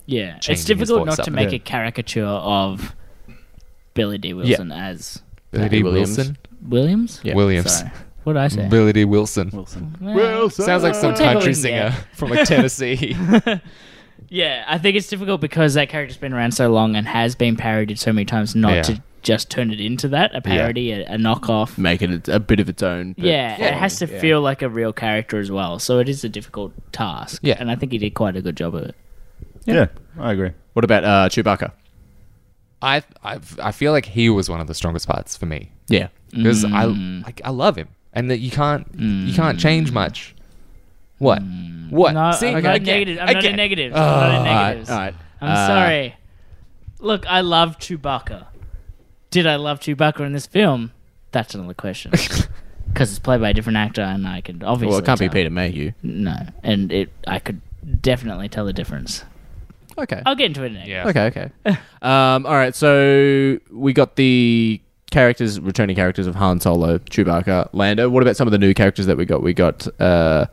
[SPEAKER 2] Yeah,
[SPEAKER 5] changing
[SPEAKER 2] it's
[SPEAKER 5] his
[SPEAKER 2] difficult
[SPEAKER 5] voice
[SPEAKER 2] not to
[SPEAKER 5] up.
[SPEAKER 2] make
[SPEAKER 5] Yeah.
[SPEAKER 2] a caricature of Billy D. Wilson as
[SPEAKER 5] Billy D.
[SPEAKER 4] Williams.
[SPEAKER 5] Wilson.
[SPEAKER 2] Williams.
[SPEAKER 4] Yeah.
[SPEAKER 5] Williams.
[SPEAKER 2] Sorry. What did I say?
[SPEAKER 5] Billy D. Wilson.
[SPEAKER 2] Well,
[SPEAKER 5] Sounds like some
[SPEAKER 2] We'll take a
[SPEAKER 5] country
[SPEAKER 2] look,
[SPEAKER 5] singer
[SPEAKER 2] yeah.
[SPEAKER 5] from like Tennessee.
[SPEAKER 2] Yeah, I think it's difficult because that character's been around so long and has been parodied so many times. Not
[SPEAKER 5] Yeah.
[SPEAKER 2] to just turn it into that—a parody, a, a knockoff.
[SPEAKER 4] Make it a, a bit of its own. but-
[SPEAKER 2] Yeah, it has to
[SPEAKER 4] yeah.
[SPEAKER 2] feel like a real character as well. So it is a difficult task.
[SPEAKER 5] Yeah.
[SPEAKER 2] and I think he did quite a good job of it.
[SPEAKER 1] Yeah, I agree.
[SPEAKER 4] What about uh, Chewbacca?
[SPEAKER 5] I I I feel like he was one of the strongest parts for me
[SPEAKER 4] Yeah.
[SPEAKER 5] because I like I love him and that you can't you can't change much. What? What?
[SPEAKER 2] No,
[SPEAKER 5] See,
[SPEAKER 2] I'm not
[SPEAKER 5] Again.
[SPEAKER 2] negative. I'm not in
[SPEAKER 5] Again.
[SPEAKER 2] negatives. I'm not in negatives.
[SPEAKER 4] All right.
[SPEAKER 2] I'm sorry. Look, I love Chewbacca. Did I love Chewbacca in this film? That's another question. Because it's played by a different actor, and I can obviously.
[SPEAKER 4] Well, it can't be
[SPEAKER 2] tell.
[SPEAKER 4] Peter Mayhew.
[SPEAKER 2] No, and it I could definitely tell the difference.
[SPEAKER 4] Okay.
[SPEAKER 2] I'll get into it next.
[SPEAKER 5] Yeah.
[SPEAKER 4] Okay, okay. um, all right, so we got the characters, returning characters of Han Solo, Chewbacca, Lando. What about some of the new characters that we got? We got. Uh,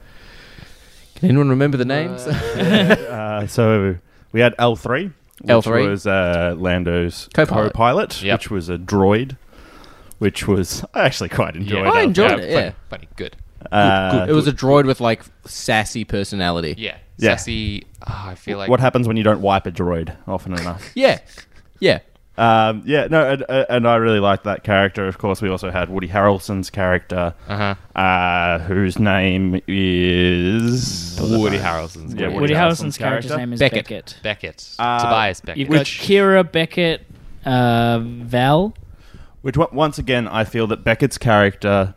[SPEAKER 4] can anyone remember the names?
[SPEAKER 1] Uh, so we had L three.
[SPEAKER 4] L3.
[SPEAKER 1] which was uh, Lando's
[SPEAKER 4] Co-pilot.
[SPEAKER 1] co-pilot,
[SPEAKER 5] Yep.
[SPEAKER 1] which was a droid, which was I actually quite enjoyed.
[SPEAKER 5] Yeah.
[SPEAKER 4] I
[SPEAKER 1] L3.
[SPEAKER 4] enjoyed it. Yeah,
[SPEAKER 5] Funny, funny, good.
[SPEAKER 1] Uh,
[SPEAKER 4] it was a droid with like sassy personality.
[SPEAKER 5] Yeah.
[SPEAKER 1] Yeah.
[SPEAKER 5] Sassy. ah, I feel like
[SPEAKER 1] Uh, what happens when you don't wipe a droid often enough?
[SPEAKER 4] yeah, yeah.
[SPEAKER 1] Um, yeah, no, and, uh, and I really liked that character. Of course, we also had Woody Harrelson's character,
[SPEAKER 5] Uh-huh.
[SPEAKER 1] uh, whose name is
[SPEAKER 5] Woody Harrelson's
[SPEAKER 1] Yeah,
[SPEAKER 5] Woody,
[SPEAKER 2] Woody
[SPEAKER 1] Harrelson's
[SPEAKER 2] Harrelson's character's
[SPEAKER 1] character?
[SPEAKER 2] name is
[SPEAKER 4] Beckett.
[SPEAKER 2] Beckett.
[SPEAKER 5] Beckett.
[SPEAKER 1] Uh,
[SPEAKER 5] Tobias Beckett.
[SPEAKER 2] You've got Kira Beckett, uh, Val.
[SPEAKER 1] Which on- once again, I feel that Beckett's character,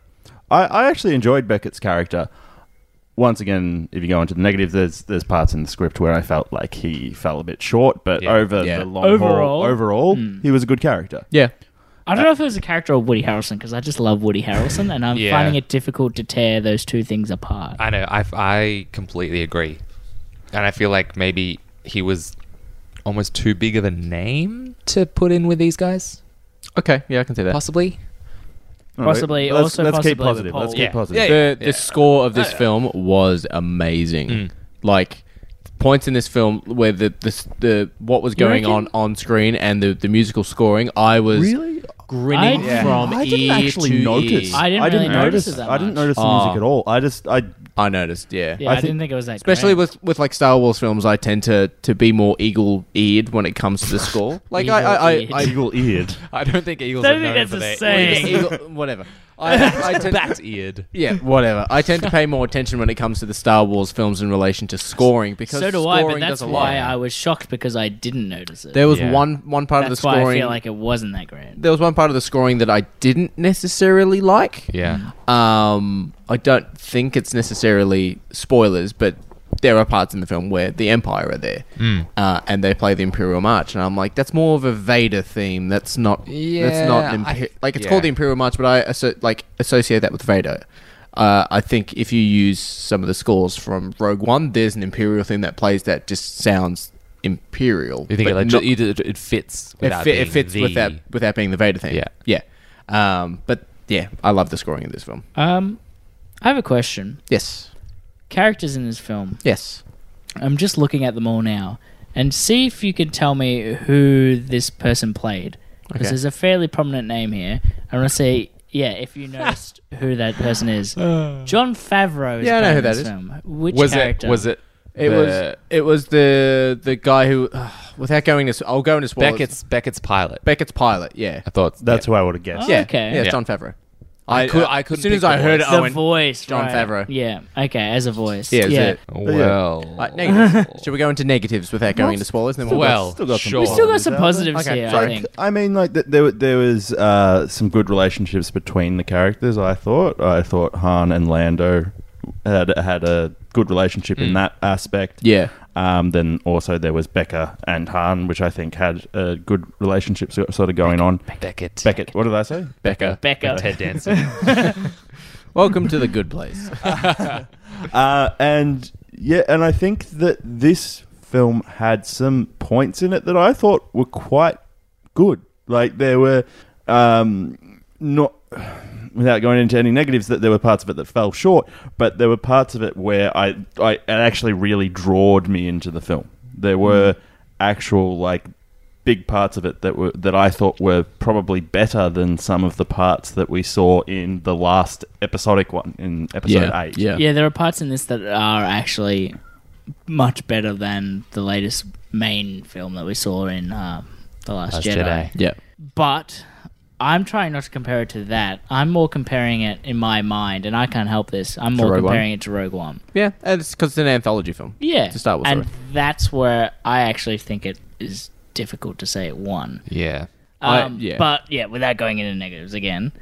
[SPEAKER 1] I, I actually enjoyed Beckett's character. Once again, if you go into the negative, there's there's parts in the script where I felt like he fell a bit short, but over
[SPEAKER 2] Yeah.
[SPEAKER 1] the long
[SPEAKER 2] Overall. Hmm.
[SPEAKER 1] haul, overall, he was a good character.
[SPEAKER 4] Yeah.
[SPEAKER 2] I don't know if it was a character or Woody Harrelson because I just love Woody Harrelson and I'm
[SPEAKER 5] Yeah.
[SPEAKER 2] finding it difficult to tear those two things apart.
[SPEAKER 5] I know. I, I completely agree. And I feel like maybe he was almost too big of a name to put in with these guys.
[SPEAKER 4] Okay, yeah, I can see that.
[SPEAKER 5] Possibly.
[SPEAKER 2] Possibly,
[SPEAKER 1] Let's-
[SPEAKER 2] also
[SPEAKER 1] let's keep
[SPEAKER 2] possibly
[SPEAKER 1] positive.
[SPEAKER 2] the
[SPEAKER 1] Let's
[SPEAKER 2] poll.
[SPEAKER 1] keep
[SPEAKER 2] Yeah.
[SPEAKER 1] positive.
[SPEAKER 4] the, the score of this film was amazing. Like points in this film where the the, s- the what was
[SPEAKER 2] You
[SPEAKER 4] going
[SPEAKER 2] reckon?
[SPEAKER 4] on on screen and the, the musical scoring, I was
[SPEAKER 2] Really?
[SPEAKER 4] grinning
[SPEAKER 2] I- Yeah.
[SPEAKER 4] from
[SPEAKER 2] I didn't
[SPEAKER 4] ear
[SPEAKER 2] actually
[SPEAKER 4] to
[SPEAKER 1] notice.
[SPEAKER 4] ear.
[SPEAKER 2] I didn't I didn't really notice notice- it that
[SPEAKER 1] E I didn't notice the
[SPEAKER 4] Oh.
[SPEAKER 1] music at all. I just I
[SPEAKER 4] I noticed. Yeah,
[SPEAKER 2] Yeah, I, didn't think it was that.
[SPEAKER 4] Especially
[SPEAKER 2] great.
[SPEAKER 4] with, with like Star Wars films, I tend to, to be more eagle eared when it comes to the score. Like I, I, I, I
[SPEAKER 1] eagle eared.
[SPEAKER 5] I don't think eagles
[SPEAKER 2] Don't
[SPEAKER 5] are
[SPEAKER 2] think
[SPEAKER 5] known
[SPEAKER 2] that's
[SPEAKER 5] for
[SPEAKER 2] a
[SPEAKER 5] their
[SPEAKER 2] saying.
[SPEAKER 5] ears.
[SPEAKER 4] Eagle- whatever. I, I tend
[SPEAKER 5] Bat eared.
[SPEAKER 4] Yeah, whatever. I tend to pay more attention when it comes to the Star Wars films in relation to scoring because
[SPEAKER 2] so do I,
[SPEAKER 4] scoring
[SPEAKER 2] but that's
[SPEAKER 4] does a
[SPEAKER 2] why
[SPEAKER 4] lot.
[SPEAKER 2] I was shocked because I didn't notice it.
[SPEAKER 4] There was
[SPEAKER 5] Yeah.
[SPEAKER 4] one one part
[SPEAKER 2] that's
[SPEAKER 4] of the scoring.
[SPEAKER 2] why I feel like it wasn't that great.
[SPEAKER 4] there was one part of the scoring that I didn't necessarily like.
[SPEAKER 5] Yeah.
[SPEAKER 4] Um, I don't think it's necessarily spoilers, but there are parts in the film where the Empire are there,
[SPEAKER 5] Hmm.
[SPEAKER 4] uh, and they play the Imperial March, and I'm like, that's more of a Vader theme. That's not.
[SPEAKER 5] Yeah,
[SPEAKER 4] that's not an
[SPEAKER 5] I-
[SPEAKER 4] Imper- like it's
[SPEAKER 5] yeah.
[SPEAKER 4] called the Imperial March, but I asso- like associate that with Vader. Uh, I think if you use some of the scores from Rogue One, there's an Imperial theme that plays that just sounds Imperial.
[SPEAKER 5] You think
[SPEAKER 4] but
[SPEAKER 5] it, like,
[SPEAKER 4] not-
[SPEAKER 5] you- it, it fits
[SPEAKER 4] it,
[SPEAKER 5] without
[SPEAKER 4] fit,
[SPEAKER 5] being
[SPEAKER 4] it fits
[SPEAKER 5] the-
[SPEAKER 4] with that without being the Vader thing.
[SPEAKER 5] Yeah.
[SPEAKER 4] yeah. Um, but yeah, I love the scoring in this film.
[SPEAKER 2] Um, I have a question.
[SPEAKER 4] Yes,
[SPEAKER 2] Characters in this film.
[SPEAKER 4] yes.
[SPEAKER 2] I'm just looking at them all now, and see if you can tell me who this person played. Because
[SPEAKER 4] Okay.
[SPEAKER 2] there's a fairly prominent name here. I want to see, yeah, if you noticed who that person is. John Favreau. Is
[SPEAKER 4] Uh. Yeah, I know
[SPEAKER 2] playing
[SPEAKER 4] who that
[SPEAKER 2] this
[SPEAKER 4] is.
[SPEAKER 2] Film. Which
[SPEAKER 5] Was
[SPEAKER 2] character?
[SPEAKER 5] it? Was it?
[SPEAKER 4] It
[SPEAKER 5] the-
[SPEAKER 4] was it was the the guy who, uh, without going to, s- I'll go into spoilers.
[SPEAKER 5] Beckett's Beckett's pilot.
[SPEAKER 4] Beckett's pilot. Yeah,
[SPEAKER 5] I thought
[SPEAKER 1] That's who I would have guessed.
[SPEAKER 2] Oh,
[SPEAKER 4] yeah,
[SPEAKER 2] okay.
[SPEAKER 4] yeah. It's
[SPEAKER 5] Yeah.
[SPEAKER 4] John Favreau.
[SPEAKER 5] I could- I couldn't
[SPEAKER 4] As soon
[SPEAKER 5] pick
[SPEAKER 4] as I
[SPEAKER 5] the
[SPEAKER 4] heard it,
[SPEAKER 5] voice.
[SPEAKER 4] I
[SPEAKER 2] The
[SPEAKER 4] went,
[SPEAKER 2] voice.
[SPEAKER 4] Jon
[SPEAKER 2] right.
[SPEAKER 4] Favreau.
[SPEAKER 2] Yeah. Okay, as a voice.
[SPEAKER 4] Yeah, it was it.
[SPEAKER 5] Well,
[SPEAKER 4] Alright, negatives. Should we go into negatives without going into spoilers? And then we'll
[SPEAKER 5] Oh. well,
[SPEAKER 1] still got some
[SPEAKER 5] sure.
[SPEAKER 2] We still got
[SPEAKER 1] Is
[SPEAKER 2] some
[SPEAKER 1] that-
[SPEAKER 2] positives
[SPEAKER 4] Oh, Okay,
[SPEAKER 2] here,
[SPEAKER 4] sorry.
[SPEAKER 2] I think.
[SPEAKER 1] I mean, like th- there, were- there was uh, some good relationships between the characters. I thought, I thought Han and Lando had had a good relationship in that aspect.
[SPEAKER 4] Yeah.
[SPEAKER 1] Um, then also there was Becca and Han, which I think had a good relationship so- sort of going on.
[SPEAKER 5] Beckett.
[SPEAKER 1] Beckett, what did I say?
[SPEAKER 4] Becca.
[SPEAKER 2] Becca.
[SPEAKER 5] Ted Danson.
[SPEAKER 4] Welcome to the good place.
[SPEAKER 1] Uh, and yeah, and I think that this film had some points in it that I thought were quite good. Like there were um, not without going into any negatives that there were parts of it that fell short, but there were parts of it where I I it actually really drawed me into the film. There were
[SPEAKER 4] Hmm.
[SPEAKER 1] actual like big parts of it that were that I thought were probably better than some of the parts that we saw in the last episodic one in episode
[SPEAKER 4] Yeah,
[SPEAKER 1] eight.
[SPEAKER 4] yeah.
[SPEAKER 2] Yeah, there are parts in this that are actually much better than the latest main film that we saw in uh, The Last,
[SPEAKER 5] Last
[SPEAKER 2] Jedi.
[SPEAKER 5] Jedi.
[SPEAKER 4] yeah.
[SPEAKER 2] But I'm trying not to compare it to that. I'm more comparing it in my mind, and I can't help this. I'm
[SPEAKER 4] To
[SPEAKER 2] more
[SPEAKER 4] Rogue One?
[SPEAKER 2] comparing it to Rogue One.
[SPEAKER 4] Yeah, and it's because it's an anthology film.
[SPEAKER 2] Yeah.
[SPEAKER 4] It's a Star Wars
[SPEAKER 2] And
[SPEAKER 4] story.
[SPEAKER 2] that's where I actually think it is difficult to say it won.
[SPEAKER 5] yeah.
[SPEAKER 4] I-
[SPEAKER 2] Um,
[SPEAKER 4] yeah.
[SPEAKER 2] But yeah, without going into negatives again,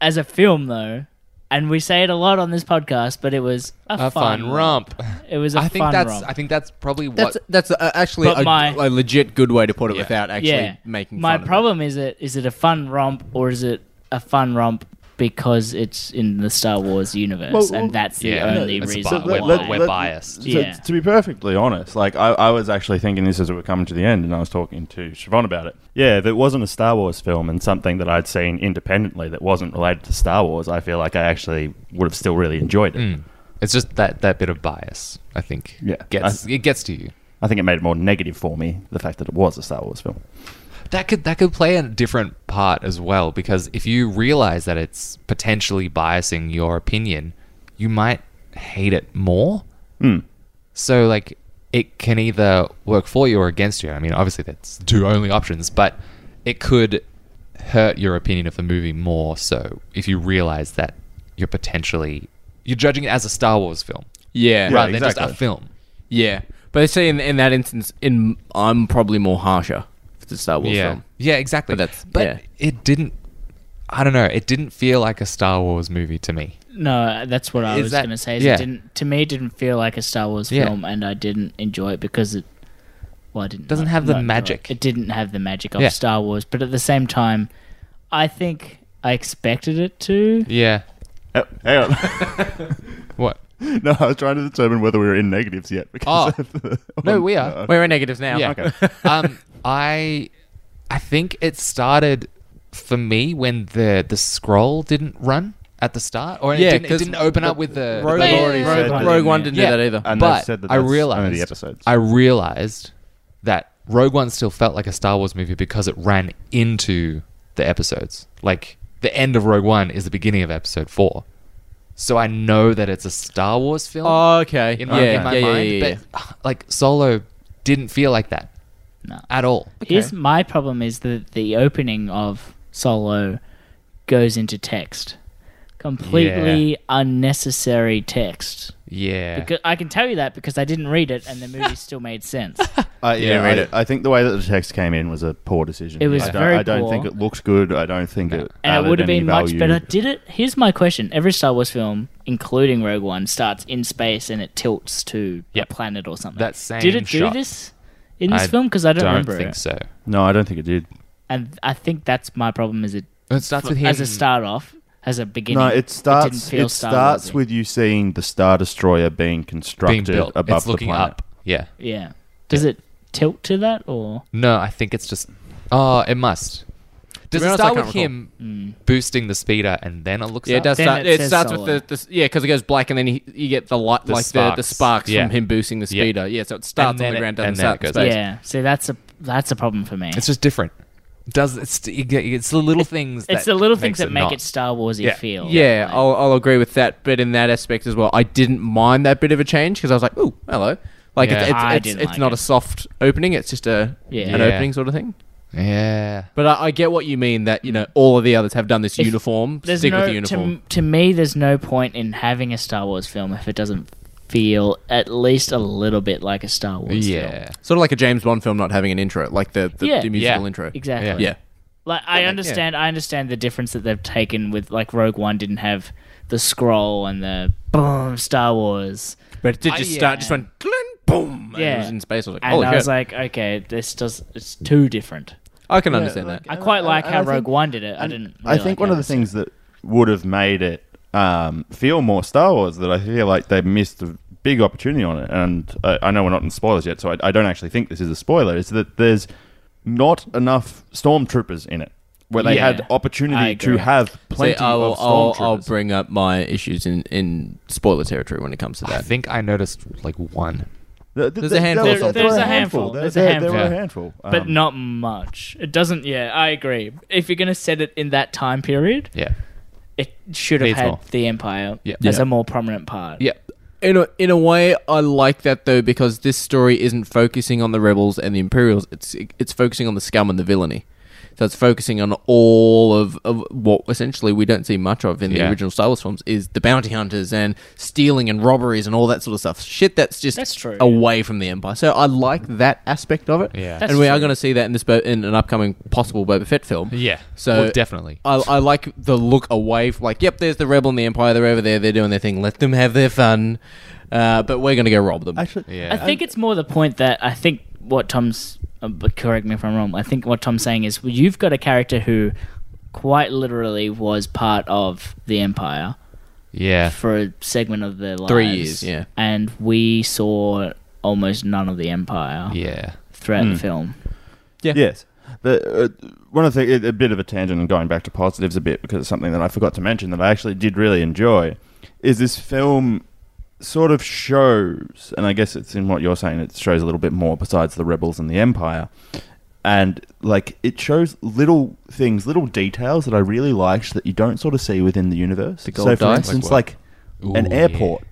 [SPEAKER 2] as a film though, and we say it a lot on this podcast, but it was a,
[SPEAKER 5] A fun, romp.
[SPEAKER 2] It was a
[SPEAKER 5] I think
[SPEAKER 2] fun
[SPEAKER 5] that's.
[SPEAKER 2] romp.
[SPEAKER 5] I think that's probably what.
[SPEAKER 4] That's that's uh, actually
[SPEAKER 2] But
[SPEAKER 4] a,
[SPEAKER 2] my-
[SPEAKER 4] a legit good way to put it
[SPEAKER 5] Yeah.
[SPEAKER 4] without actually
[SPEAKER 2] yeah.
[SPEAKER 4] making
[SPEAKER 2] My
[SPEAKER 4] fun
[SPEAKER 2] problem is it is it a fun romp or is it a fun romp because it's in the Star Wars universe
[SPEAKER 1] Well, well,
[SPEAKER 2] and that's the
[SPEAKER 5] yeah,
[SPEAKER 2] only
[SPEAKER 5] it's
[SPEAKER 2] reason
[SPEAKER 5] bi-
[SPEAKER 2] why.
[SPEAKER 5] we're- we're
[SPEAKER 1] let-
[SPEAKER 5] biased.
[SPEAKER 1] to-
[SPEAKER 2] Yeah.
[SPEAKER 1] To, be perfectly honest, like I, I was actually thinking this as we were coming to the end, and I was talking to Siobhan about it. Yeah, if it wasn't a Star Wars film and something that I'd seen independently that wasn't related to Star Wars, I feel like I actually would have still really enjoyed it.
[SPEAKER 5] Mm. It's just that that bit of bias. I think.
[SPEAKER 1] Yeah.
[SPEAKER 5] Gets it gets to you.
[SPEAKER 1] I think it made it more negative for me the fact that it was a Star Wars film.
[SPEAKER 5] That could that could play a different part as well because if you realize that it's potentially biasing your opinion, you might hate it more. So like it can either work for you or against you. I mean, obviously that's two only options, but it could hurt your opinion of the movie more so if you realize that you're potentially you're judging it as a Star Wars film
[SPEAKER 4] Yeah.
[SPEAKER 1] Yeah.
[SPEAKER 4] Right.
[SPEAKER 5] rather than just
[SPEAKER 1] exactly.
[SPEAKER 5] a film.
[SPEAKER 4] Yeah. But I say in, in that instance, in I'm probably more harsher for the Star Wars
[SPEAKER 5] yeah.
[SPEAKER 4] film.
[SPEAKER 5] Yeah, exactly.
[SPEAKER 4] But that's-
[SPEAKER 5] but
[SPEAKER 4] yeah.
[SPEAKER 5] it didn't. I don't know. It didn't feel like a Star Wars movie to me.
[SPEAKER 2] No, that's what I
[SPEAKER 5] Is
[SPEAKER 2] was
[SPEAKER 5] that-
[SPEAKER 2] going to say. Is
[SPEAKER 5] yeah.
[SPEAKER 2] it didn't to me it didn't feel like a Star Wars
[SPEAKER 5] Yeah.
[SPEAKER 2] film, and I didn't enjoy it because it. Well, I didn't.
[SPEAKER 5] Doesn't
[SPEAKER 2] not-
[SPEAKER 5] have the
[SPEAKER 2] not enjoy
[SPEAKER 5] magic.
[SPEAKER 2] It. It didn't have the magic of
[SPEAKER 5] Yeah.
[SPEAKER 2] Star Wars, but at the same time, I think I expected it to.
[SPEAKER 5] Yeah.
[SPEAKER 1] Oh, hang on.
[SPEAKER 5] what?
[SPEAKER 1] No, I was trying to determine whether we were in negatives yet. Because
[SPEAKER 5] Oh.
[SPEAKER 1] of the-
[SPEAKER 5] No, we are.
[SPEAKER 1] No.
[SPEAKER 4] We're in negatives now.
[SPEAKER 5] Yeah.
[SPEAKER 1] Okay.
[SPEAKER 5] um, I, I think it started for me when the the scroll didn't run at the start, or
[SPEAKER 4] Yeah,
[SPEAKER 5] it, didn't, it
[SPEAKER 4] 'cause
[SPEAKER 5] didn't open up with the
[SPEAKER 4] Rogue
[SPEAKER 5] the-
[SPEAKER 4] They've already Rogue- said that, Rogue One didn't do that either.
[SPEAKER 5] And
[SPEAKER 4] And
[SPEAKER 5] but
[SPEAKER 4] they've said that
[SPEAKER 5] I
[SPEAKER 4] that's only the
[SPEAKER 5] realized
[SPEAKER 1] episodes.
[SPEAKER 5] I realized that Rogue One still felt like a Star Wars movie because it ran into the episodes. Like the end of Rogue One is the beginning of Episode Four. So I know that it's a Star Wars film.
[SPEAKER 2] Oh,
[SPEAKER 4] Okay.
[SPEAKER 5] In my,
[SPEAKER 4] Yeah,
[SPEAKER 5] in my
[SPEAKER 4] yeah, yeah,
[SPEAKER 5] mind,
[SPEAKER 4] yeah,
[SPEAKER 5] but ah, like Solo didn't feel like that
[SPEAKER 2] No.
[SPEAKER 5] at all.
[SPEAKER 2] Here's my problem: is that the opening of Solo goes into text, completely unnecessary text.
[SPEAKER 5] Yeah.
[SPEAKER 2] Because I can tell you that because I didn't read it, and the movie still made sense.
[SPEAKER 1] Uh,
[SPEAKER 5] Yeah,
[SPEAKER 1] yeah,
[SPEAKER 5] read
[SPEAKER 1] I,
[SPEAKER 5] it.
[SPEAKER 1] I think the way that the text came in was a poor decision.
[SPEAKER 2] It was
[SPEAKER 1] I don't,
[SPEAKER 2] very
[SPEAKER 1] I don't
[SPEAKER 2] poor.
[SPEAKER 1] think it looked good. I don't think it.
[SPEAKER 2] And
[SPEAKER 1] added
[SPEAKER 2] it would have
[SPEAKER 1] any
[SPEAKER 2] been
[SPEAKER 1] value.
[SPEAKER 2] much better. Did it? Here's my question: Every Star Wars film, including Rogue One, starts in space and it tilts to
[SPEAKER 5] Yep.
[SPEAKER 2] a planet or something.
[SPEAKER 5] That same
[SPEAKER 2] Did it do
[SPEAKER 5] shot.
[SPEAKER 2] this in this film? Because I don't, remember
[SPEAKER 5] think
[SPEAKER 2] it.
[SPEAKER 5] so.
[SPEAKER 1] No, I don't think it did.
[SPEAKER 2] And I think that's my problem. Is it?
[SPEAKER 5] It starts
[SPEAKER 2] f-
[SPEAKER 5] with
[SPEAKER 2] as a
[SPEAKER 5] him-
[SPEAKER 2] start off, as a beginning.
[SPEAKER 1] No, it
[SPEAKER 2] didn't
[SPEAKER 1] starts. It,
[SPEAKER 2] feel Star
[SPEAKER 1] starts
[SPEAKER 2] Wars-y.
[SPEAKER 1] with you seeing the Star Destroyer being constructed
[SPEAKER 5] built.
[SPEAKER 1] above
[SPEAKER 5] It's looking
[SPEAKER 1] the planet.
[SPEAKER 5] up. Yeah.
[SPEAKER 2] Yeah. Does it tilt to that or?
[SPEAKER 5] No, I think it's just. Oh, it must. Does
[SPEAKER 4] be
[SPEAKER 5] it
[SPEAKER 4] honest, I
[SPEAKER 5] start
[SPEAKER 4] can't
[SPEAKER 5] with him boosting the speeder and then it looks?
[SPEAKER 4] Yeah, it
[SPEAKER 5] up?
[SPEAKER 4] does
[SPEAKER 2] Then
[SPEAKER 4] start.
[SPEAKER 2] it
[SPEAKER 4] It,
[SPEAKER 2] says
[SPEAKER 4] starts
[SPEAKER 2] solar.
[SPEAKER 4] with the, the yeah, because it goes black, and then he, you get the light,
[SPEAKER 5] The
[SPEAKER 4] like the the
[SPEAKER 5] sparks.
[SPEAKER 4] sparks
[SPEAKER 5] Yeah.
[SPEAKER 4] from him boosting the
[SPEAKER 5] Yeah.
[SPEAKER 4] speeder. Yeah, so it starts
[SPEAKER 5] then
[SPEAKER 4] on the
[SPEAKER 5] it-
[SPEAKER 4] ground, doesn't
[SPEAKER 5] and then
[SPEAKER 4] start
[SPEAKER 5] it
[SPEAKER 4] in
[SPEAKER 5] goes
[SPEAKER 4] space.
[SPEAKER 2] Yeah. See, that's a that's a problem for me.
[SPEAKER 5] It's just different. Does it's it's the little things.
[SPEAKER 2] It's
[SPEAKER 5] that
[SPEAKER 2] the little
[SPEAKER 5] makes
[SPEAKER 2] things that make
[SPEAKER 5] not-
[SPEAKER 2] it Star Warsy
[SPEAKER 5] Yeah.
[SPEAKER 2] feel.
[SPEAKER 4] Yeah, I'll, I'll agree with that. But in that aspect as well, I didn't mind that bit of a change because I was like, "Ooh, hello!" Like
[SPEAKER 5] Yeah.
[SPEAKER 4] it's it's,
[SPEAKER 2] I
[SPEAKER 4] it's,
[SPEAKER 2] didn't
[SPEAKER 4] it's
[SPEAKER 2] like
[SPEAKER 4] not
[SPEAKER 2] it.
[SPEAKER 4] a soft opening; it's just a
[SPEAKER 2] Yeah.
[SPEAKER 4] an
[SPEAKER 5] Yeah.
[SPEAKER 4] opening sort of thing.
[SPEAKER 5] Yeah.
[SPEAKER 4] But I, I get what you mean that you know all of the others have done this
[SPEAKER 2] If-
[SPEAKER 4] uniform.
[SPEAKER 2] There's
[SPEAKER 4] Stick
[SPEAKER 2] no,
[SPEAKER 4] with the uniform.
[SPEAKER 2] To, to me, there's no point in having a Star Wars film if it doesn't feel at least a little bit like a Star Wars film.
[SPEAKER 5] Yeah.
[SPEAKER 4] sort of like a James Bond film not having an intro, like the the,
[SPEAKER 2] Yeah.
[SPEAKER 4] the musical
[SPEAKER 5] Yeah.
[SPEAKER 4] intro.
[SPEAKER 2] Exactly.
[SPEAKER 4] Yeah.
[SPEAKER 2] Like I understand, I understand the difference that they've taken with like Rogue One didn't have the scroll and the boom Star Wars.
[SPEAKER 4] But it did
[SPEAKER 5] I-
[SPEAKER 4] just
[SPEAKER 5] yeah.
[SPEAKER 4] start, just went clink, boom. And
[SPEAKER 2] Yeah.
[SPEAKER 4] it was in space. I was like,
[SPEAKER 2] And
[SPEAKER 4] holy
[SPEAKER 2] I
[SPEAKER 4] shit.
[SPEAKER 2] was like, okay, this does it's too different.
[SPEAKER 4] I can understand that.
[SPEAKER 2] I quite like
[SPEAKER 1] I-
[SPEAKER 2] how
[SPEAKER 1] I
[SPEAKER 2] Rogue
[SPEAKER 1] think-
[SPEAKER 2] One did it. I
[SPEAKER 1] And
[SPEAKER 2] didn't.
[SPEAKER 1] I
[SPEAKER 2] really
[SPEAKER 1] think
[SPEAKER 2] like
[SPEAKER 1] one of
[SPEAKER 2] how
[SPEAKER 1] the
[SPEAKER 2] they
[SPEAKER 1] things that would have made it um, feel more Star Wars that I feel like they missed a big opportunity on it, and I, I know we're not in spoilers yet, so I, I don't actually think this is a spoiler. Is that there's not enough stormtroopers in it where they
[SPEAKER 2] Yeah.
[SPEAKER 1] had
[SPEAKER 2] I
[SPEAKER 1] opportunity
[SPEAKER 2] agree.
[SPEAKER 1] to have plenty
[SPEAKER 4] See, I'll,
[SPEAKER 1] of
[SPEAKER 4] I'll,
[SPEAKER 1] stormtroopers.
[SPEAKER 4] I'll bring up my issues in, in spoiler territory when it comes to
[SPEAKER 5] I
[SPEAKER 4] that.
[SPEAKER 5] think I noticed like one.
[SPEAKER 1] Th- th-
[SPEAKER 4] There's a
[SPEAKER 1] th-
[SPEAKER 4] handful
[SPEAKER 1] there-
[SPEAKER 4] of stormtroopers.
[SPEAKER 1] there were
[SPEAKER 2] There's a handful.
[SPEAKER 1] There-
[SPEAKER 2] There's a
[SPEAKER 1] there-
[SPEAKER 2] handful.
[SPEAKER 1] There were a
[SPEAKER 5] Yeah.
[SPEAKER 1] handful.
[SPEAKER 2] but
[SPEAKER 1] Um,
[SPEAKER 2] not much. It doesn't. Yeah, I agree. If you're gonna set it in that time period,
[SPEAKER 5] Yeah.
[SPEAKER 2] it should have
[SPEAKER 5] Needs
[SPEAKER 2] had
[SPEAKER 5] more.
[SPEAKER 2] the Empire
[SPEAKER 5] Yep.
[SPEAKER 2] as
[SPEAKER 5] Yeah.
[SPEAKER 2] a more prominent part.
[SPEAKER 5] Yeah.
[SPEAKER 4] in a, in a way, I like that though because this story isn't focusing on the rebels and the Imperials. It's it's focusing on the scum and the villainy. So it's focusing on all of, of what essentially we don't see much of in the
[SPEAKER 5] Yeah.
[SPEAKER 4] original Star Wars films is the bounty hunters and stealing and robberies and all that sort of stuff. Shit, that's just
[SPEAKER 2] That's true,
[SPEAKER 4] away from the Empire. So I like that aspect of it.
[SPEAKER 5] Yeah.
[SPEAKER 4] and we are going to see that in this bo- in an upcoming possible Boba Fett film.
[SPEAKER 5] Yeah.
[SPEAKER 4] So
[SPEAKER 5] Well, definitely.
[SPEAKER 4] I, I like the look away. From, like, yep, there's the rebel and the empire. They're over there. They're doing their thing. Let them have their fun. Uh, but we're gonna go rob them.
[SPEAKER 9] Actually,
[SPEAKER 5] Yeah.
[SPEAKER 2] I think it's more the point that I think what Tom's. uh, but correct me if I'm wrong. I think what Tom's saying is well, you've got a character who quite literally was part of the Empire
[SPEAKER 5] yeah.
[SPEAKER 2] for a segment of their lives.
[SPEAKER 4] Three years, yeah.
[SPEAKER 2] And we saw almost none of the Empire
[SPEAKER 5] Yeah. Hmm.
[SPEAKER 2] throughout the film.
[SPEAKER 1] Yes. The, uh, one of the thing- a- a bit of a tangent and going back to positives a bit because it's something that I forgot to mention that I actually did really enjoy is this film sort of shows, and I guess it's in what you're saying, it shows a little bit more besides the rebels and the empire, and like it shows little things, little details that I really liked that you don't sort of see within the universe.
[SPEAKER 4] The gold
[SPEAKER 1] so, for
[SPEAKER 4] dice?
[SPEAKER 1] instance,
[SPEAKER 5] Like
[SPEAKER 1] like,
[SPEAKER 5] Ooh,
[SPEAKER 1] an
[SPEAKER 5] yeah.
[SPEAKER 1] airport,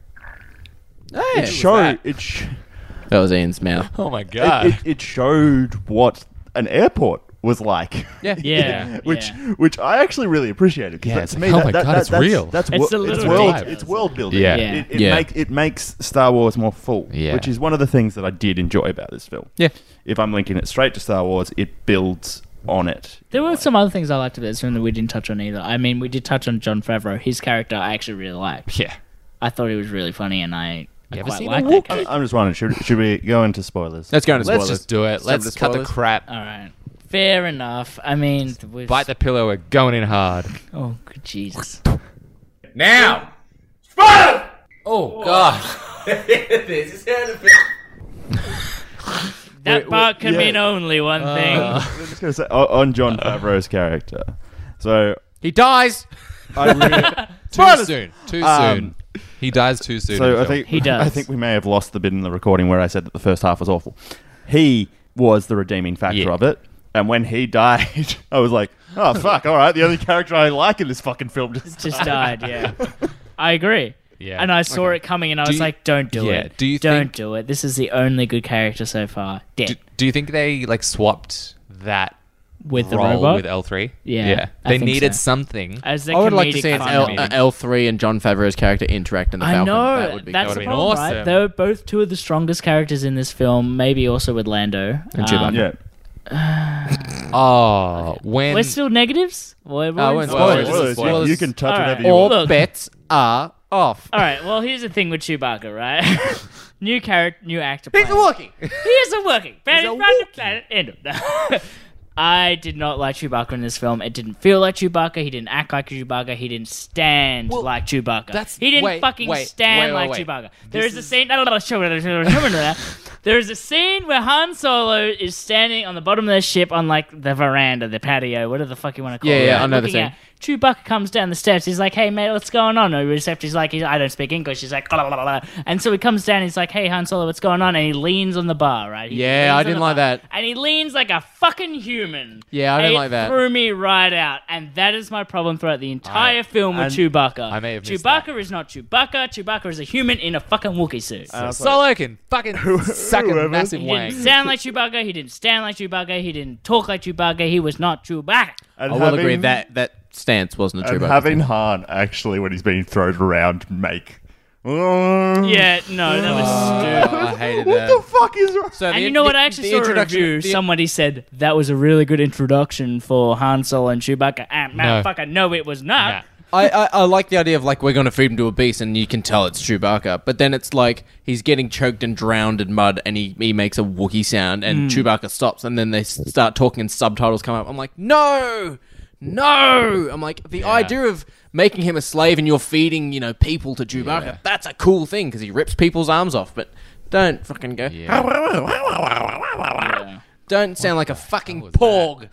[SPEAKER 4] Hey,
[SPEAKER 1] it
[SPEAKER 4] was
[SPEAKER 1] showed
[SPEAKER 4] that.
[SPEAKER 1] it, sh-
[SPEAKER 4] That was Ian's mouth.
[SPEAKER 5] Oh my god.
[SPEAKER 1] it, it it showed what an airport was like.
[SPEAKER 4] Yeah,
[SPEAKER 2] Yeah.
[SPEAKER 1] which
[SPEAKER 2] yeah.
[SPEAKER 1] which I actually really appreciated
[SPEAKER 5] Yeah,
[SPEAKER 1] because
[SPEAKER 5] it's
[SPEAKER 1] to
[SPEAKER 5] like,
[SPEAKER 1] me
[SPEAKER 5] oh
[SPEAKER 1] that,
[SPEAKER 5] my
[SPEAKER 1] that-
[SPEAKER 5] God,
[SPEAKER 1] that-
[SPEAKER 5] it's
[SPEAKER 1] that's
[SPEAKER 5] real.
[SPEAKER 1] That's
[SPEAKER 2] It's
[SPEAKER 1] wo-
[SPEAKER 2] a little
[SPEAKER 1] it's world
[SPEAKER 5] vibe.
[SPEAKER 1] it's world building.
[SPEAKER 5] Yeah.
[SPEAKER 2] Yeah.
[SPEAKER 1] It, it,
[SPEAKER 4] Yeah.
[SPEAKER 1] Make, it makes Star Wars more full,
[SPEAKER 5] Yeah.
[SPEAKER 1] which is one of the things that I did enjoy about this film.
[SPEAKER 4] Yeah.
[SPEAKER 1] If I'm linking it straight to Star Wars, it builds on it.
[SPEAKER 2] There were some other things I liked about this film that we didn't touch on either. I mean, we did touch on John Favreau. His character I actually really liked.
[SPEAKER 5] Yeah.
[SPEAKER 2] I thought he was really funny and I, I quite
[SPEAKER 1] seen
[SPEAKER 2] liked
[SPEAKER 1] a
[SPEAKER 2] that
[SPEAKER 1] Wookiee?
[SPEAKER 2] character.
[SPEAKER 1] I'm just wondering, should, should we go into spoilers?
[SPEAKER 4] Let's go into
[SPEAKER 1] Let's
[SPEAKER 4] spoilers.
[SPEAKER 1] just do it.
[SPEAKER 4] Let's Let's cut the spoilers.
[SPEAKER 5] crap.
[SPEAKER 2] All right. Fair enough. I mean, we've-
[SPEAKER 5] Bite the pillow. We're going in hard.
[SPEAKER 2] Oh, good Jesus.
[SPEAKER 5] Now.
[SPEAKER 4] Oh God.
[SPEAKER 12] this is how it
[SPEAKER 2] That part can
[SPEAKER 1] yeah.
[SPEAKER 2] mean only one
[SPEAKER 1] Uh,
[SPEAKER 2] thing.
[SPEAKER 1] I'm just gonna say o- on John Favreau's character. So
[SPEAKER 4] he dies.
[SPEAKER 1] I really,
[SPEAKER 5] Too soon. Too
[SPEAKER 1] Um,
[SPEAKER 5] soon. He dies too soon. in
[SPEAKER 1] So
[SPEAKER 5] the
[SPEAKER 1] I
[SPEAKER 5] film.
[SPEAKER 1] think I think we may have lost the bit in the recording where I said that the first half was awful. He was the redeeming factor of it. And when he died, I was like, "Oh fuck! All right, the only character I like in this fucking film just,
[SPEAKER 2] Just died, yeah. I agree.
[SPEAKER 5] Yeah.
[SPEAKER 2] And I saw it coming and I
[SPEAKER 5] Do
[SPEAKER 2] was
[SPEAKER 5] you-
[SPEAKER 2] like, don't do
[SPEAKER 5] yeah,
[SPEAKER 2] it.
[SPEAKER 5] do you
[SPEAKER 2] don't
[SPEAKER 5] think-
[SPEAKER 2] do it. This is the only good character so far. Dead.
[SPEAKER 5] Do, do you think they like swapped that
[SPEAKER 2] With the
[SPEAKER 5] role
[SPEAKER 2] robot?
[SPEAKER 5] with L three?
[SPEAKER 2] Yeah, I
[SPEAKER 5] They
[SPEAKER 2] think
[SPEAKER 5] needed
[SPEAKER 2] so.
[SPEAKER 5] something.
[SPEAKER 2] As the
[SPEAKER 4] I would like to
[SPEAKER 2] comedic
[SPEAKER 4] see an
[SPEAKER 2] fun
[SPEAKER 4] L, uh,
[SPEAKER 2] of it.
[SPEAKER 4] L three and John Favreau's character interact in the
[SPEAKER 2] I
[SPEAKER 4] Falcon.
[SPEAKER 2] know.
[SPEAKER 4] That would be
[SPEAKER 2] that's
[SPEAKER 4] cool.
[SPEAKER 2] the problem, right? They're both two of the strongest characters in this film, maybe also with Lando.
[SPEAKER 4] And
[SPEAKER 2] Um,
[SPEAKER 4] Chewbacca. Yeah.
[SPEAKER 5] oh, when
[SPEAKER 2] We're still negatives? We're,
[SPEAKER 4] Oh,
[SPEAKER 2] we're
[SPEAKER 4] we're
[SPEAKER 2] in
[SPEAKER 4] spoilers.
[SPEAKER 1] Spoilers,
[SPEAKER 4] Spoilers.
[SPEAKER 1] you can touch
[SPEAKER 2] All
[SPEAKER 1] whatever
[SPEAKER 2] right.
[SPEAKER 1] you
[SPEAKER 2] All
[SPEAKER 1] want.
[SPEAKER 2] Look.
[SPEAKER 4] Bets are off.
[SPEAKER 2] All right. Well, here's the thing with Chewbacca, right? new character, new actor.
[SPEAKER 4] He's a
[SPEAKER 2] playing.
[SPEAKER 4] Wookiee.
[SPEAKER 2] Here's a Wookiee. Planet, planet, planet, end of- I did not like Chewbacca in this film. It didn't feel like Chewbacca. He didn't act like Chewbacca. He didn't stand like Chewbacca.
[SPEAKER 5] that's-
[SPEAKER 2] he didn't
[SPEAKER 5] wait,
[SPEAKER 2] fucking
[SPEAKER 5] wait,
[SPEAKER 2] stand
[SPEAKER 5] wait, wait,
[SPEAKER 2] like
[SPEAKER 5] wait.
[SPEAKER 2] Chewbacca. There
[SPEAKER 5] This
[SPEAKER 2] is a scene. I There is a scene where Han Solo is standing on the bottom of their ship on like the veranda, the patio, whatever the fuck you want to call
[SPEAKER 4] Yeah,
[SPEAKER 2] it.
[SPEAKER 4] yeah, I know the
[SPEAKER 2] looking out. Chewbacca comes down the steps. He's like, "Hey, mate, what's going on?" And Receptor's like, he's, "I don't speak English." He's like, blah, blah, blah, blah. and so he comes down. He's like, "Hey, Han Solo, what's going on?" And he leans on the bar, right? He leans
[SPEAKER 4] Yeah, I
[SPEAKER 2] on
[SPEAKER 4] didn't
[SPEAKER 2] the
[SPEAKER 4] like
[SPEAKER 2] bar.
[SPEAKER 4] that.
[SPEAKER 2] And he leans like a fucking human.
[SPEAKER 4] Yeah, I didn't
[SPEAKER 2] It
[SPEAKER 4] like that.
[SPEAKER 2] Threw me right out, and that is my problem throughout the entire film with
[SPEAKER 5] and-
[SPEAKER 2] Chewbacca.
[SPEAKER 5] I may have missed
[SPEAKER 2] Chewbacca is not Chewbacca. Chewbacca is a human in a fucking Wookiee suit.
[SPEAKER 4] Uh,
[SPEAKER 5] So Solo can fucking suck a massive
[SPEAKER 2] He
[SPEAKER 5] wang.
[SPEAKER 2] didn't sound like Chewbacca. He didn't stand like Chewbacca. He didn't talk like Chewbacca. He was not Chewbacca.
[SPEAKER 4] I will agree that that stance wasn't a
[SPEAKER 1] And
[SPEAKER 4] true.
[SPEAKER 1] having Han actually, when he's being thrown around, make. um,
[SPEAKER 2] Yeah, no, that
[SPEAKER 4] uh,
[SPEAKER 2] was stupid.
[SPEAKER 4] Oh, I hated
[SPEAKER 1] What
[SPEAKER 4] that.
[SPEAKER 1] the fuck is wrong?
[SPEAKER 4] So
[SPEAKER 2] and you know what? I actually saw a review. Somebody said that was a really good introduction for Han Solo and Chewbacca. And
[SPEAKER 4] No.
[SPEAKER 2] motherfucker, no, it was not.
[SPEAKER 4] I, I, I like the idea of like we're gonna feed him to a beast and you can tell it's Chewbacca, but then it's like he's getting choked and drowned in mud and he, he makes a Wookiee sound and
[SPEAKER 5] Mm.
[SPEAKER 4] Chewbacca stops and then they s- start talking and subtitles come up. I'm like, no, no. I'm like the idea of making him a slave and you're feeding you know people to Chewbacca. That's a cool thing because he rips people's arms off, but don't fucking go. Don't sound like a fucking porg.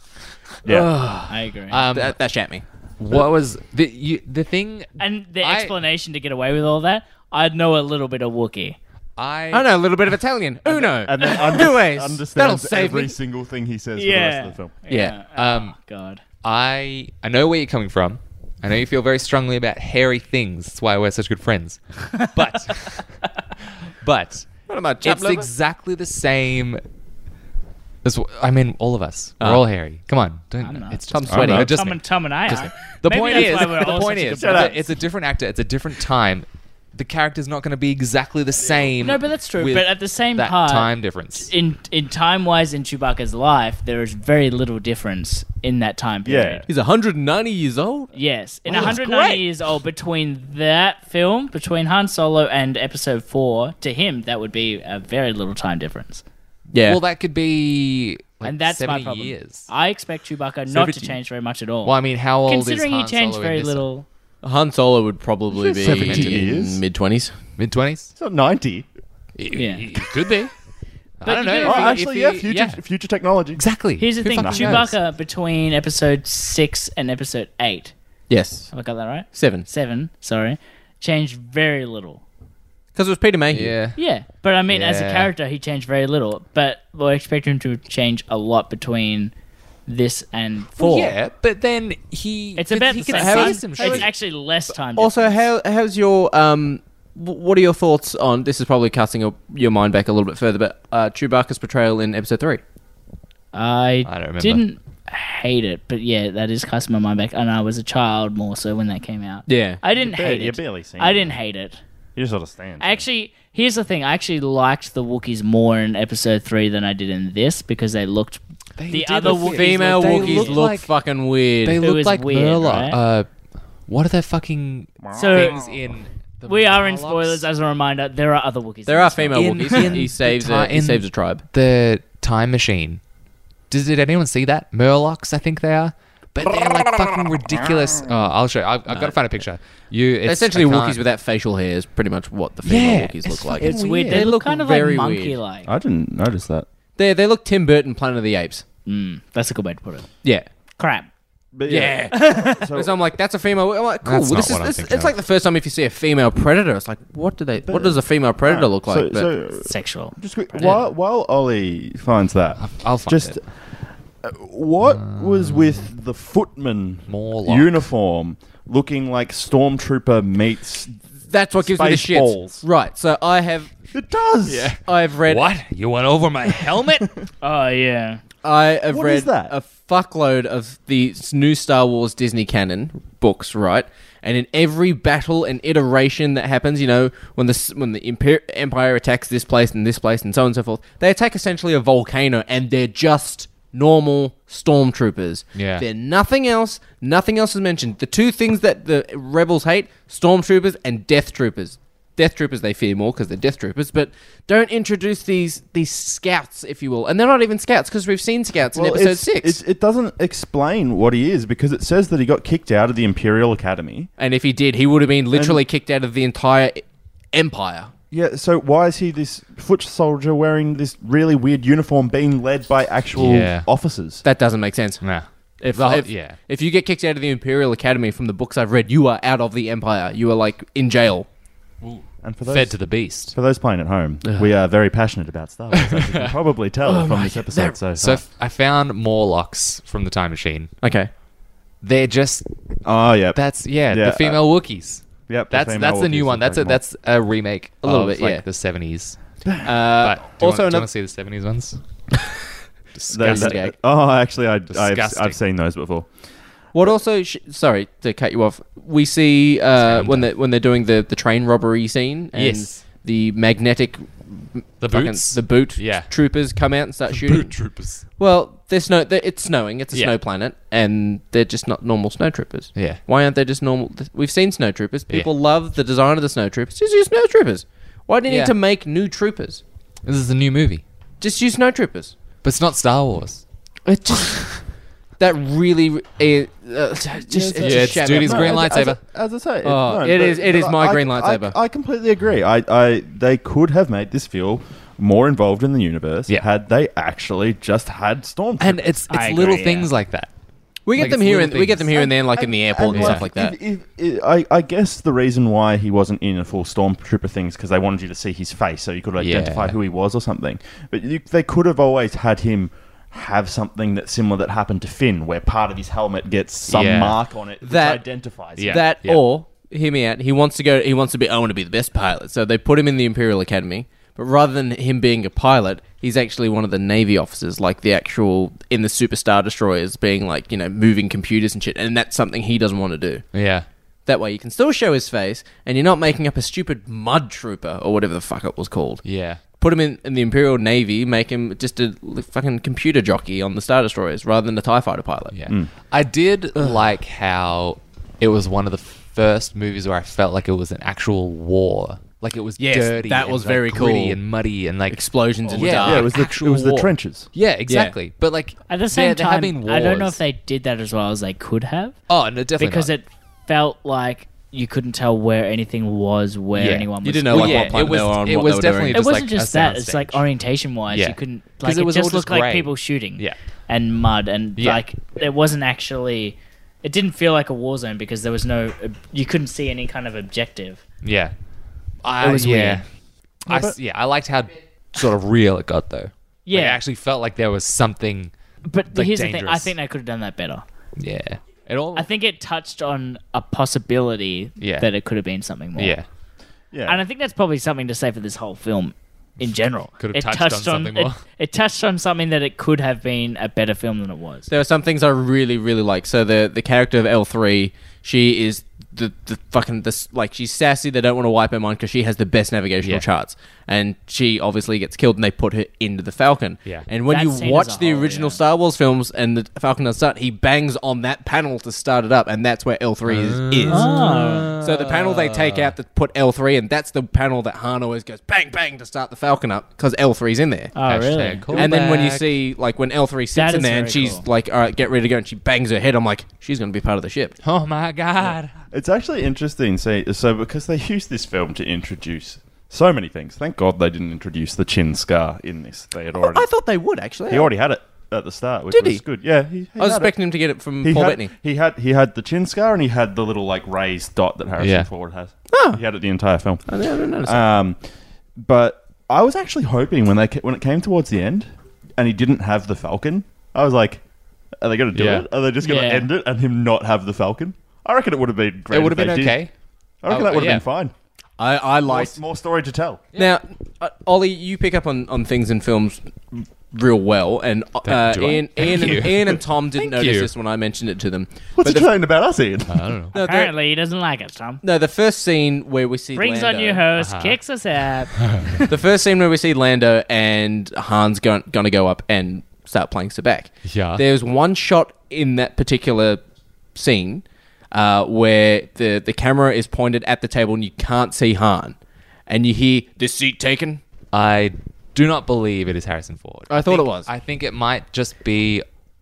[SPEAKER 4] Ugh.
[SPEAKER 2] I agree.
[SPEAKER 5] Uh,
[SPEAKER 4] that, that shat me.
[SPEAKER 5] Um, What was the you, the thing?
[SPEAKER 2] And the explanation to get away with all that, I'd know a little bit of Wookiee.
[SPEAKER 5] I
[SPEAKER 4] I know a little bit of Italian. Uno.
[SPEAKER 1] And then under-
[SPEAKER 4] Anyways, that'll
[SPEAKER 1] understands
[SPEAKER 4] save
[SPEAKER 1] every
[SPEAKER 4] me.
[SPEAKER 1] single thing he says for the rest of the film.
[SPEAKER 4] Yeah.
[SPEAKER 5] Um,
[SPEAKER 2] God.
[SPEAKER 5] I I know where you're coming from. I know you feel very strongly about hairy things. That's why we're such good friends. But but
[SPEAKER 4] What am I, chap
[SPEAKER 5] it's
[SPEAKER 4] liver?
[SPEAKER 5] exactly the same. As, I mean, all of us. We're
[SPEAKER 4] Uh,
[SPEAKER 5] all hairy. Come on, don't.
[SPEAKER 2] I'm not.
[SPEAKER 5] It's
[SPEAKER 4] I'm
[SPEAKER 5] just
[SPEAKER 4] sweaty.
[SPEAKER 5] I just
[SPEAKER 2] Tom and Tom and I
[SPEAKER 5] just
[SPEAKER 2] are.
[SPEAKER 5] The
[SPEAKER 2] Maybe
[SPEAKER 5] point
[SPEAKER 2] that's
[SPEAKER 5] is,
[SPEAKER 2] why we're
[SPEAKER 5] the
[SPEAKER 2] all
[SPEAKER 5] point
[SPEAKER 2] such a
[SPEAKER 5] is,
[SPEAKER 2] good
[SPEAKER 5] it's a-
[SPEAKER 2] friends.
[SPEAKER 5] it's a different actor. It's a different time. The character's not going to be exactly the same.
[SPEAKER 2] No, but that's true.
[SPEAKER 5] with
[SPEAKER 2] But at the same
[SPEAKER 5] that
[SPEAKER 2] part,
[SPEAKER 5] time difference.
[SPEAKER 2] in in time wise in Chewbacca's life, there is very little difference in that time period.
[SPEAKER 4] He's 190 years old.
[SPEAKER 2] Yes, in
[SPEAKER 4] Wow, that's
[SPEAKER 2] 190
[SPEAKER 4] great.
[SPEAKER 2] years old, between that film, between Han Solo and Episode Four, to him, that would be a very little time difference.
[SPEAKER 4] Yeah.
[SPEAKER 5] Well, that could be. Like
[SPEAKER 2] and that's my
[SPEAKER 5] 70
[SPEAKER 2] problem.
[SPEAKER 5] Years.
[SPEAKER 2] I expect Chewbacca
[SPEAKER 5] So
[SPEAKER 2] not
[SPEAKER 5] if
[SPEAKER 2] to
[SPEAKER 5] you-
[SPEAKER 2] change very much at all.
[SPEAKER 5] Well, I mean, how old is
[SPEAKER 2] Considering
[SPEAKER 5] Han
[SPEAKER 2] he changed
[SPEAKER 5] Solo in
[SPEAKER 2] very
[SPEAKER 5] this?
[SPEAKER 2] little.
[SPEAKER 4] Han Solo would probably be
[SPEAKER 1] 70 years.
[SPEAKER 4] mid 20s.
[SPEAKER 5] Mid 20s?
[SPEAKER 1] It's not 90.
[SPEAKER 2] Yeah.
[SPEAKER 5] It could be.
[SPEAKER 2] But don't you know. do-
[SPEAKER 1] Oh,
[SPEAKER 2] if he-
[SPEAKER 1] actually,
[SPEAKER 2] if
[SPEAKER 1] yeah,
[SPEAKER 2] he-
[SPEAKER 1] future,
[SPEAKER 2] yeah.
[SPEAKER 1] future technology.
[SPEAKER 5] Exactly.
[SPEAKER 2] Here's the thing: Chewbacca between Episode Six and Episode Eight.
[SPEAKER 4] Yes.
[SPEAKER 2] Have I got that right?
[SPEAKER 4] Seven.
[SPEAKER 2] Seven. Sorry, changed very little.
[SPEAKER 4] Because it was Peter Mayhew. Yeah.
[SPEAKER 2] Yeah, but I mean, as a
[SPEAKER 4] Yeah.
[SPEAKER 2] character, he changed very little. But we expect him to change a lot between this and
[SPEAKER 5] Well,
[SPEAKER 2] four.
[SPEAKER 5] yeah, but then he.
[SPEAKER 2] It's about
[SPEAKER 5] he
[SPEAKER 2] the
[SPEAKER 5] can
[SPEAKER 2] same
[SPEAKER 5] say
[SPEAKER 2] time.
[SPEAKER 5] some
[SPEAKER 2] It's
[SPEAKER 5] shit.
[SPEAKER 2] actually less time.
[SPEAKER 4] Also, Oh, how how's your um? wh- What are your thoughts on this? Is probably casting your, your mind back a little bit further, but uh, Chewbacca's portrayal in Episode Three.
[SPEAKER 2] I,
[SPEAKER 5] don't remember.
[SPEAKER 2] didn't hate it, but yeah, that is casting my mind back. And I was a child more so when that came out.
[SPEAKER 4] Yeah.
[SPEAKER 2] I didn't
[SPEAKER 1] You barely-
[SPEAKER 2] hate it.
[SPEAKER 1] you barely seen
[SPEAKER 2] I
[SPEAKER 1] it.
[SPEAKER 2] didn't hate it.
[SPEAKER 1] You just understand.
[SPEAKER 2] Actually, here's the thing. I actually liked the Wookiees more in episode three than I did in this because they looked the other Wookiees
[SPEAKER 4] female
[SPEAKER 2] look-
[SPEAKER 4] Wookiees look, fucking weird.
[SPEAKER 5] They
[SPEAKER 2] It
[SPEAKER 5] look
[SPEAKER 2] was
[SPEAKER 5] like
[SPEAKER 2] weird,
[SPEAKER 5] Merla.
[SPEAKER 2] right?
[SPEAKER 5] Uh, what are their fucking
[SPEAKER 2] So
[SPEAKER 5] things in?
[SPEAKER 2] we are in spoilers as a reminder. There are other Wookiees.
[SPEAKER 4] There
[SPEAKER 2] in
[SPEAKER 4] are
[SPEAKER 2] this film.
[SPEAKER 4] female Wookiees. he saves
[SPEAKER 5] ti-
[SPEAKER 4] a, he
[SPEAKER 5] in
[SPEAKER 4] saves a tribe.
[SPEAKER 5] The time machine. Does, did anyone see that? Murlocs, I think they are. But they're like fucking ridiculous. Oh, I'll show you. I've, I've got to find a picture. You it's,
[SPEAKER 4] essentially
[SPEAKER 5] I can't-
[SPEAKER 4] Wookiees without facial hair is pretty much what the female
[SPEAKER 5] Yeah,
[SPEAKER 4] Wookiees
[SPEAKER 5] it's
[SPEAKER 4] look like.
[SPEAKER 2] fucking It's weird. weird. They look kind of like monkey-like.
[SPEAKER 1] I didn't notice that.
[SPEAKER 4] They they look Tim Burton Planet of the Apes.
[SPEAKER 2] Mm, that's a good way to put it.
[SPEAKER 4] Yeah.
[SPEAKER 2] Crap.
[SPEAKER 1] But
[SPEAKER 4] yeah. so, I'm like, that's a female. I'm like, cool.
[SPEAKER 5] That's
[SPEAKER 4] this
[SPEAKER 5] not
[SPEAKER 4] is
[SPEAKER 5] what I'm
[SPEAKER 4] this, it's
[SPEAKER 5] thinking of.
[SPEAKER 4] like the first time if you see a female predator, it's like, what do they? what does a female predator
[SPEAKER 1] Alright,
[SPEAKER 4] look
[SPEAKER 1] uh, so-
[SPEAKER 4] like?
[SPEAKER 1] so-
[SPEAKER 2] Sexual.
[SPEAKER 1] Just quick, while, while Ollie finds that,
[SPEAKER 5] I'll find
[SPEAKER 1] just
[SPEAKER 5] it.
[SPEAKER 1] uh, what was with the footman
[SPEAKER 5] Morlock.
[SPEAKER 1] uniform looking like stormtrooper meets?
[SPEAKER 4] That's what gives me the shits.
[SPEAKER 1] Spaceballs.
[SPEAKER 4] Right. So I have.
[SPEAKER 1] It does. Yeah.
[SPEAKER 4] I've read.
[SPEAKER 5] What? You went over my helmet?
[SPEAKER 2] Oh yeah.
[SPEAKER 4] I have
[SPEAKER 1] What
[SPEAKER 4] read
[SPEAKER 1] is that?
[SPEAKER 4] a fuckload of the s- new Star Wars Disney canon books, right? And in every battle and iteration that happens, you know, when the s- when the imper- Empire attacks this place and this place and so on and so forth, they attack essentially a volcano, and they're just normal stormtroopers.
[SPEAKER 5] Yeah.
[SPEAKER 4] they're nothing else. Nothing else is mentioned. The two things that the rebels hate: stormtroopers and death troopers. Death troopers they fear more because they're death troopers, but don't introduce these these scouts, if you will, and they're not even scouts because we've seen scouts in
[SPEAKER 1] Well,
[SPEAKER 4] episode
[SPEAKER 1] it's-
[SPEAKER 4] six.
[SPEAKER 1] it's- it doesn't explain what he is because it says that he got kicked out of the Imperial Academy.
[SPEAKER 4] and if he did, he would have been literally kicked out of the entire e- empire.
[SPEAKER 1] Yeah, so why is he this foot soldier wearing this really weird uniform being led by actual
[SPEAKER 5] Yeah.
[SPEAKER 1] officers?
[SPEAKER 4] That doesn't make sense.
[SPEAKER 5] Nah.
[SPEAKER 4] If,
[SPEAKER 5] The whole-
[SPEAKER 4] if-
[SPEAKER 5] yeah.
[SPEAKER 4] if you get kicked out of the Imperial Academy from the books I've read, you are out of the empire. You are like in jail.
[SPEAKER 1] And for those,
[SPEAKER 5] Fed to the beast.
[SPEAKER 1] for those playing at home, we are very passionate about Star Wars. as you can probably
[SPEAKER 5] Oh
[SPEAKER 1] tell from this episode so
[SPEAKER 5] So
[SPEAKER 1] far.
[SPEAKER 5] f- I found Morlocks from the time machine.
[SPEAKER 4] Okay.
[SPEAKER 5] They're just
[SPEAKER 1] oh yeah,
[SPEAKER 5] that's yeah,
[SPEAKER 1] Yeah,
[SPEAKER 5] the female Wookiees.
[SPEAKER 1] yep.
[SPEAKER 5] That's
[SPEAKER 1] female
[SPEAKER 5] that's the new
[SPEAKER 1] Wookiees look
[SPEAKER 5] one. That's
[SPEAKER 1] like
[SPEAKER 5] a
[SPEAKER 1] more-
[SPEAKER 5] that's a remake.
[SPEAKER 4] A little
[SPEAKER 5] of,
[SPEAKER 4] bit,
[SPEAKER 5] like,
[SPEAKER 4] yeah.
[SPEAKER 5] the seventies.
[SPEAKER 4] Uh,
[SPEAKER 5] But do you
[SPEAKER 4] also,
[SPEAKER 5] want, do you
[SPEAKER 4] another
[SPEAKER 5] want to see the seventies ones?
[SPEAKER 1] They-
[SPEAKER 5] Disgusting.
[SPEAKER 1] they- oh, actually, I, I've,
[SPEAKER 5] Disgusting.
[SPEAKER 1] I've seen those before.
[SPEAKER 4] What also? Sh- sorry to cut you off. We see uh, when they when they're doing the, the train robbery scene. And
[SPEAKER 5] Yes.
[SPEAKER 4] The magnetic.
[SPEAKER 5] The
[SPEAKER 4] fucking-
[SPEAKER 5] boots?
[SPEAKER 4] the boot.
[SPEAKER 5] Yeah.
[SPEAKER 4] Troopers come out and start shooting.
[SPEAKER 5] troopers.
[SPEAKER 4] Well, there's snow. there- It's snowing. It's a
[SPEAKER 5] Yeah.
[SPEAKER 4] snow planet, and they're just not normal snow troopers.
[SPEAKER 5] Yeah.
[SPEAKER 4] Why aren't they just normal? th- We've seen snow troopers.
[SPEAKER 5] Yeah.
[SPEAKER 4] People love the design of the snow troopers. Just use snow troopers. Why do you
[SPEAKER 5] Yeah.
[SPEAKER 4] need to make new troopers?
[SPEAKER 5] This is a new movie,
[SPEAKER 4] Just use snow troopers.
[SPEAKER 5] but it's not Star Wars.
[SPEAKER 4] It just that really re- uh, uh, just
[SPEAKER 5] Yeah, it's
[SPEAKER 4] shattered
[SPEAKER 5] dude's
[SPEAKER 4] my-
[SPEAKER 5] green light.
[SPEAKER 1] as,
[SPEAKER 5] lightsaber.
[SPEAKER 1] As, as I say,
[SPEAKER 4] Oh,
[SPEAKER 1] no,
[SPEAKER 4] it
[SPEAKER 1] but-
[SPEAKER 4] is- it
[SPEAKER 1] but
[SPEAKER 4] is my
[SPEAKER 1] I-
[SPEAKER 4] green
[SPEAKER 1] I-
[SPEAKER 4] lightsaber.
[SPEAKER 1] I, completely agree. I, I, they could have made this feel more involved in the universe
[SPEAKER 5] Yeah.
[SPEAKER 1] had they actually just had stormtroopers.
[SPEAKER 5] And it's
[SPEAKER 2] I
[SPEAKER 5] it's little
[SPEAKER 2] agree, yeah.
[SPEAKER 5] things like that.
[SPEAKER 4] We get
[SPEAKER 5] Like,
[SPEAKER 4] them
[SPEAKER 5] it's
[SPEAKER 4] here and
[SPEAKER 5] little
[SPEAKER 4] we get them
[SPEAKER 5] things.
[SPEAKER 4] here and, then, like in the airport and,
[SPEAKER 1] like,
[SPEAKER 4] stuff like that.
[SPEAKER 1] if- if- I, I guess the reason why he wasn't in a full stormtrooper thing is because they wanted you to see his face so you could identify
[SPEAKER 5] Yeah.
[SPEAKER 1] who he was or something. But you, they could have always had him have something that's similar that happened to Finn, where part of his helmet gets some
[SPEAKER 5] Yeah.
[SPEAKER 1] mark on it that
[SPEAKER 4] That-
[SPEAKER 1] identifies
[SPEAKER 5] Yeah.
[SPEAKER 1] him.
[SPEAKER 4] that or hear me out. He wants to go. He wants to be. I want to be the best pilot. So they put him in the Imperial Academy. But rather than him being a pilot, he's actually one of the Navy officers, like the actual in the superstar destroyers, being like you know moving computers and shit. And that's something he doesn't want to do.
[SPEAKER 5] Yeah.
[SPEAKER 4] That way, you can still show his face, and you're not making up a stupid mud trooper or whatever the fuck it was called.
[SPEAKER 5] Yeah.
[SPEAKER 4] Put him in, in the Imperial Navy, make him just a l- fucking computer jockey on the Star Destroyers rather than a TIE fighter pilot.
[SPEAKER 5] Yeah. I did like how it was one of the first movies where I felt like it was an actual war. Like it was
[SPEAKER 4] Yes,
[SPEAKER 5] dirty.
[SPEAKER 4] that
[SPEAKER 5] and,
[SPEAKER 4] was
[SPEAKER 5] like,
[SPEAKER 4] very
[SPEAKER 5] gritty
[SPEAKER 4] cool.
[SPEAKER 5] and muddy and like
[SPEAKER 4] Explosions and
[SPEAKER 5] yeah,
[SPEAKER 4] dark.
[SPEAKER 1] yeah, it was the
[SPEAKER 5] actual
[SPEAKER 1] it was the
[SPEAKER 5] war.
[SPEAKER 1] trenches.
[SPEAKER 5] Yeah, exactly. But like
[SPEAKER 2] At the same
[SPEAKER 5] there, there have
[SPEAKER 2] time,
[SPEAKER 5] been
[SPEAKER 2] I don't know
[SPEAKER 5] wars.
[SPEAKER 2] if they did that as well as they could have
[SPEAKER 5] Oh no, definitely
[SPEAKER 2] because
[SPEAKER 5] not.
[SPEAKER 2] it felt like you couldn't tell where anything was, where
[SPEAKER 5] Yeah.
[SPEAKER 2] anyone was.
[SPEAKER 4] You didn't know
[SPEAKER 5] Well,
[SPEAKER 4] like
[SPEAKER 5] yeah,
[SPEAKER 4] what planet
[SPEAKER 5] it was-
[SPEAKER 4] they were on,
[SPEAKER 5] it
[SPEAKER 4] what
[SPEAKER 5] was
[SPEAKER 4] they were
[SPEAKER 5] definitely
[SPEAKER 4] doing.
[SPEAKER 2] It
[SPEAKER 5] just
[SPEAKER 2] wasn't
[SPEAKER 5] like
[SPEAKER 2] just
[SPEAKER 5] a
[SPEAKER 2] that.
[SPEAKER 5] soundstage.
[SPEAKER 2] It's like orientation wise,
[SPEAKER 5] Yeah.
[SPEAKER 2] you couldn't
[SPEAKER 5] 'Cause
[SPEAKER 2] like
[SPEAKER 5] it
[SPEAKER 2] it,
[SPEAKER 5] was all
[SPEAKER 2] just
[SPEAKER 5] just
[SPEAKER 2] looked
[SPEAKER 5] grey.
[SPEAKER 2] like people shooting.
[SPEAKER 5] Yeah.
[SPEAKER 2] And mud and
[SPEAKER 5] Yeah.
[SPEAKER 2] like there wasn't actually. It didn't feel like a war zone because there was no. You couldn't see any kind of objective.
[SPEAKER 5] yeah. I,
[SPEAKER 2] was
[SPEAKER 5] yeah.
[SPEAKER 2] weird.
[SPEAKER 5] I s- yeah, I liked how sort of real it got though.
[SPEAKER 2] Yeah.
[SPEAKER 5] Like, I actually felt like there was something
[SPEAKER 2] But
[SPEAKER 5] Like,
[SPEAKER 2] here's the thing: I
[SPEAKER 5] dangerous.
[SPEAKER 2] think they could have done that better.
[SPEAKER 5] yeah. It all
[SPEAKER 2] I think it touched on a possibility
[SPEAKER 5] Yeah.
[SPEAKER 2] that it could have been something more.
[SPEAKER 5] yeah.
[SPEAKER 1] Yeah,
[SPEAKER 2] And I think that's probably something to say for this whole film in general.
[SPEAKER 5] Could have
[SPEAKER 2] it
[SPEAKER 5] touched on something
[SPEAKER 2] it-
[SPEAKER 5] more.
[SPEAKER 2] It, touched on something that it could have been a better film than it was.
[SPEAKER 4] There are some things I really, really like. So the the character of L three, she is the, the fucking this like she's sassy. They don't want to wipe her mind because she has the best navigational
[SPEAKER 5] Yeah.
[SPEAKER 4] charts, and she obviously gets killed, and they put her into the Falcon.
[SPEAKER 5] Yeah.
[SPEAKER 4] And when
[SPEAKER 5] That scene
[SPEAKER 4] you
[SPEAKER 5] as
[SPEAKER 4] watch
[SPEAKER 5] a
[SPEAKER 4] the
[SPEAKER 5] whole,
[SPEAKER 4] original Star Wars films and the Falcon does start, he bangs on that panel to start it up, and that's where L three is. is.
[SPEAKER 5] Ah.
[SPEAKER 4] So the panel they take out to put L three, and that's the panel that Han always goes bang bang to start the Falcon up because L 3s in there.
[SPEAKER 2] Oh, Hashtag really? cool.
[SPEAKER 4] And then when you
[SPEAKER 2] Callback.
[SPEAKER 4] see like when L three sits
[SPEAKER 2] That
[SPEAKER 4] in
[SPEAKER 2] is
[SPEAKER 4] there
[SPEAKER 2] very
[SPEAKER 4] and she's
[SPEAKER 2] cool.
[SPEAKER 4] like, all right, get ready to go, and she bangs her head. I'm like, she's going to be part of the ship.
[SPEAKER 5] Oh my god.
[SPEAKER 1] It's actually interesting. See, so because they used this film to introduce so many things. Thank God they didn't introduce the chin scar in this. They had already.
[SPEAKER 4] I thought they would actually.
[SPEAKER 1] he already had it at the start, which
[SPEAKER 4] Did
[SPEAKER 1] was
[SPEAKER 4] he?
[SPEAKER 1] good. Yeah, he, he
[SPEAKER 4] I
[SPEAKER 1] had
[SPEAKER 4] was
[SPEAKER 1] it.
[SPEAKER 4] expecting him to get it from
[SPEAKER 1] He
[SPEAKER 4] Paul
[SPEAKER 1] had,
[SPEAKER 4] Bettany.
[SPEAKER 1] He had he had the chin scar and he had the little like raised dot that Harrison
[SPEAKER 5] Yeah.
[SPEAKER 1] Ford has. He had it the entire film.
[SPEAKER 4] I didn't- I didn't notice that.
[SPEAKER 1] Um, but I was actually hoping when they ca- when it came towards the end and he didn't have the Falcon, I was like, are they going to do
[SPEAKER 5] Yeah.
[SPEAKER 1] it? Are they just going to
[SPEAKER 5] Yeah.
[SPEAKER 1] end it and him not have the Falcon? I reckon it would have been great.
[SPEAKER 5] It would
[SPEAKER 1] if
[SPEAKER 5] have been
[SPEAKER 1] they did.
[SPEAKER 5] okay.
[SPEAKER 1] I reckon
[SPEAKER 5] Oh,
[SPEAKER 1] that would have
[SPEAKER 5] yeah.
[SPEAKER 1] been fine.
[SPEAKER 4] I, I liked
[SPEAKER 1] more, more story to tell.
[SPEAKER 4] Now, uh, Ollie, you pick up on, on things in films real well, and uh,
[SPEAKER 5] Thank- do I?
[SPEAKER 4] Ian, Ian,
[SPEAKER 5] Thank
[SPEAKER 4] and,
[SPEAKER 5] you.
[SPEAKER 4] Ian and Tom didn't
[SPEAKER 5] Thank
[SPEAKER 4] notice
[SPEAKER 5] you.
[SPEAKER 4] this when I mentioned it to them.
[SPEAKER 1] What's
[SPEAKER 4] but
[SPEAKER 1] he
[SPEAKER 4] the,
[SPEAKER 1] saying about us, Ian?
[SPEAKER 5] I don't know.
[SPEAKER 4] No, the,
[SPEAKER 2] Apparently, he doesn't like us, Tom.
[SPEAKER 4] no, the first scene where we see
[SPEAKER 2] Brings
[SPEAKER 4] Lando,
[SPEAKER 2] on your host,
[SPEAKER 4] Uh-huh.
[SPEAKER 2] kicks us out.
[SPEAKER 4] the first scene where we see Lando and Han's going, going to go up and start playing Sabak.
[SPEAKER 5] Yeah.
[SPEAKER 4] There's one shot in that particular scene uh, where the, the camera is pointed at the table and you can't see Han. And you hear, this seat taken?
[SPEAKER 5] I do not believe it is Harrison Ford.
[SPEAKER 4] I thought it
[SPEAKER 5] think-
[SPEAKER 4] was.
[SPEAKER 5] I think it might just be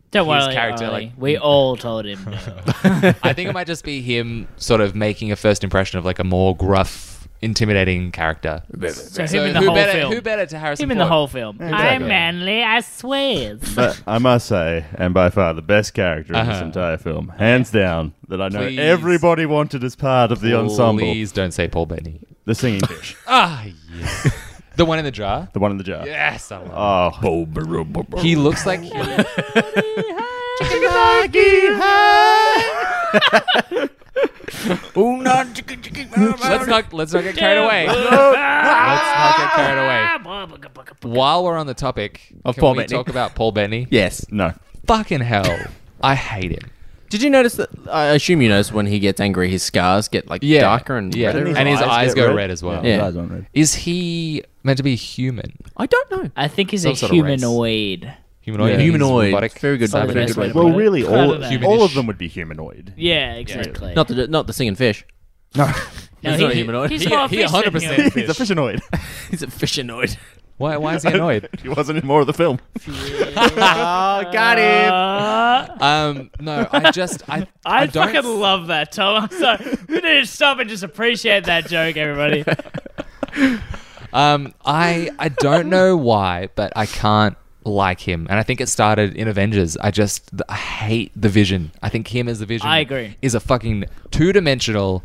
[SPEAKER 2] Don't
[SPEAKER 5] his
[SPEAKER 2] worry,
[SPEAKER 5] character.
[SPEAKER 2] Ollie.
[SPEAKER 5] Like
[SPEAKER 2] we all told him. no.
[SPEAKER 5] I think it might just be him sort of making a first impression of like a more gruff, intimidating character.
[SPEAKER 2] So, him in the
[SPEAKER 5] who
[SPEAKER 2] whole
[SPEAKER 5] better,
[SPEAKER 2] film.
[SPEAKER 5] Who better to Harrison
[SPEAKER 2] Him in the
[SPEAKER 5] Ford?
[SPEAKER 2] whole film.
[SPEAKER 5] Exactly.
[SPEAKER 2] I'm manly, I swear.
[SPEAKER 1] But I must say, and by far the best character in this
[SPEAKER 5] Uh-huh.
[SPEAKER 1] entire film, hands down, that I know
[SPEAKER 5] Please.
[SPEAKER 1] everybody wanted as part of the ensemble.
[SPEAKER 5] Please don't say Paul Bettany.
[SPEAKER 1] The singing fish,
[SPEAKER 5] Ah, yes. the one in the jar.
[SPEAKER 1] the one in the jar.
[SPEAKER 5] Yes, I love.
[SPEAKER 1] Oh,
[SPEAKER 5] it. He looks like let's not let's not get carried away. let's not get carried away. While we're on the topic
[SPEAKER 4] Of
[SPEAKER 5] can
[SPEAKER 4] Paul
[SPEAKER 5] we
[SPEAKER 4] Bettany.
[SPEAKER 5] talk about Paul Bettany?
[SPEAKER 4] Yes.
[SPEAKER 1] No.
[SPEAKER 5] Fucking hell, I hate him.
[SPEAKER 4] Did you notice that? I assume you noticed when he gets angry, his scars get like
[SPEAKER 5] Yeah,
[SPEAKER 4] darker and
[SPEAKER 5] yeah,
[SPEAKER 4] redder.
[SPEAKER 5] and his, eyes,
[SPEAKER 1] get
[SPEAKER 5] go
[SPEAKER 1] red?
[SPEAKER 5] red, as well.
[SPEAKER 4] Yeah, his Yeah.
[SPEAKER 1] eyes went red.
[SPEAKER 5] Is he meant to be human?
[SPEAKER 4] I don't know.
[SPEAKER 2] I think he's
[SPEAKER 5] Some
[SPEAKER 2] a
[SPEAKER 5] sort of race.
[SPEAKER 2] humanoid.
[SPEAKER 5] Humanoid.
[SPEAKER 4] Yeah.
[SPEAKER 5] He's
[SPEAKER 4] Humanoid.
[SPEAKER 5] robotic.
[SPEAKER 4] Very good-
[SPEAKER 5] Cybernetic.
[SPEAKER 4] very good way to
[SPEAKER 1] Well, really,
[SPEAKER 2] Kind
[SPEAKER 1] all
[SPEAKER 2] of that.
[SPEAKER 1] all of
[SPEAKER 5] Humanish.
[SPEAKER 1] them would be humanoid.
[SPEAKER 2] Yeah, exactly.
[SPEAKER 4] Not the not the singing fish.
[SPEAKER 1] No,
[SPEAKER 2] No,
[SPEAKER 4] he's
[SPEAKER 2] he-
[SPEAKER 4] not a humanoid.
[SPEAKER 2] He's more
[SPEAKER 5] he
[SPEAKER 2] fish than
[SPEAKER 5] 100%
[SPEAKER 2] human.
[SPEAKER 1] he's a fishinoid.
[SPEAKER 4] He's a fishinoid.
[SPEAKER 5] Why? Why is he annoyed?
[SPEAKER 1] he wasn't in more of the film.
[SPEAKER 4] oh, got him.
[SPEAKER 2] Uh,
[SPEAKER 5] um, no, I just I I,
[SPEAKER 2] I
[SPEAKER 5] don't
[SPEAKER 2] fucking love that, Tom. I'm sorry. We need to stop and just appreciate that joke, everybody.
[SPEAKER 5] Um, I I don't know why, but I can't like him, and I think it started in Avengers. I just th- I hate the Vision. I think him as the Vision.
[SPEAKER 2] I agree.
[SPEAKER 5] Is a fucking two-dimensional,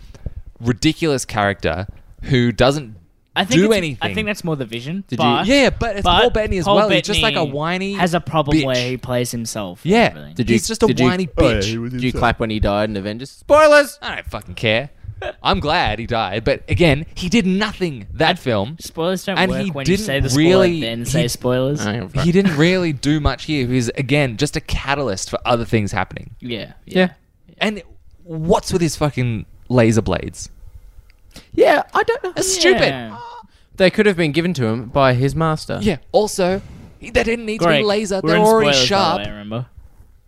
[SPEAKER 5] ridiculous character who doesn't
[SPEAKER 2] I think
[SPEAKER 5] do
[SPEAKER 2] it's-
[SPEAKER 5] anything.
[SPEAKER 2] I think that's more the vision.
[SPEAKER 4] Did you-
[SPEAKER 2] but,
[SPEAKER 5] Yeah, but it's Paul Bettany as
[SPEAKER 2] Paul
[SPEAKER 5] well. He's just like a
[SPEAKER 2] Bettany
[SPEAKER 5] whiny
[SPEAKER 2] Has a problem
[SPEAKER 5] bitch.
[SPEAKER 2] where he plays himself. and
[SPEAKER 5] yeah.
[SPEAKER 2] everything.
[SPEAKER 4] Did you-
[SPEAKER 5] He's just a
[SPEAKER 4] did you-
[SPEAKER 5] whiny
[SPEAKER 1] Oh, yeah,
[SPEAKER 5] bitch.
[SPEAKER 1] he was
[SPEAKER 4] Did you
[SPEAKER 1] inside.
[SPEAKER 4] clap when he died in Avengers? Spoilers.
[SPEAKER 5] I don't fucking care. I'm glad he died, but again, he did nothing that film.
[SPEAKER 2] Spoilers don't
[SPEAKER 5] And
[SPEAKER 2] work
[SPEAKER 5] he
[SPEAKER 2] when
[SPEAKER 5] didn't
[SPEAKER 2] you say the
[SPEAKER 5] really-
[SPEAKER 2] spoiler then
[SPEAKER 5] he-
[SPEAKER 2] say spoilers.
[SPEAKER 5] He didn't really do much here. He was again just a catalyst for other things happening.
[SPEAKER 2] Yeah, yeah.
[SPEAKER 4] Yeah.
[SPEAKER 5] And what's with his fucking laser blades?
[SPEAKER 4] Yeah, I don't know.
[SPEAKER 5] That's stupid.
[SPEAKER 2] Yeah.
[SPEAKER 4] They could have been given to him by his master.
[SPEAKER 5] Yeah. Also, he- they didn't need to
[SPEAKER 2] Greg,
[SPEAKER 5] be laser.
[SPEAKER 2] we're
[SPEAKER 5] They're
[SPEAKER 2] in
[SPEAKER 5] already
[SPEAKER 2] spoilers, by the
[SPEAKER 5] sharp.
[SPEAKER 2] way, remember?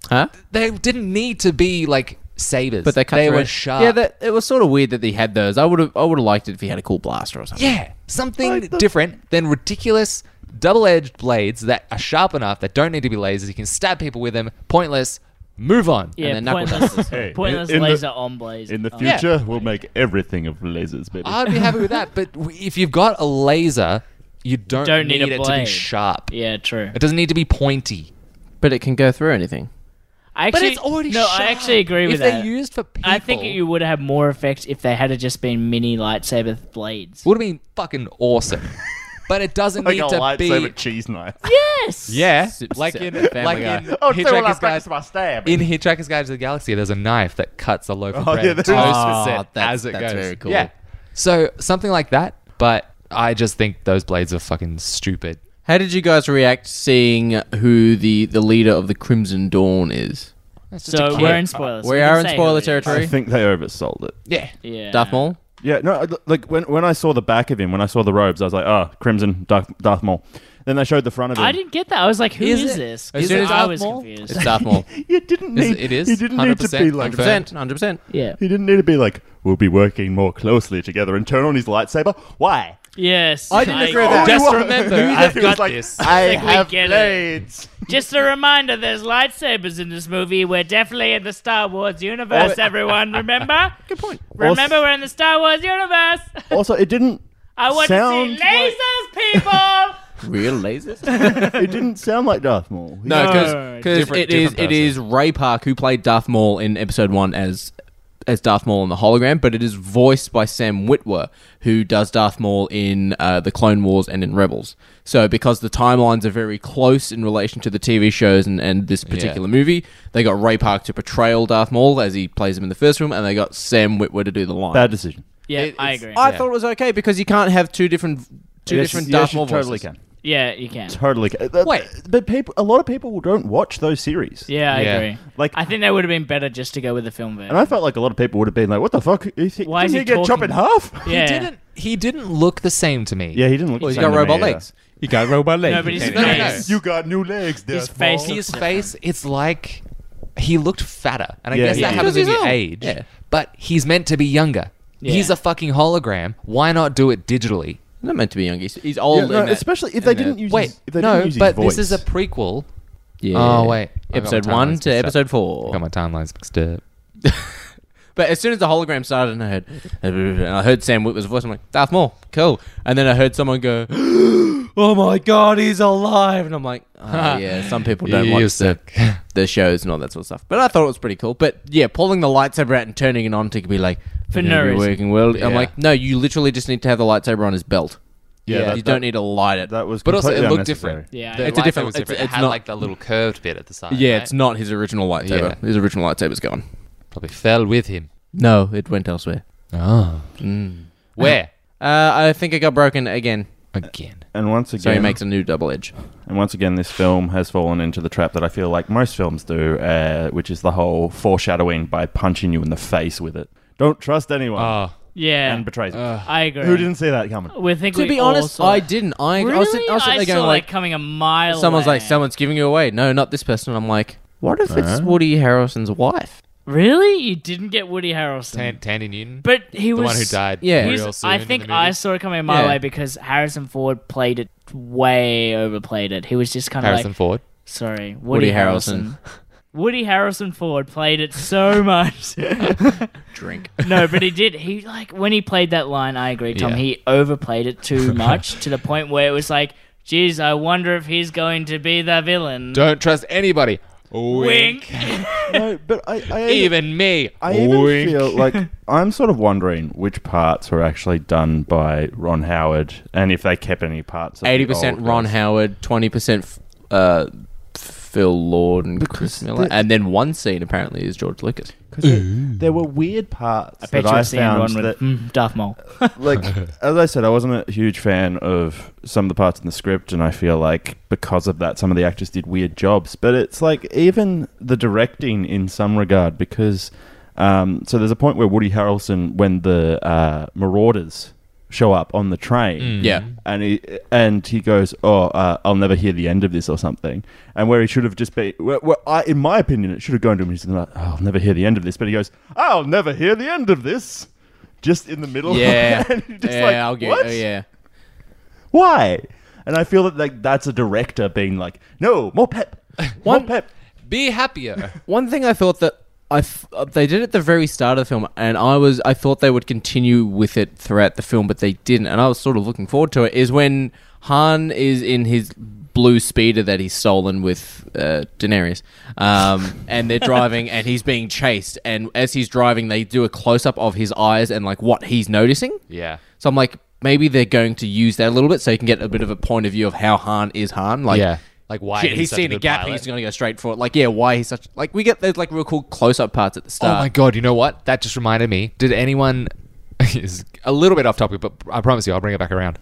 [SPEAKER 4] Huh?
[SPEAKER 5] they didn't need to be like sabers.
[SPEAKER 4] But they cut through
[SPEAKER 5] were
[SPEAKER 4] it.
[SPEAKER 5] sharp.
[SPEAKER 4] Yeah, that, it was sort of weird that he had those. I would have I would have liked it if he had a cool blaster or something.
[SPEAKER 5] Yeah, something different than ridiculous double-edged blades that are sharp enough that don't need to be lasers. You can stab people with them. Pointless. Move on.
[SPEAKER 2] Yeah,
[SPEAKER 4] then knuckle
[SPEAKER 2] pointless,
[SPEAKER 1] Hey,
[SPEAKER 2] pointless
[SPEAKER 1] in- in the-
[SPEAKER 2] laser on blaze.
[SPEAKER 1] In the
[SPEAKER 2] Oh.
[SPEAKER 5] Yeah.
[SPEAKER 1] future, we'll make everything of lasers, baby.
[SPEAKER 5] I'd be happy with that. But w- if you've got a laser, you don't,
[SPEAKER 2] Don't need a
[SPEAKER 5] it to be
[SPEAKER 2] blade.
[SPEAKER 5] sharp.
[SPEAKER 2] Yeah, true.
[SPEAKER 5] It doesn't need to be pointy.
[SPEAKER 4] But it can go through anything.
[SPEAKER 2] I actually,
[SPEAKER 5] but it's already
[SPEAKER 2] no.
[SPEAKER 5] sharp.
[SPEAKER 2] I actually agree with
[SPEAKER 5] if
[SPEAKER 2] that.
[SPEAKER 5] they're used for people,
[SPEAKER 2] I think you would have more effect if they had just been mini lightsaber blades.
[SPEAKER 5] would have been fucking awesome. but it doesn't
[SPEAKER 1] like
[SPEAKER 5] need
[SPEAKER 1] a
[SPEAKER 5] to
[SPEAKER 1] lightsaber
[SPEAKER 5] be.
[SPEAKER 1] cheese knife.
[SPEAKER 2] Yes.
[SPEAKER 5] Yeah,
[SPEAKER 4] Sip,
[SPEAKER 5] like
[SPEAKER 4] sip,
[SPEAKER 5] in
[SPEAKER 4] Family
[SPEAKER 5] like
[SPEAKER 4] Guy.
[SPEAKER 5] in
[SPEAKER 1] Oh,
[SPEAKER 5] Hitchhiker's Guide.
[SPEAKER 1] stab.
[SPEAKER 5] In Hitchhiker's Guide to the Galaxy, there's a knife that cuts a loaf of
[SPEAKER 1] Oh,
[SPEAKER 5] bread
[SPEAKER 1] yeah,
[SPEAKER 5] to
[SPEAKER 1] there is.
[SPEAKER 5] toast it
[SPEAKER 4] Oh, that's-
[SPEAKER 5] as it
[SPEAKER 4] that's
[SPEAKER 5] goes.
[SPEAKER 4] very cool.
[SPEAKER 5] Yeah. So something like that, but I just think those blades are fucking stupid.
[SPEAKER 4] How did you guys react seeing who the, the leader of the Crimson Dawn is? That's just a
[SPEAKER 2] so
[SPEAKER 4] kid.
[SPEAKER 2] we're in spoilers.
[SPEAKER 4] We
[SPEAKER 2] can
[SPEAKER 4] are in
[SPEAKER 2] say who
[SPEAKER 4] spoiler
[SPEAKER 2] it is.
[SPEAKER 4] territory.
[SPEAKER 1] I think they oversold it.
[SPEAKER 4] Yeah.
[SPEAKER 2] Yeah.
[SPEAKER 4] Darth Maul.
[SPEAKER 1] Yeah, no, I- like when when I saw the back of him, when I saw the robes, I was like, oh, Crimson Darth, Darth Maul. Then they showed the front of him.
[SPEAKER 2] I didn't get that. I was like, who
[SPEAKER 4] Is
[SPEAKER 2] is,
[SPEAKER 4] it-
[SPEAKER 2] this?
[SPEAKER 4] is
[SPEAKER 2] Is
[SPEAKER 4] it
[SPEAKER 2] I
[SPEAKER 4] Darth
[SPEAKER 2] was
[SPEAKER 4] Maul?
[SPEAKER 2] confused.
[SPEAKER 4] It's Darth Maul.
[SPEAKER 1] you didn't
[SPEAKER 4] Is
[SPEAKER 1] need.
[SPEAKER 4] it- it is?
[SPEAKER 1] You didn't need to be
[SPEAKER 4] 100%,
[SPEAKER 1] like
[SPEAKER 4] 100%,
[SPEAKER 1] that.
[SPEAKER 4] 100%.
[SPEAKER 2] Yeah.
[SPEAKER 1] He didn't need to be like, we'll be working more closely together and turn on his lightsaber. Why?
[SPEAKER 2] Yes.
[SPEAKER 1] I didn't agree with that.
[SPEAKER 2] Oh, Just
[SPEAKER 1] Just
[SPEAKER 2] remember,
[SPEAKER 1] remember, He I've
[SPEAKER 2] I've
[SPEAKER 1] definitely was
[SPEAKER 2] got
[SPEAKER 1] got like,
[SPEAKER 2] this.
[SPEAKER 1] this. I have blades.
[SPEAKER 2] Just a reminder, there's lightsabers in this movie. We're definitely in the Star Wars
[SPEAKER 4] Oh,
[SPEAKER 2] universe,
[SPEAKER 1] Also-
[SPEAKER 2] everyone. Remember? Good
[SPEAKER 1] point.
[SPEAKER 2] Remember,
[SPEAKER 1] Also-
[SPEAKER 2] we're in the Star Wars universe.
[SPEAKER 1] Also, it didn't.
[SPEAKER 2] I want
[SPEAKER 1] sound
[SPEAKER 2] to see lasers,
[SPEAKER 4] Real lasers.
[SPEAKER 1] it didn't sound like Darth Maul. He-
[SPEAKER 4] No,
[SPEAKER 2] No,
[SPEAKER 4] because because
[SPEAKER 1] different-
[SPEAKER 4] it is
[SPEAKER 1] different
[SPEAKER 4] it is Ray Park who played Darth Maul in Episode One as as Darth Maul in the hologram, but it is voiced by Sam Witwer, who does Darth Maul in uh, the Clone Wars and in Rebels. So because the timelines are very close in relation to the TV shows and, and this particular movie, they got Ray Park to portray old Darth Maul as he plays him in the first film, and they got Sam Witwer to do the line.
[SPEAKER 1] Bad decision.
[SPEAKER 2] Yeah, I agree.
[SPEAKER 4] I thought it was okay because you can't have two different two
[SPEAKER 1] Yes,
[SPEAKER 4] different
[SPEAKER 1] yes,
[SPEAKER 4] Darth
[SPEAKER 1] you
[SPEAKER 4] Maul
[SPEAKER 1] totally
[SPEAKER 4] voices.
[SPEAKER 1] can.
[SPEAKER 2] Yeah, you can.
[SPEAKER 1] Totally. ca- that-
[SPEAKER 2] Wait.
[SPEAKER 1] but people, a lot of people don't watch those series.
[SPEAKER 2] Yeah, I
[SPEAKER 1] Yeah.
[SPEAKER 2] agree.
[SPEAKER 1] Like-
[SPEAKER 2] I think that would have been better just to go with the film version.
[SPEAKER 1] And I felt like a lot of people would have been like, "What the fuck? Is he,
[SPEAKER 2] Why
[SPEAKER 1] didn't
[SPEAKER 2] is
[SPEAKER 1] he,
[SPEAKER 2] he
[SPEAKER 1] get chopped
[SPEAKER 2] talking?
[SPEAKER 1] in half?"
[SPEAKER 2] Yeah.
[SPEAKER 5] He didn't. He didn't look the same to me.
[SPEAKER 1] Yeah, he didn't look.
[SPEAKER 5] Well,
[SPEAKER 1] the
[SPEAKER 5] he's
[SPEAKER 1] same
[SPEAKER 5] got
[SPEAKER 1] to me
[SPEAKER 5] robot
[SPEAKER 1] either.
[SPEAKER 5] legs. He got robot legs.
[SPEAKER 2] No, but his face.
[SPEAKER 1] You got new legs.
[SPEAKER 2] His
[SPEAKER 1] Darth
[SPEAKER 2] face
[SPEAKER 1] Maul.
[SPEAKER 2] looks
[SPEAKER 5] his face, it's like he looked fatter, and I
[SPEAKER 1] Yeah,
[SPEAKER 5] guess
[SPEAKER 1] he
[SPEAKER 5] that
[SPEAKER 1] did.
[SPEAKER 5] happens
[SPEAKER 4] Because
[SPEAKER 5] with
[SPEAKER 4] he's
[SPEAKER 5] your
[SPEAKER 4] old.
[SPEAKER 5] age.
[SPEAKER 4] Yeah.
[SPEAKER 5] But he's meant to be younger.
[SPEAKER 2] Yeah.
[SPEAKER 5] He's a fucking hologram. Why not do it digitally?
[SPEAKER 4] Not meant to be young. He's, he's old.
[SPEAKER 1] Yeah, no,
[SPEAKER 4] in that-
[SPEAKER 1] especially if
[SPEAKER 4] in
[SPEAKER 1] they
[SPEAKER 4] that-
[SPEAKER 1] didn't use
[SPEAKER 5] Wait,
[SPEAKER 1] his, if they
[SPEAKER 5] no,
[SPEAKER 1] didn't use his
[SPEAKER 5] but
[SPEAKER 1] voice.
[SPEAKER 5] this is a prequel.
[SPEAKER 4] Yeah.
[SPEAKER 5] Oh wait, I got my
[SPEAKER 4] Episode one
[SPEAKER 5] timelines
[SPEAKER 4] to
[SPEAKER 5] mixed up.
[SPEAKER 4] episode
[SPEAKER 1] Oh.
[SPEAKER 4] four.
[SPEAKER 5] Got my timelines mixed up.
[SPEAKER 4] But as soon as the hologram started, and I heard, and I heard Sam Witwer's voice, I'm like, Darth Maul, cool. And then I heard someone go, "Oh my god, he's alive!" And I'm like, oh, "Yeah, some people don't
[SPEAKER 5] You
[SPEAKER 4] watch the, the shows and all that sort of stuff." But I thought it was pretty cool. But yeah, pulling the lightsaber out and turning it on to be like,
[SPEAKER 2] For no
[SPEAKER 4] "You're
[SPEAKER 2] reason."
[SPEAKER 4] working well." I'm
[SPEAKER 5] Yeah.
[SPEAKER 4] like, "No, you literally just need to have the lightsaber on his belt.
[SPEAKER 1] Yeah,
[SPEAKER 4] you
[SPEAKER 1] that-
[SPEAKER 4] don't
[SPEAKER 1] that-
[SPEAKER 4] need to light it."
[SPEAKER 1] that was.
[SPEAKER 5] But also, it
[SPEAKER 1] completely
[SPEAKER 5] looked
[SPEAKER 1] unnecessary.
[SPEAKER 5] different.
[SPEAKER 2] Yeah,
[SPEAKER 5] The
[SPEAKER 4] It's a
[SPEAKER 5] lightsaber
[SPEAKER 4] different-
[SPEAKER 5] was
[SPEAKER 4] it's-
[SPEAKER 5] different.
[SPEAKER 4] it's
[SPEAKER 5] it had
[SPEAKER 4] not-
[SPEAKER 5] like the little curved bit at the side.
[SPEAKER 4] yeah,
[SPEAKER 5] right?
[SPEAKER 4] it's not his original lightsaber.
[SPEAKER 5] Yeah.
[SPEAKER 4] His original lightsaber's gone.
[SPEAKER 5] probably fell with him.
[SPEAKER 4] No, it went elsewhere.
[SPEAKER 1] Ah.
[SPEAKER 5] Oh, where
[SPEAKER 4] Uh, I think it got broken again.
[SPEAKER 5] again?
[SPEAKER 1] And once again,
[SPEAKER 4] So he makes a new double edge.
[SPEAKER 1] And once again, this film has fallen into the trap that I feel like most films do, uh, which is the whole foreshadowing by punching you in the face with it. Don't trust anyone.
[SPEAKER 5] Oh,
[SPEAKER 2] yeah, Uh,
[SPEAKER 1] and betrays. them.
[SPEAKER 2] I agree.
[SPEAKER 1] Who didn't see that coming?
[SPEAKER 2] We think
[SPEAKER 4] To
[SPEAKER 2] we
[SPEAKER 4] be
[SPEAKER 2] all
[SPEAKER 4] honest,
[SPEAKER 2] saw
[SPEAKER 4] I
[SPEAKER 2] that.
[SPEAKER 4] didn't. I,
[SPEAKER 2] Really?
[SPEAKER 4] I was sitting, I was sitting there
[SPEAKER 2] saw
[SPEAKER 4] going
[SPEAKER 2] like
[SPEAKER 4] like,
[SPEAKER 2] coming a mile.
[SPEAKER 4] someone's
[SPEAKER 2] away.
[SPEAKER 4] like, someone's giving you away. No, not this person. I'm like, what if it's Woody Harrelson's wife?
[SPEAKER 2] Really? You didn't get Woody Harrelson.
[SPEAKER 5] Tan- Tandy Newton,
[SPEAKER 2] But he
[SPEAKER 5] the
[SPEAKER 2] was
[SPEAKER 5] one who died.
[SPEAKER 4] Yeah.
[SPEAKER 5] real
[SPEAKER 2] he's-
[SPEAKER 5] soon
[SPEAKER 2] I
[SPEAKER 5] in the
[SPEAKER 2] think
[SPEAKER 5] movie.
[SPEAKER 2] I saw it coming my
[SPEAKER 4] Yeah.
[SPEAKER 2] way because Harrison Ford played it way overplayed it. He was just kind of
[SPEAKER 5] Harrison
[SPEAKER 2] like,
[SPEAKER 5] Ford.
[SPEAKER 2] sorry, Woody,
[SPEAKER 4] Woody
[SPEAKER 2] Harrelson.
[SPEAKER 4] Harrelson.
[SPEAKER 2] Woody Harrison Ford played it so much.
[SPEAKER 4] Drink.
[SPEAKER 2] no, but he did. He like when he played that line. I agree, Tom.
[SPEAKER 5] Yeah.
[SPEAKER 2] He overplayed it too much to the point where it was like, "Geez, I wonder if he's going to be the villain."
[SPEAKER 5] Don't trust anybody. Wink.
[SPEAKER 2] Wink.
[SPEAKER 1] no, but I, I
[SPEAKER 5] Even me.
[SPEAKER 1] I even
[SPEAKER 5] Wink.
[SPEAKER 1] feel like I'm sort of wondering which parts were actually done by Ron Howard, and if they kept any parts. of the
[SPEAKER 4] Eighty percent
[SPEAKER 1] old
[SPEAKER 4] Ron
[SPEAKER 1] guys.
[SPEAKER 4] Howard, twenty percent uh, Phil Lord and Chris Miller,
[SPEAKER 1] the-
[SPEAKER 4] and then one scene apparently is George Lucas.
[SPEAKER 1] 'Cause there, there were weird parts
[SPEAKER 2] I
[SPEAKER 1] that
[SPEAKER 2] bet you
[SPEAKER 1] I
[SPEAKER 2] I've seen
[SPEAKER 1] found
[SPEAKER 2] one
[SPEAKER 1] that
[SPEAKER 2] with mm, Darth Maul.
[SPEAKER 1] like as I said, I wasn't a huge fan of some of the parts in the script, and I feel like because of that, some of the actors did weird jobs. But it's like even the directing in some regard, because um, so there's a point where Woody Harrelson, when the uh, Marauders show up on the train,
[SPEAKER 4] Mm. Yeah.
[SPEAKER 1] and he and he goes, "Oh, uh, I'll never hear the end of this" or something. And where he should have just been, where, where I, in my opinion, it should have gone to him. He's like, oh, "I'll never hear the end of this," but he goes, "Ah, "I'll never hear the end of this." Just in the middle,
[SPEAKER 4] Yeah,
[SPEAKER 1] and you're just
[SPEAKER 4] yeah,
[SPEAKER 1] like,
[SPEAKER 4] I'll get.
[SPEAKER 1] "What?
[SPEAKER 4] oh, yeah,
[SPEAKER 1] Why? And I feel that like that's a director being like, "No, more pep, more
[SPEAKER 4] One-
[SPEAKER 1] pep."
[SPEAKER 5] Be happier.
[SPEAKER 4] One thing I thought that I th- uh, they did at the very start of the film, and I was I thought they would continue with it throughout the film, but they didn't, and I was sort of looking forward to it. Is when Han is in his blue speeder that he's stolen with uh, Daenerys, um, and they're driving, and he's being chased, and as he's driving, they do a close up of his eyes and like what he's noticing.
[SPEAKER 5] yeah.
[SPEAKER 4] So I'm like, maybe they're going to use that a little bit, so you can get a bit of a point of view of how Han is Han. Like,
[SPEAKER 5] yeah. Like why?
[SPEAKER 4] Shit,
[SPEAKER 5] he's
[SPEAKER 4] he's
[SPEAKER 5] such
[SPEAKER 4] seen a
[SPEAKER 5] good
[SPEAKER 4] gap.
[SPEAKER 5] pilot.
[SPEAKER 4] He's going to go straight for it. Like, yeah, why he's such like we get those like real cool close up parts at the
[SPEAKER 5] Oh
[SPEAKER 4] start.
[SPEAKER 5] my god! You know what? That just reminded me. Did anyone? is a little bit off topic, but I promise you, I'll bring it back around.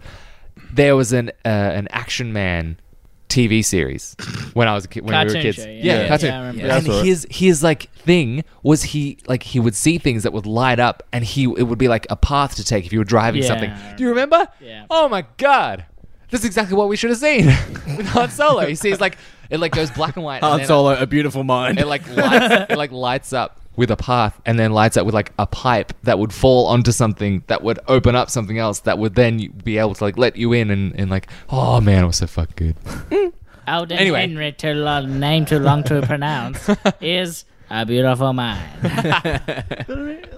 [SPEAKER 5] There was an uh, an action man TV series when I was a kid, when we
[SPEAKER 2] Cartoon
[SPEAKER 5] were kids.
[SPEAKER 2] show, yeah.
[SPEAKER 5] yeah,
[SPEAKER 2] Yeah,
[SPEAKER 5] cartoon.
[SPEAKER 2] yeah, I remember.
[SPEAKER 5] and
[SPEAKER 2] Yeah, that's
[SPEAKER 5] his his like thing was he like he would see things that would light up, and he it would be like a path to take if you were driving
[SPEAKER 4] Yeah.
[SPEAKER 5] something. Do you remember? Yeah. Oh my god, this is exactly what we should have seen with Han Solo. He sees like it like goes black and white. and
[SPEAKER 4] Han
[SPEAKER 5] then,
[SPEAKER 4] Solo, a beautiful mind.
[SPEAKER 5] It like lights, it like lights up with a path, and then lights up with like a pipe that would fall onto something that would open up something else that would then you- be able to like let you in and, and like oh man, it was so fucking good.
[SPEAKER 2] Alden
[SPEAKER 5] Anyway.
[SPEAKER 2] Henry, too long, name too long to pronounce, is a beautiful mind.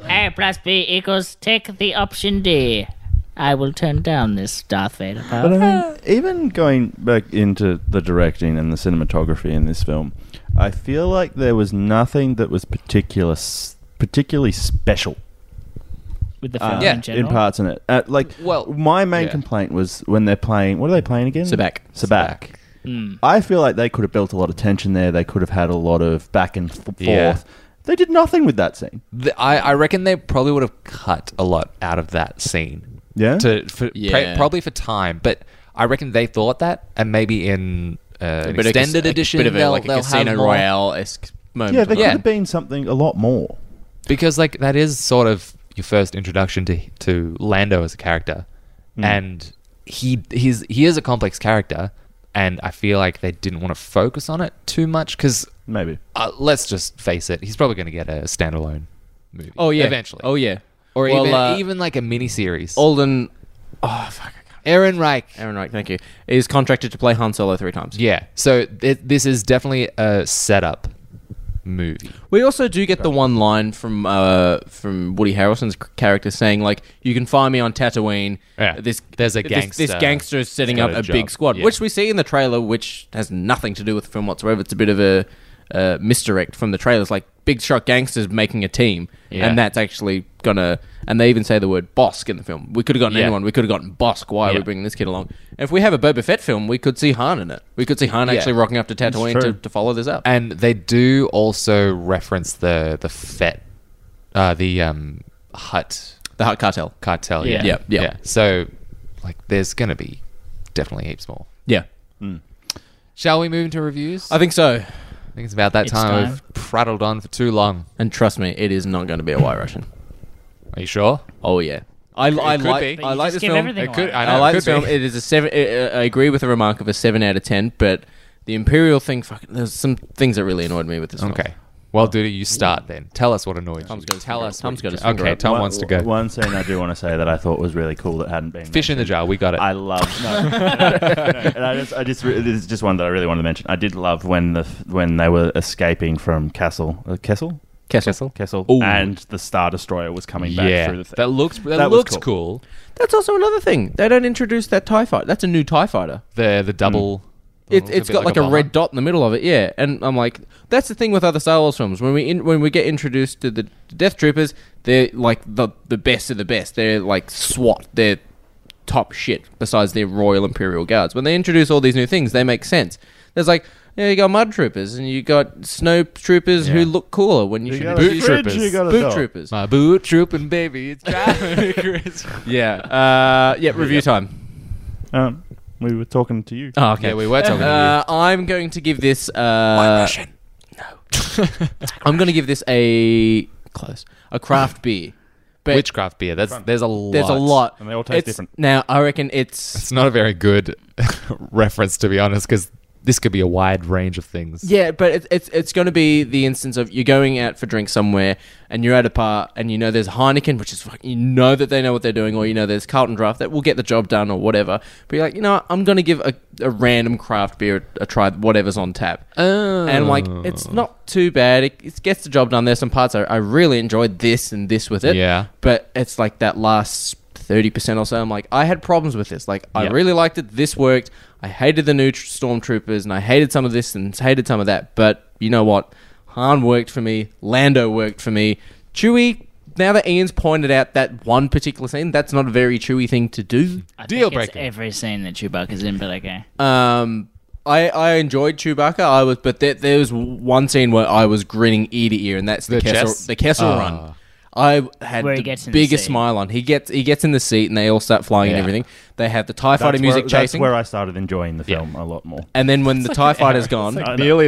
[SPEAKER 2] A plus B equals take the option D. I will turn down this Darth Vader power.
[SPEAKER 4] Uh.
[SPEAKER 1] But I mean, even going back into the directing and the cinematography in this film, I feel like there was nothing that was particular, particularly special.
[SPEAKER 2] With the
[SPEAKER 1] uh,
[SPEAKER 2] film in general.
[SPEAKER 1] parts in it. Uh, like, well, my main complaint was when they're playing. What are they playing again? Sabak. Sabak. Hmm.
[SPEAKER 2] Mm.
[SPEAKER 1] I feel like they could have built a lot of tension there. They could have had a lot of back and f- forth.
[SPEAKER 5] Yeah.
[SPEAKER 1] They did nothing with that scene.
[SPEAKER 5] The, I I reckon they probably would have cut a lot out of that scene.
[SPEAKER 1] Yeah?
[SPEAKER 5] To for, pra-
[SPEAKER 1] Yeah.
[SPEAKER 5] probably for time, but I reckon they thought that, and maybe in uh, an
[SPEAKER 4] bit of cas-
[SPEAKER 5] extended
[SPEAKER 4] a
[SPEAKER 5] edition,
[SPEAKER 4] bit of a-
[SPEAKER 5] they'll,
[SPEAKER 4] like a
[SPEAKER 5] they'll have
[SPEAKER 4] Casino
[SPEAKER 5] more-
[SPEAKER 4] Royale-esque
[SPEAKER 1] Yeah, there could have been something a lot more.
[SPEAKER 5] because like that is sort of your first introduction to to Lando as a character,
[SPEAKER 1] Mm.
[SPEAKER 5] and he he's he is a complex character, and I feel like they didn't want to focus on it too much because
[SPEAKER 1] maybe
[SPEAKER 5] uh, let's just face it, he's probably going to get a standalone movie.
[SPEAKER 4] Oh, yeah.
[SPEAKER 5] eventually.
[SPEAKER 4] Oh, yeah.
[SPEAKER 5] or
[SPEAKER 4] Well,
[SPEAKER 5] even
[SPEAKER 4] uh,
[SPEAKER 5] even like a mini series.
[SPEAKER 4] Alden. Oh fuck.
[SPEAKER 5] Aaron Reich.
[SPEAKER 4] Aaron Reich. Thank you. Is contracted to play Han Solo three times.
[SPEAKER 5] Yeah, so th- this is definitely a setup movie.
[SPEAKER 4] We also do get the one line from uh, from Woody Harrelson's c- character saying like, "You can find me on Tatooine." Yeah. This
[SPEAKER 5] There's a
[SPEAKER 4] this-
[SPEAKER 5] gangster.
[SPEAKER 4] This, gangster is setting
[SPEAKER 5] Got
[SPEAKER 4] up
[SPEAKER 5] a
[SPEAKER 4] a,
[SPEAKER 5] job.
[SPEAKER 4] big squad,
[SPEAKER 5] Yeah.
[SPEAKER 4] which we see in the trailer, which has nothing to do with the film whatsoever. It's a bit of a uh, misdirect from the trailers, like big shot gangsters making a team,
[SPEAKER 5] Yeah.
[SPEAKER 4] and that's actually gonna. And they even say the word Bosk in the film. We could have gotten
[SPEAKER 5] Yeah.
[SPEAKER 4] anyone. We could have gotten Bosk. Why are
[SPEAKER 5] Yeah.
[SPEAKER 4] we bringing this kid along? And if we have a Boba Fett film, we could see Han in it. We could see Han
[SPEAKER 5] Yeah.
[SPEAKER 4] actually rocking up to
[SPEAKER 5] That's
[SPEAKER 4] Tatooine to,
[SPEAKER 5] true.
[SPEAKER 4] to follow this up.
[SPEAKER 5] And they do also reference the the Fett, uh, the um, hut,
[SPEAKER 4] the hut cartel,
[SPEAKER 5] cartel. Yeah,
[SPEAKER 4] Yeah. Yeah, yeah.
[SPEAKER 5] So, like, there's gonna be definitely heaps more.
[SPEAKER 4] Yeah.
[SPEAKER 5] Shall we move into reviews?
[SPEAKER 4] I think so.
[SPEAKER 5] I think it's about that
[SPEAKER 4] It's
[SPEAKER 5] time.
[SPEAKER 4] time.
[SPEAKER 5] We've prattled on for too long.
[SPEAKER 4] And trust me, it is not going to be a white Russian.
[SPEAKER 5] Are you sure?
[SPEAKER 4] Oh yeah. I,
[SPEAKER 5] It
[SPEAKER 4] I
[SPEAKER 5] could
[SPEAKER 4] like
[SPEAKER 5] be.
[SPEAKER 4] I
[SPEAKER 5] You
[SPEAKER 4] like
[SPEAKER 5] just
[SPEAKER 4] this
[SPEAKER 5] give
[SPEAKER 4] film.
[SPEAKER 5] everything It could- away. I know,
[SPEAKER 4] I
[SPEAKER 5] it
[SPEAKER 4] like
[SPEAKER 5] could
[SPEAKER 4] this film.
[SPEAKER 5] be.
[SPEAKER 4] It is a seven. I I agree with the remark of a seven out of ten, but the imperial thing. Fucking, there's some things that really annoyed me with this.
[SPEAKER 5] Okay. Well, Duty, you start then. Tell us what annoys
[SPEAKER 4] Tom's
[SPEAKER 5] you.
[SPEAKER 4] got his
[SPEAKER 5] Tell
[SPEAKER 4] finger
[SPEAKER 5] us.
[SPEAKER 4] up. Tom's
[SPEAKER 5] what you
[SPEAKER 4] got his
[SPEAKER 5] dr-
[SPEAKER 4] finger
[SPEAKER 5] Okay,
[SPEAKER 4] up.
[SPEAKER 5] Tom
[SPEAKER 4] One-
[SPEAKER 5] wants to go.
[SPEAKER 1] One scene I do want to say that I thought was really cool that hadn't been
[SPEAKER 5] Fish in the jar. We got it.
[SPEAKER 1] I love. No, no, no, no. And I just, I just, re- this is just one that I really wanted to mention. I did love when the when they were escaping from Castle, uh, Kessel,
[SPEAKER 4] Kessel,
[SPEAKER 5] Kessel,
[SPEAKER 1] Kessel,
[SPEAKER 5] Ooh.
[SPEAKER 1] and the Star Destroyer was coming
[SPEAKER 5] Yeah.
[SPEAKER 1] back through the thing.
[SPEAKER 5] That looked- that
[SPEAKER 1] was
[SPEAKER 5] looked cool.
[SPEAKER 4] That's also another thing. They don't introduce that tie fighter. That's a new tie fighter.
[SPEAKER 5] The the double. the
[SPEAKER 4] It,
[SPEAKER 5] one that
[SPEAKER 4] Mm.
[SPEAKER 5] looks
[SPEAKER 4] it's
[SPEAKER 5] a bit
[SPEAKER 4] got like, a,
[SPEAKER 5] bomber.
[SPEAKER 4] red dot in the middle of it, yeah. And I'm like, that's the thing with other Star Wars films. When we in, when we get introduced to the Death Troopers, they're like the the best of the best. They're like SWAT. They're top shit. Besides their Royal Imperial Guards, when they introduce all these new things, they make sense. There's like. Yeah, you got mud troopers and you got snow troopers who look cooler when you,
[SPEAKER 5] You
[SPEAKER 4] should
[SPEAKER 5] got a
[SPEAKER 4] introduce-
[SPEAKER 5] fridge, you got a
[SPEAKER 4] boot
[SPEAKER 5] dog.
[SPEAKER 4] troopers.
[SPEAKER 5] My boot trooping baby, it's driving me crazy.
[SPEAKER 4] Yeah, uh, yeah. Review time.
[SPEAKER 1] Um, we were talking to you.
[SPEAKER 4] Oh, okay.
[SPEAKER 5] Yeah, we were talking to you.
[SPEAKER 4] Uh, I'm going to give this. Uh, Russian. No. I'm going to give this a close a craft beer. But
[SPEAKER 5] Which craft beer? That's there's a lot.
[SPEAKER 4] There's a lot.
[SPEAKER 1] And they all taste
[SPEAKER 4] It's-
[SPEAKER 1] different.
[SPEAKER 4] Now I reckon it's
[SPEAKER 5] It's not a very good reference to be honest, because this could be a wide range of things.
[SPEAKER 4] Yeah, but it, it's it's going to be the instance of you're going out for drinks somewhere and you're at a bar and you know there's Heineken, which is fuck- you know that they know what they're doing, or you know there's Carlton Draft that will get the job done or whatever. But you're like, you know, what, I'm going to give a, a random craft beer a, try, whatever's on tap.
[SPEAKER 5] Oh.
[SPEAKER 4] And like, it's not too bad. It, it gets the job done. There's some parts I, I really enjoyed this and this with it.
[SPEAKER 5] Yeah.
[SPEAKER 4] But it's like that last 30% or so. I'm like, I had problems with this. Like, I
[SPEAKER 5] Yeah.
[SPEAKER 4] really liked it. This worked. I hated the new tr- stormtroopers and I hated some of this and hated some of that. But you know what? Han worked for me. Lando worked for me. Chewie, now that Ian's pointed out that one particular scene, that's not a very Chewie thing to do.
[SPEAKER 2] I Deal think breaker. It's every scene that Chewbacca's in, but okay.
[SPEAKER 4] Um, I, I enjoyed Chewbacca. I was, but there, there was one scene where I was grinning ear to ear, and that's the,
[SPEAKER 5] The
[SPEAKER 4] Kessel
[SPEAKER 5] chess?
[SPEAKER 4] the Kessel
[SPEAKER 5] Ah.
[SPEAKER 4] run. I had
[SPEAKER 2] Where he
[SPEAKER 4] the
[SPEAKER 2] gets in the
[SPEAKER 4] biggest
[SPEAKER 2] seat.
[SPEAKER 4] smile on. He gets he gets in the seat, and they all start flying and
[SPEAKER 5] Yeah.
[SPEAKER 4] everything. They have the TIE fighter
[SPEAKER 1] That's
[SPEAKER 4] music
[SPEAKER 1] where,
[SPEAKER 4] chasing.
[SPEAKER 1] That's where I started enjoying the film a lot more.
[SPEAKER 4] And then when the TIE fighter's gone,
[SPEAKER 1] I know.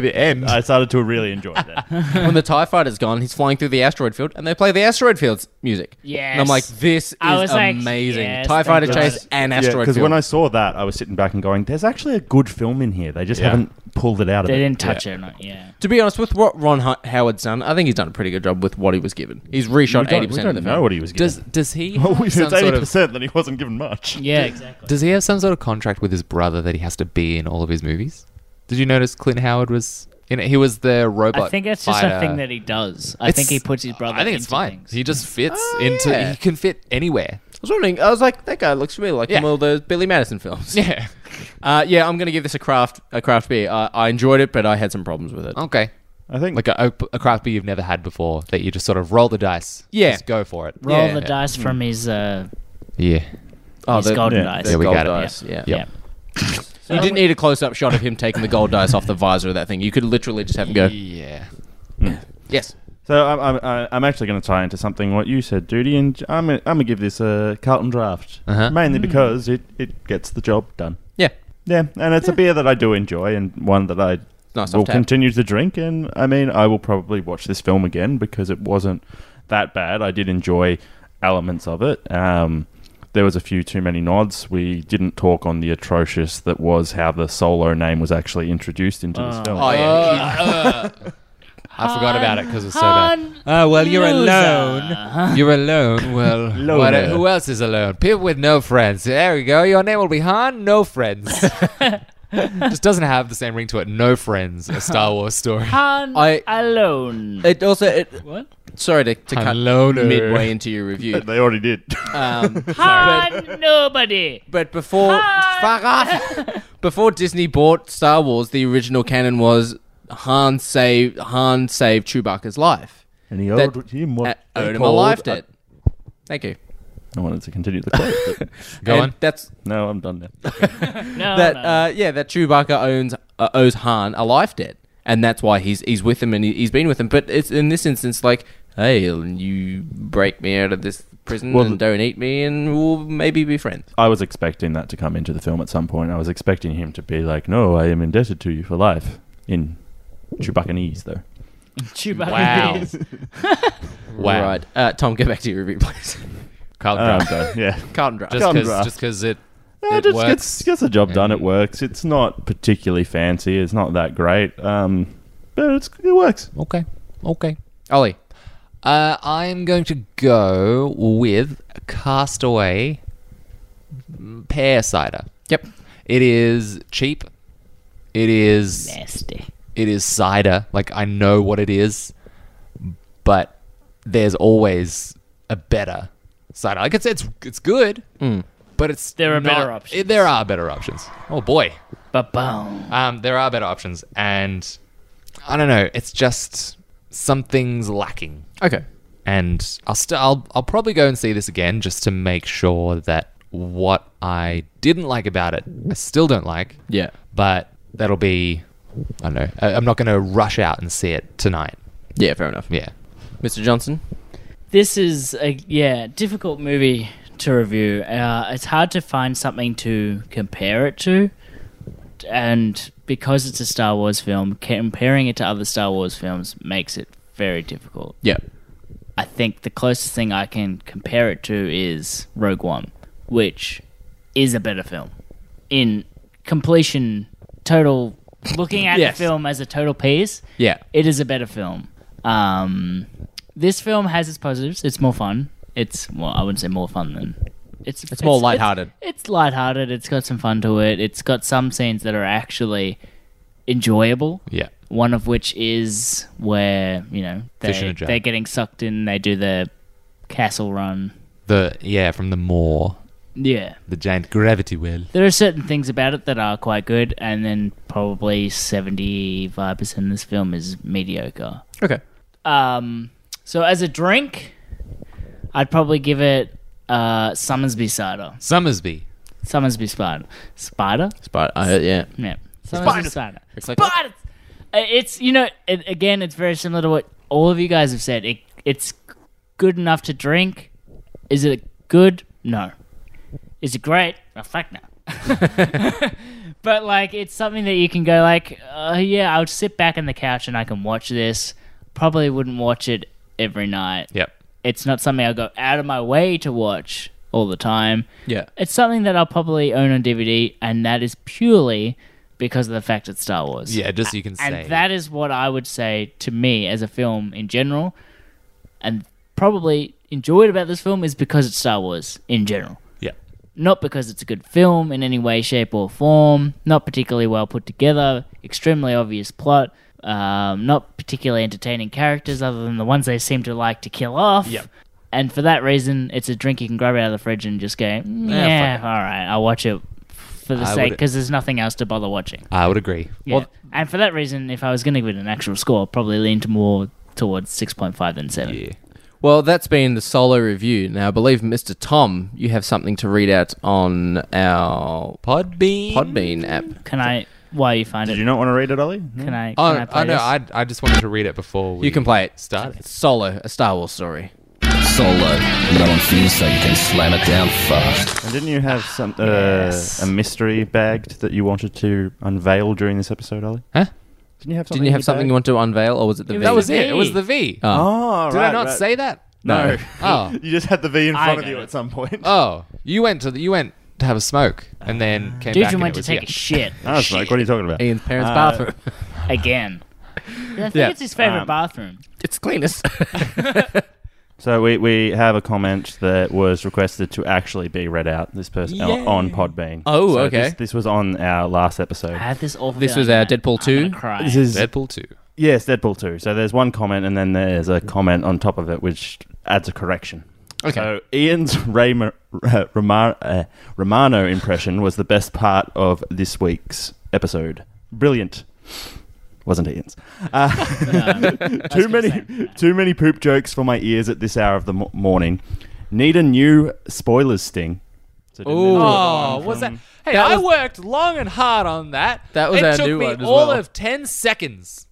[SPEAKER 1] I started to really enjoy that.
[SPEAKER 4] when the TIE fighter's gone, he's flying through the asteroid field and they play the asteroid field's music.
[SPEAKER 2] Yes.
[SPEAKER 4] And I'm like, this
[SPEAKER 2] I
[SPEAKER 4] is
[SPEAKER 2] was like,
[SPEAKER 4] amazing.
[SPEAKER 2] yes,
[SPEAKER 4] TIE
[SPEAKER 2] thank
[SPEAKER 4] fighter
[SPEAKER 2] God.
[SPEAKER 4] chase and asteroid
[SPEAKER 1] Because
[SPEAKER 4] field.
[SPEAKER 1] when I saw that, I was sitting back and going, "There's actually a good film in here. They just
[SPEAKER 4] Yeah.
[SPEAKER 1] haven't pulled it out of
[SPEAKER 4] They
[SPEAKER 1] it.
[SPEAKER 4] didn't touch
[SPEAKER 2] Yeah, no, yeah.
[SPEAKER 4] to be honest, with what Ron Ho- Howard's done, I think he's done a pretty good job with what he was given. He's reshot
[SPEAKER 1] We don't-
[SPEAKER 4] eighty
[SPEAKER 1] we
[SPEAKER 4] percent
[SPEAKER 1] don't
[SPEAKER 4] of the
[SPEAKER 1] know
[SPEAKER 4] film.
[SPEAKER 1] what he was Does- given.
[SPEAKER 5] does he?
[SPEAKER 1] Well,
[SPEAKER 5] have
[SPEAKER 1] it's
[SPEAKER 5] some sort
[SPEAKER 1] 80%
[SPEAKER 5] of-
[SPEAKER 1] that he wasn't given much.
[SPEAKER 2] Yeah, exactly.
[SPEAKER 5] Does he have some sort of contract with his brother that he has to be in all of his movies? Did you notice Clint Howard was in it? He was the robot.
[SPEAKER 2] I think that's just a
[SPEAKER 5] fighter.
[SPEAKER 2] thing that he does. I
[SPEAKER 5] It's-
[SPEAKER 2] think he puts his brother.
[SPEAKER 5] I think it's
[SPEAKER 2] into
[SPEAKER 5] fine.
[SPEAKER 2] things.
[SPEAKER 5] He just fits into.
[SPEAKER 4] yeah.
[SPEAKER 5] He can fit anywhere.
[SPEAKER 4] I was wondering. I was like, that guy looks really like
[SPEAKER 5] Yeah.
[SPEAKER 4] from all those Billy Madison films.
[SPEAKER 5] Yeah.
[SPEAKER 4] uh, yeah. I'm gonna give this a craft a craft beer. I, I enjoyed it, but I had some problems with it.
[SPEAKER 5] Okay.
[SPEAKER 1] I think
[SPEAKER 5] like a, a craft beer you've never had before that you just sort of roll the dice.
[SPEAKER 4] Yeah.
[SPEAKER 5] Just go for it.
[SPEAKER 2] roll
[SPEAKER 5] Yeah.
[SPEAKER 2] the dice from his uh,
[SPEAKER 5] Yeah.
[SPEAKER 4] Oh,
[SPEAKER 2] his
[SPEAKER 4] the-
[SPEAKER 2] golden
[SPEAKER 4] yeah,
[SPEAKER 2] dice.
[SPEAKER 4] the Yeah, we gold got it. dice,
[SPEAKER 2] dice.
[SPEAKER 4] yeah.
[SPEAKER 5] Yep.
[SPEAKER 4] You didn't need a close-up shot of him taking the gold dice off the visor of that thing. You could literally just have him go.
[SPEAKER 5] Yeah.
[SPEAKER 4] Yes.
[SPEAKER 1] So I'm, I'm- I'm, I'm actually going to tie into something what you said, Judy, and j- I'm going I'm to give this a Carlton draft,
[SPEAKER 5] Uh-huh.
[SPEAKER 1] mainly
[SPEAKER 4] Hmm.
[SPEAKER 5] Mm.
[SPEAKER 1] because it, it gets the job done.
[SPEAKER 4] Yeah.
[SPEAKER 1] Yeah, and it's a beer that I do enjoy and one that I
[SPEAKER 4] Nice off
[SPEAKER 1] will
[SPEAKER 4] tap.
[SPEAKER 1] continue to drink. And I mean, I will probably watch this film again because it wasn't that bad. I did enjoy elements of it. Um, there was a few too many nods. We didn't talk on the atrocious that was how the solo name was actually introduced into this
[SPEAKER 5] Uh.
[SPEAKER 1] film.
[SPEAKER 5] Oh, yeah. uh, I forgot about it because it's so bad. Oh, well, you're
[SPEAKER 4] loser.
[SPEAKER 5] alone. You're alone. Well, what, uh,
[SPEAKER 4] Loner.
[SPEAKER 5] who else is alone? People with no friends. There we go. Your name will be Han, no friends. Just doesn't have the same ring to it. No friends. A Star Wars story.
[SPEAKER 2] Han
[SPEAKER 4] I-
[SPEAKER 2] alone.
[SPEAKER 4] It also. It,
[SPEAKER 2] What?
[SPEAKER 4] Sorry to, to cut
[SPEAKER 5] Hello-no.
[SPEAKER 4] midway into your review.
[SPEAKER 1] they already did.
[SPEAKER 4] Um,
[SPEAKER 2] Han nobody.
[SPEAKER 4] But before fuck off, before Disney bought Star Wars, the original canon was Han saved Han saved Chewbacca's life.
[SPEAKER 1] And he
[SPEAKER 4] That-
[SPEAKER 1] owed him what
[SPEAKER 4] that
[SPEAKER 1] they
[SPEAKER 4] owed him a
[SPEAKER 1] called
[SPEAKER 4] life
[SPEAKER 1] a-
[SPEAKER 4] debt. Thank you.
[SPEAKER 1] I wanted to continue the quote. but-
[SPEAKER 4] Go And on. That's
[SPEAKER 1] no, I'm done now.
[SPEAKER 2] No,
[SPEAKER 4] that
[SPEAKER 2] no.
[SPEAKER 4] uh, yeah, that Chewbacca owns uh, owes Han a life debt, and that's why he's he's with him and he, he's been with him. But it's in this instance like, hey, you break me out of this prison
[SPEAKER 1] Well,
[SPEAKER 4] and don't eat me, and we'll maybe be friends.
[SPEAKER 1] I was expecting that to come into the film at some point. I was expecting him to be like, "No, I am indebted to you for life." In Chewbaccanese, though.
[SPEAKER 2] Chewbacca.
[SPEAKER 5] Wow.
[SPEAKER 2] is-
[SPEAKER 5] Wow.
[SPEAKER 4] Right, Oh, uh, Tom, go back to your review, please.
[SPEAKER 5] Carlton
[SPEAKER 1] Um,
[SPEAKER 5] Draft.
[SPEAKER 1] so, yeah.
[SPEAKER 4] Carlton Drive.
[SPEAKER 5] Just
[SPEAKER 1] Carlton
[SPEAKER 5] because
[SPEAKER 1] Draft.
[SPEAKER 5] just 'cause it,
[SPEAKER 1] Yeah,
[SPEAKER 5] it
[SPEAKER 1] just
[SPEAKER 5] works.
[SPEAKER 1] gets gets the job done. It works. It's not particularly fancy. It's not that great. Um, but it's, it works.
[SPEAKER 5] Okay. Okay. Ollie. Uh, I'm going to go with Castaway pear cider.
[SPEAKER 4] Yep.
[SPEAKER 5] It is cheap. It is
[SPEAKER 2] Nasty.
[SPEAKER 5] It is cider. Like I know what it is, but there's always a better cider. Like it's it's it's good, but it's
[SPEAKER 2] There are
[SPEAKER 5] not-
[SPEAKER 2] better options.
[SPEAKER 5] it- there are better options. Oh boy.
[SPEAKER 2] Ba-boom.
[SPEAKER 5] Um, there are better options, and I don't know. It's just something's lacking,
[SPEAKER 4] Okay.
[SPEAKER 5] and I'll st- I'll I'll probably go and see this again just to make sure that what I didn't like about it, I still don't like.
[SPEAKER 4] Yeah.
[SPEAKER 5] But that'll be, I don't know. I- I'm not going to rush out and see it tonight.
[SPEAKER 4] Yeah, fair enough.
[SPEAKER 5] Yeah.
[SPEAKER 4] Mr. Johnson.
[SPEAKER 2] This is a yeah difficult movie to review. Uh, it's hard to find something to compare it to, and because it's a Star Wars film, comparing it to other Star Wars films makes it very difficult.
[SPEAKER 4] Yeah.
[SPEAKER 2] I think the closest thing I can compare it to is Rogue One, which is a better film in completion, total. Looking at
[SPEAKER 4] Yes.
[SPEAKER 2] the film as a total piece,
[SPEAKER 4] Yeah.
[SPEAKER 2] it is a better film. Um, this film has its positives. It's more fun. It's well, I wouldn't say more fun than it's. It's
[SPEAKER 4] more lighthearted.
[SPEAKER 2] It's, it's lighthearted. It's got some fun to it. It's got some scenes that are actually enjoyable.
[SPEAKER 5] Yeah.
[SPEAKER 2] One of which is where you know
[SPEAKER 5] Fish in
[SPEAKER 2] they
[SPEAKER 5] a jar.
[SPEAKER 2] they're getting sucked in. They do the castle run.
[SPEAKER 5] The yeah from the moor,
[SPEAKER 2] Yeah.
[SPEAKER 5] the giant gravity well.
[SPEAKER 2] There are certain things about it that are quite good, and then probably seventy-five percent of this film is mediocre.
[SPEAKER 4] Okay.
[SPEAKER 2] Um, so as a drink, I'd probably give it uh, Summersby cider.
[SPEAKER 5] Summersby.
[SPEAKER 2] Summersby spider. Spider?
[SPEAKER 4] But uh, yeah.
[SPEAKER 2] Yeah. Summersby
[SPEAKER 4] Spiders.
[SPEAKER 2] cider.
[SPEAKER 4] It's like- oh.
[SPEAKER 2] Spiders! Uh, It's, you know, it, again, it's very similar to what all of you guys have said. It, it's good enough to drink. Is it good? No. Is it great? Oh, fuck no. but like, it's something that you can go like, uh, yeah, I'll sit back on the couch and I can watch this. Probably wouldn't watch it every night.
[SPEAKER 5] Yep.
[SPEAKER 2] It's not something I'll go out of my way to watch all the time.
[SPEAKER 4] Yeah.
[SPEAKER 2] It's something that I'll probably own on DVD, and that is purely because of the fact it's Star Wars.
[SPEAKER 5] Yeah, just so you can
[SPEAKER 2] and
[SPEAKER 5] say.
[SPEAKER 2] that is what I would say to me as a film in general, and probably enjoyed about this film is because it's Star Wars in general.
[SPEAKER 5] Yeah.
[SPEAKER 2] Not because it's a good film in any way, shape, or form. Not particularly well put together. Extremely obvious plot. Um, not particularly entertaining characters, other than the ones they seem to like to kill off.
[SPEAKER 5] Yep.
[SPEAKER 2] And for that reason, it's a drink you can grab out of the fridge and just go,
[SPEAKER 5] fuck
[SPEAKER 2] yeah, all right, I'll watch it for the
[SPEAKER 5] I
[SPEAKER 2] sake
[SPEAKER 5] would-
[SPEAKER 2] because there's nothing else to bother watching.
[SPEAKER 5] I would agree.
[SPEAKER 2] Yeah. and for that reason, if I was going to give it an actual score, I'd probably lean to more towards 6.5 than 7. Yeah.
[SPEAKER 4] Well, that's been the solo review. Now, I believe Mr. Tom, you have something to read out on our
[SPEAKER 5] Podbean
[SPEAKER 4] Podbean app.
[SPEAKER 2] Can I? Why you find it?
[SPEAKER 1] Did you not want to read it, Ollie?
[SPEAKER 2] Can I? Can
[SPEAKER 4] Oh,
[SPEAKER 2] I play
[SPEAKER 4] oh, no,
[SPEAKER 2] this?
[SPEAKER 4] I-
[SPEAKER 5] I, I just wanted to read it before we
[SPEAKER 4] You can play it.
[SPEAKER 5] Start it.
[SPEAKER 4] Solo, a Star Wars story.
[SPEAKER 6] Solo. No one feels so you can slam it down fast.
[SPEAKER 1] And didn't you have some uh,
[SPEAKER 6] Yes.
[SPEAKER 1] a mystery bagged that you wanted to unveil during this episode, Ollie?
[SPEAKER 4] Huh?
[SPEAKER 1] Didn't you have something?
[SPEAKER 4] Didn't you have something you want to unveil, or was it the Uh,
[SPEAKER 5] It
[SPEAKER 4] V?
[SPEAKER 5] was- that was it. It was the V.
[SPEAKER 1] Oh,
[SPEAKER 5] Did I
[SPEAKER 1] right,
[SPEAKER 5] not
[SPEAKER 1] right.
[SPEAKER 5] say that?
[SPEAKER 1] No.
[SPEAKER 5] Oh.
[SPEAKER 1] You just had the V in
[SPEAKER 5] I
[SPEAKER 1] front of
[SPEAKER 5] got
[SPEAKER 1] you
[SPEAKER 5] it.
[SPEAKER 1] at some point.
[SPEAKER 5] Oh, you went to the, you went to have a smoke and then came
[SPEAKER 2] Dude,
[SPEAKER 5] back.
[SPEAKER 2] you
[SPEAKER 5] and
[SPEAKER 2] went
[SPEAKER 5] it
[SPEAKER 2] to
[SPEAKER 5] was
[SPEAKER 2] take
[SPEAKER 5] here.
[SPEAKER 2] a shit.
[SPEAKER 1] I was like, Ah, what are you talking about?
[SPEAKER 4] Ian's parents'
[SPEAKER 1] Uh,
[SPEAKER 4] bathroom.
[SPEAKER 2] Again. I think
[SPEAKER 1] Yeah.
[SPEAKER 2] it's his favorite
[SPEAKER 1] Um,
[SPEAKER 2] bathroom.
[SPEAKER 4] It's cleanest.
[SPEAKER 1] So we, we have a comment that was requested to actually be read out. This person
[SPEAKER 2] Yay.
[SPEAKER 1] on Podbean.
[SPEAKER 4] Oh,
[SPEAKER 1] So
[SPEAKER 4] okay.
[SPEAKER 1] This, this was on our last episode.
[SPEAKER 2] I had this awful
[SPEAKER 4] This was
[SPEAKER 2] feeling
[SPEAKER 4] our
[SPEAKER 2] that
[SPEAKER 4] Deadpool
[SPEAKER 2] I'm gonna
[SPEAKER 4] 2.
[SPEAKER 2] Cry.
[SPEAKER 1] This is
[SPEAKER 5] Deadpool two.
[SPEAKER 1] yes, Deadpool two. So there's one comment, and then there's a comment on top of it which adds a correction.
[SPEAKER 5] Okay.
[SPEAKER 1] So Ian's Raymer, Romano, uh, Romano impression was the best part of this week's episode. Brilliant. Wasn't Ian's. Uh, too many, too many poop jokes for my ears at this hour of the m- morning. Need a new spoilers sting. So didn't
[SPEAKER 5] Oh,
[SPEAKER 1] it do another one
[SPEAKER 5] was that?
[SPEAKER 1] from-
[SPEAKER 5] Hey,
[SPEAKER 4] That
[SPEAKER 5] I
[SPEAKER 4] was-
[SPEAKER 5] worked long and hard on that.
[SPEAKER 4] That was
[SPEAKER 5] it
[SPEAKER 4] our
[SPEAKER 5] took
[SPEAKER 4] new
[SPEAKER 5] me
[SPEAKER 4] one as
[SPEAKER 5] all
[SPEAKER 4] well.
[SPEAKER 5] of ten seconds.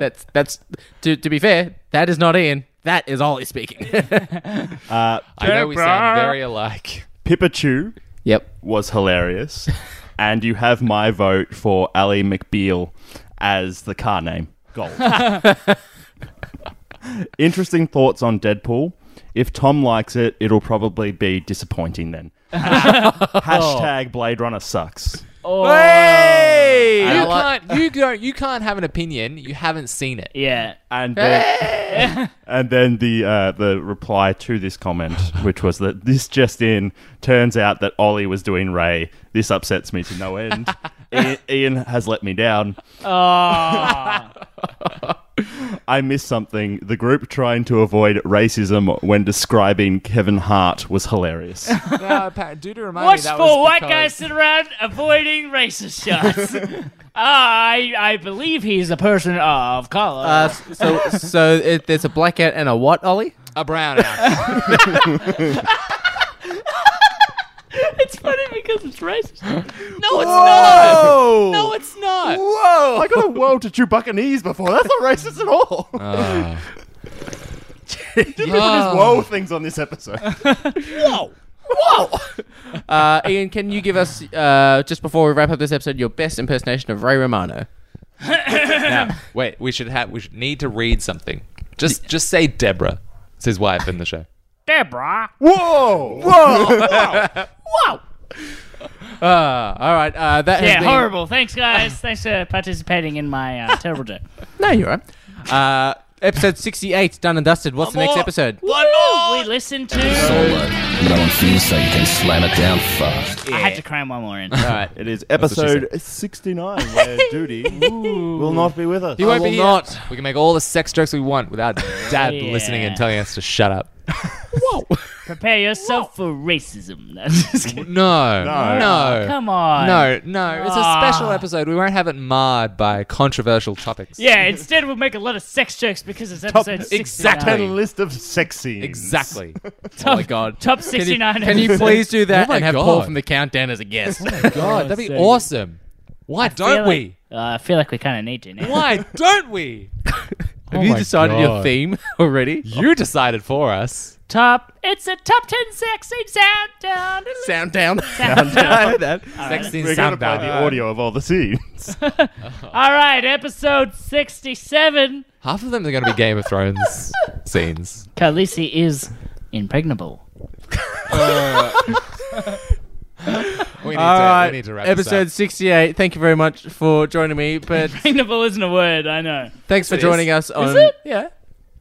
[SPEAKER 4] that's that's to, to be fair, that is not Ian. That is Ollie speaking.
[SPEAKER 1] Uh,
[SPEAKER 5] I know we sound very alike.
[SPEAKER 1] Pikachu.
[SPEAKER 4] Yep.
[SPEAKER 1] Was hilarious, and you have my vote for Ali McBeal as the car name. Gold. Interesting thoughts on Deadpool. If Tom likes it, it'll probably be disappointing then. Hashtag Blade Runner sucks.
[SPEAKER 2] Oh.
[SPEAKER 5] Hey, you
[SPEAKER 4] I like-
[SPEAKER 5] can't. You don't. You can't have an opinion. You haven't seen it.
[SPEAKER 2] Yeah.
[SPEAKER 1] And then, and then the uh, the reply to this comment, which was that this just in turns out that Ollie was doing Ray. This upsets me to no end. Ian, Ian has let me down.
[SPEAKER 2] Oh.
[SPEAKER 1] Ah. I missed something. The group trying to avoid racism when describing Kevin Hart was hilarious.
[SPEAKER 5] No, Uh, Pat, do to remind
[SPEAKER 2] What's
[SPEAKER 5] me that
[SPEAKER 2] for
[SPEAKER 5] was
[SPEAKER 2] white
[SPEAKER 5] because-
[SPEAKER 2] guys sit around avoiding racist shots? I I believe he's a person of color.
[SPEAKER 4] Uh, s- so so it, there's a blackout and a what, Ollie?
[SPEAKER 5] A brown ass.
[SPEAKER 2] it's funny because it's racist.
[SPEAKER 5] no, it's not.
[SPEAKER 1] Oh!
[SPEAKER 5] No, it's not.
[SPEAKER 1] Whoa! I got a whoa to Chewbacca knees before. That's not racist at all. Didn't even
[SPEAKER 5] Oh.
[SPEAKER 1] whoa things on this episode.
[SPEAKER 4] Uh, Ian, can you give us uh, just before we wrap up this episode your best impersonation of Ray Romano?
[SPEAKER 5] Now, wait. We should have. We should need to read something. Just, just say Deborah. It's his wife in the show.
[SPEAKER 2] Deborah.
[SPEAKER 1] Whoa!
[SPEAKER 4] Uh, all right, uh, that has
[SPEAKER 2] Yeah,
[SPEAKER 4] been-
[SPEAKER 2] horrible. Thanks, guys. Thanks for participating in my uh, terrible joke.
[SPEAKER 4] No, you're all right. Uh, episode sixty-eight, done and dusted. What's the next episode?
[SPEAKER 5] One more.
[SPEAKER 2] We listened to.
[SPEAKER 6] Solo. No one feels so you can slam it down fast.
[SPEAKER 2] I had to cram one more in.
[SPEAKER 4] All right,
[SPEAKER 1] It is
[SPEAKER 5] what she
[SPEAKER 1] episode 69 where Duty will not be with us.
[SPEAKER 5] He won't
[SPEAKER 4] will
[SPEAKER 5] be here.
[SPEAKER 4] not.
[SPEAKER 5] We can make all the sex jokes we want without Dad
[SPEAKER 2] Yeah.
[SPEAKER 5] listening and telling us to shut up.
[SPEAKER 2] Prepare yourself for racism. No, just kidding.
[SPEAKER 5] No,
[SPEAKER 1] No.
[SPEAKER 5] no,
[SPEAKER 2] Come on.
[SPEAKER 5] no, no. It's a
[SPEAKER 2] Ah.
[SPEAKER 5] special episode. We won't have it marred by controversial topics.
[SPEAKER 2] Yeah, instead we'll make a lot of sex jokes because it's episode 69.
[SPEAKER 5] exactly.
[SPEAKER 1] Ten list of sex scenes.
[SPEAKER 5] exactly.
[SPEAKER 4] Oh my god.
[SPEAKER 2] Top
[SPEAKER 4] Can you,
[SPEAKER 2] 69.
[SPEAKER 4] can you please do that
[SPEAKER 5] Oh my
[SPEAKER 4] and have
[SPEAKER 5] God. Oh
[SPEAKER 4] Paul from the countdown as a guest?
[SPEAKER 5] God, that'd be awesome. Why don't we?
[SPEAKER 2] Uh, I feel like we kind of need to now.
[SPEAKER 5] Why don't we?
[SPEAKER 4] Oh Have you decided your theme already?
[SPEAKER 5] You decided for us.
[SPEAKER 2] top. It's a top ten sexy sound down.
[SPEAKER 4] Sound down.
[SPEAKER 2] Sound down.
[SPEAKER 4] I know that.
[SPEAKER 2] All right.
[SPEAKER 1] We're gonna play the audio of all the scenes.
[SPEAKER 2] All right, episode sixty-seven.
[SPEAKER 5] Half of them are going to be Game of Thrones scenes.
[SPEAKER 2] Khaleesi is impregnable.
[SPEAKER 5] We need,
[SPEAKER 4] All
[SPEAKER 2] Uh,
[SPEAKER 5] to,
[SPEAKER 4] right,
[SPEAKER 5] we need to wrap
[SPEAKER 4] episode
[SPEAKER 5] this
[SPEAKER 4] sixty-eight. Thank you very much for joining me, but
[SPEAKER 2] Impregnable isn't a word. I know.
[SPEAKER 4] thanks for
[SPEAKER 2] It is.
[SPEAKER 4] joining us. On,
[SPEAKER 2] Is it? Yeah.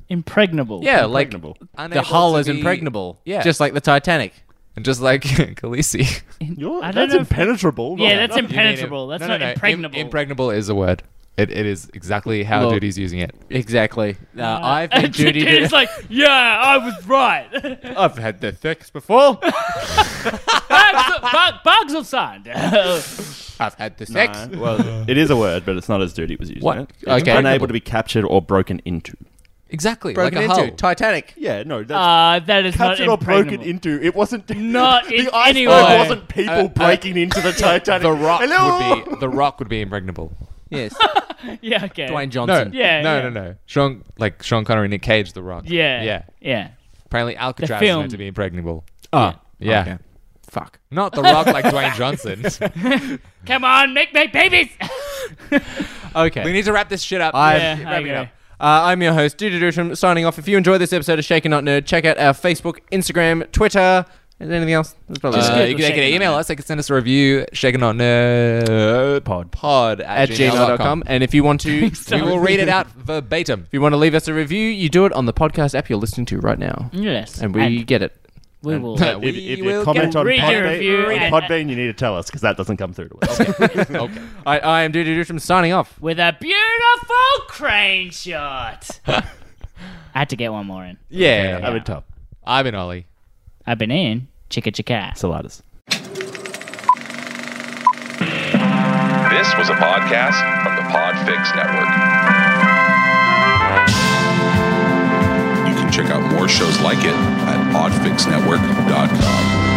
[SPEAKER 2] Impregnable.
[SPEAKER 4] Yeah, like the
[SPEAKER 5] Unable
[SPEAKER 4] hull
[SPEAKER 5] to
[SPEAKER 4] is
[SPEAKER 5] be-
[SPEAKER 4] impregnable.
[SPEAKER 5] Yeah.
[SPEAKER 4] just like the Titanic.
[SPEAKER 5] And just like Khaleesi.
[SPEAKER 1] You're,
[SPEAKER 2] I don't
[SPEAKER 1] that's
[SPEAKER 2] know if-
[SPEAKER 1] impenetrable.
[SPEAKER 2] Yeah,
[SPEAKER 1] not-
[SPEAKER 2] that's
[SPEAKER 1] not-
[SPEAKER 2] impenetrable. That's
[SPEAKER 5] No, no,
[SPEAKER 2] not
[SPEAKER 5] no. Im-
[SPEAKER 2] impregnable.
[SPEAKER 5] impregnable is a word. It, it is exactly how
[SPEAKER 4] Look.
[SPEAKER 5] Duty's using it.
[SPEAKER 4] Exactly. Uh, I've been duty.
[SPEAKER 2] It's like, yeah, I was right.
[SPEAKER 4] I've had the sex before.
[SPEAKER 2] bugs, bug, bugs Uh, of sound.
[SPEAKER 4] I've had the
[SPEAKER 1] Sex? Well, it is a word, but it's not as dirty was using
[SPEAKER 5] What?
[SPEAKER 1] it. It's
[SPEAKER 5] Okay.
[SPEAKER 1] unable to be captured or broken into.
[SPEAKER 5] Exactly.
[SPEAKER 4] Broken
[SPEAKER 5] like a
[SPEAKER 4] into
[SPEAKER 5] hull.
[SPEAKER 4] Titanic.
[SPEAKER 1] Yeah, no, that's
[SPEAKER 2] uh, that is not
[SPEAKER 1] captured or broken
[SPEAKER 2] impregnable.
[SPEAKER 1] into. It wasn't
[SPEAKER 2] Not in
[SPEAKER 1] the iceberg
[SPEAKER 2] any way.
[SPEAKER 1] wasn't people
[SPEAKER 5] Uh, uh,
[SPEAKER 1] breaking into the Titanic.
[SPEAKER 5] The rock
[SPEAKER 1] Hello?
[SPEAKER 5] would be the rock would be impregnable.
[SPEAKER 4] Yes,
[SPEAKER 2] Yeah, okay.
[SPEAKER 4] Dwayne
[SPEAKER 5] No,
[SPEAKER 4] Johnson.
[SPEAKER 2] Yeah,
[SPEAKER 5] no,
[SPEAKER 2] yeah.
[SPEAKER 5] no, no. Sean like Sean Connery, Nick Cage, The Rock.
[SPEAKER 2] Yeah.
[SPEAKER 5] yeah.
[SPEAKER 2] Yeah.
[SPEAKER 5] Apparently, Alcatraz is
[SPEAKER 2] film.
[SPEAKER 5] meant to be impregnable.
[SPEAKER 4] Oh,
[SPEAKER 5] Yeah,
[SPEAKER 4] okay. Fuck.
[SPEAKER 5] not The Rock like Dwayne Johnson.
[SPEAKER 2] Come on, make me babies.
[SPEAKER 4] Okay.
[SPEAKER 5] we need to wrap this shit up.
[SPEAKER 4] I've-
[SPEAKER 2] yeah, I agree.
[SPEAKER 4] Uh, I'm your host, Duda Dusham, signing off. If you enjoyed this episode of Shaken Not Nerd, check out our Facebook, Instagram, Twitter, and anything else. That's probably
[SPEAKER 5] Uh,
[SPEAKER 4] it.
[SPEAKER 2] good
[SPEAKER 5] you
[SPEAKER 2] with
[SPEAKER 5] can, they can
[SPEAKER 2] shaking
[SPEAKER 5] email
[SPEAKER 2] on
[SPEAKER 5] us. They can send us a review. Shaken on nerd pod pod at,
[SPEAKER 4] at gmail.com. And if you want to,
[SPEAKER 5] We
[SPEAKER 4] we
[SPEAKER 5] will
[SPEAKER 4] will-
[SPEAKER 5] read it out verbatim.
[SPEAKER 4] if you want to leave us a review, you do it on the podcast app you're listening to right now.
[SPEAKER 2] Yes.
[SPEAKER 4] And we get it.
[SPEAKER 2] Mm-hmm. we will.
[SPEAKER 5] We
[SPEAKER 1] If, if
[SPEAKER 5] will
[SPEAKER 1] you comment
[SPEAKER 5] get-
[SPEAKER 1] on
[SPEAKER 2] read your review
[SPEAKER 1] Podbean,
[SPEAKER 2] and-
[SPEAKER 1] Podbean, you need to tell us because that doesn't come through to us.
[SPEAKER 5] okay.
[SPEAKER 4] I, I am Duda Dusham, signing off.
[SPEAKER 2] with a beautiful crane shot. I had to get one more in.
[SPEAKER 5] Yeah,
[SPEAKER 1] I would top.
[SPEAKER 5] I've been Ollie.
[SPEAKER 2] I've been in Chicka Chicka.
[SPEAKER 1] Saladas.
[SPEAKER 13] This was a podcast from the Podfix Network. You can check out more shows like it at podfixnetwork.com.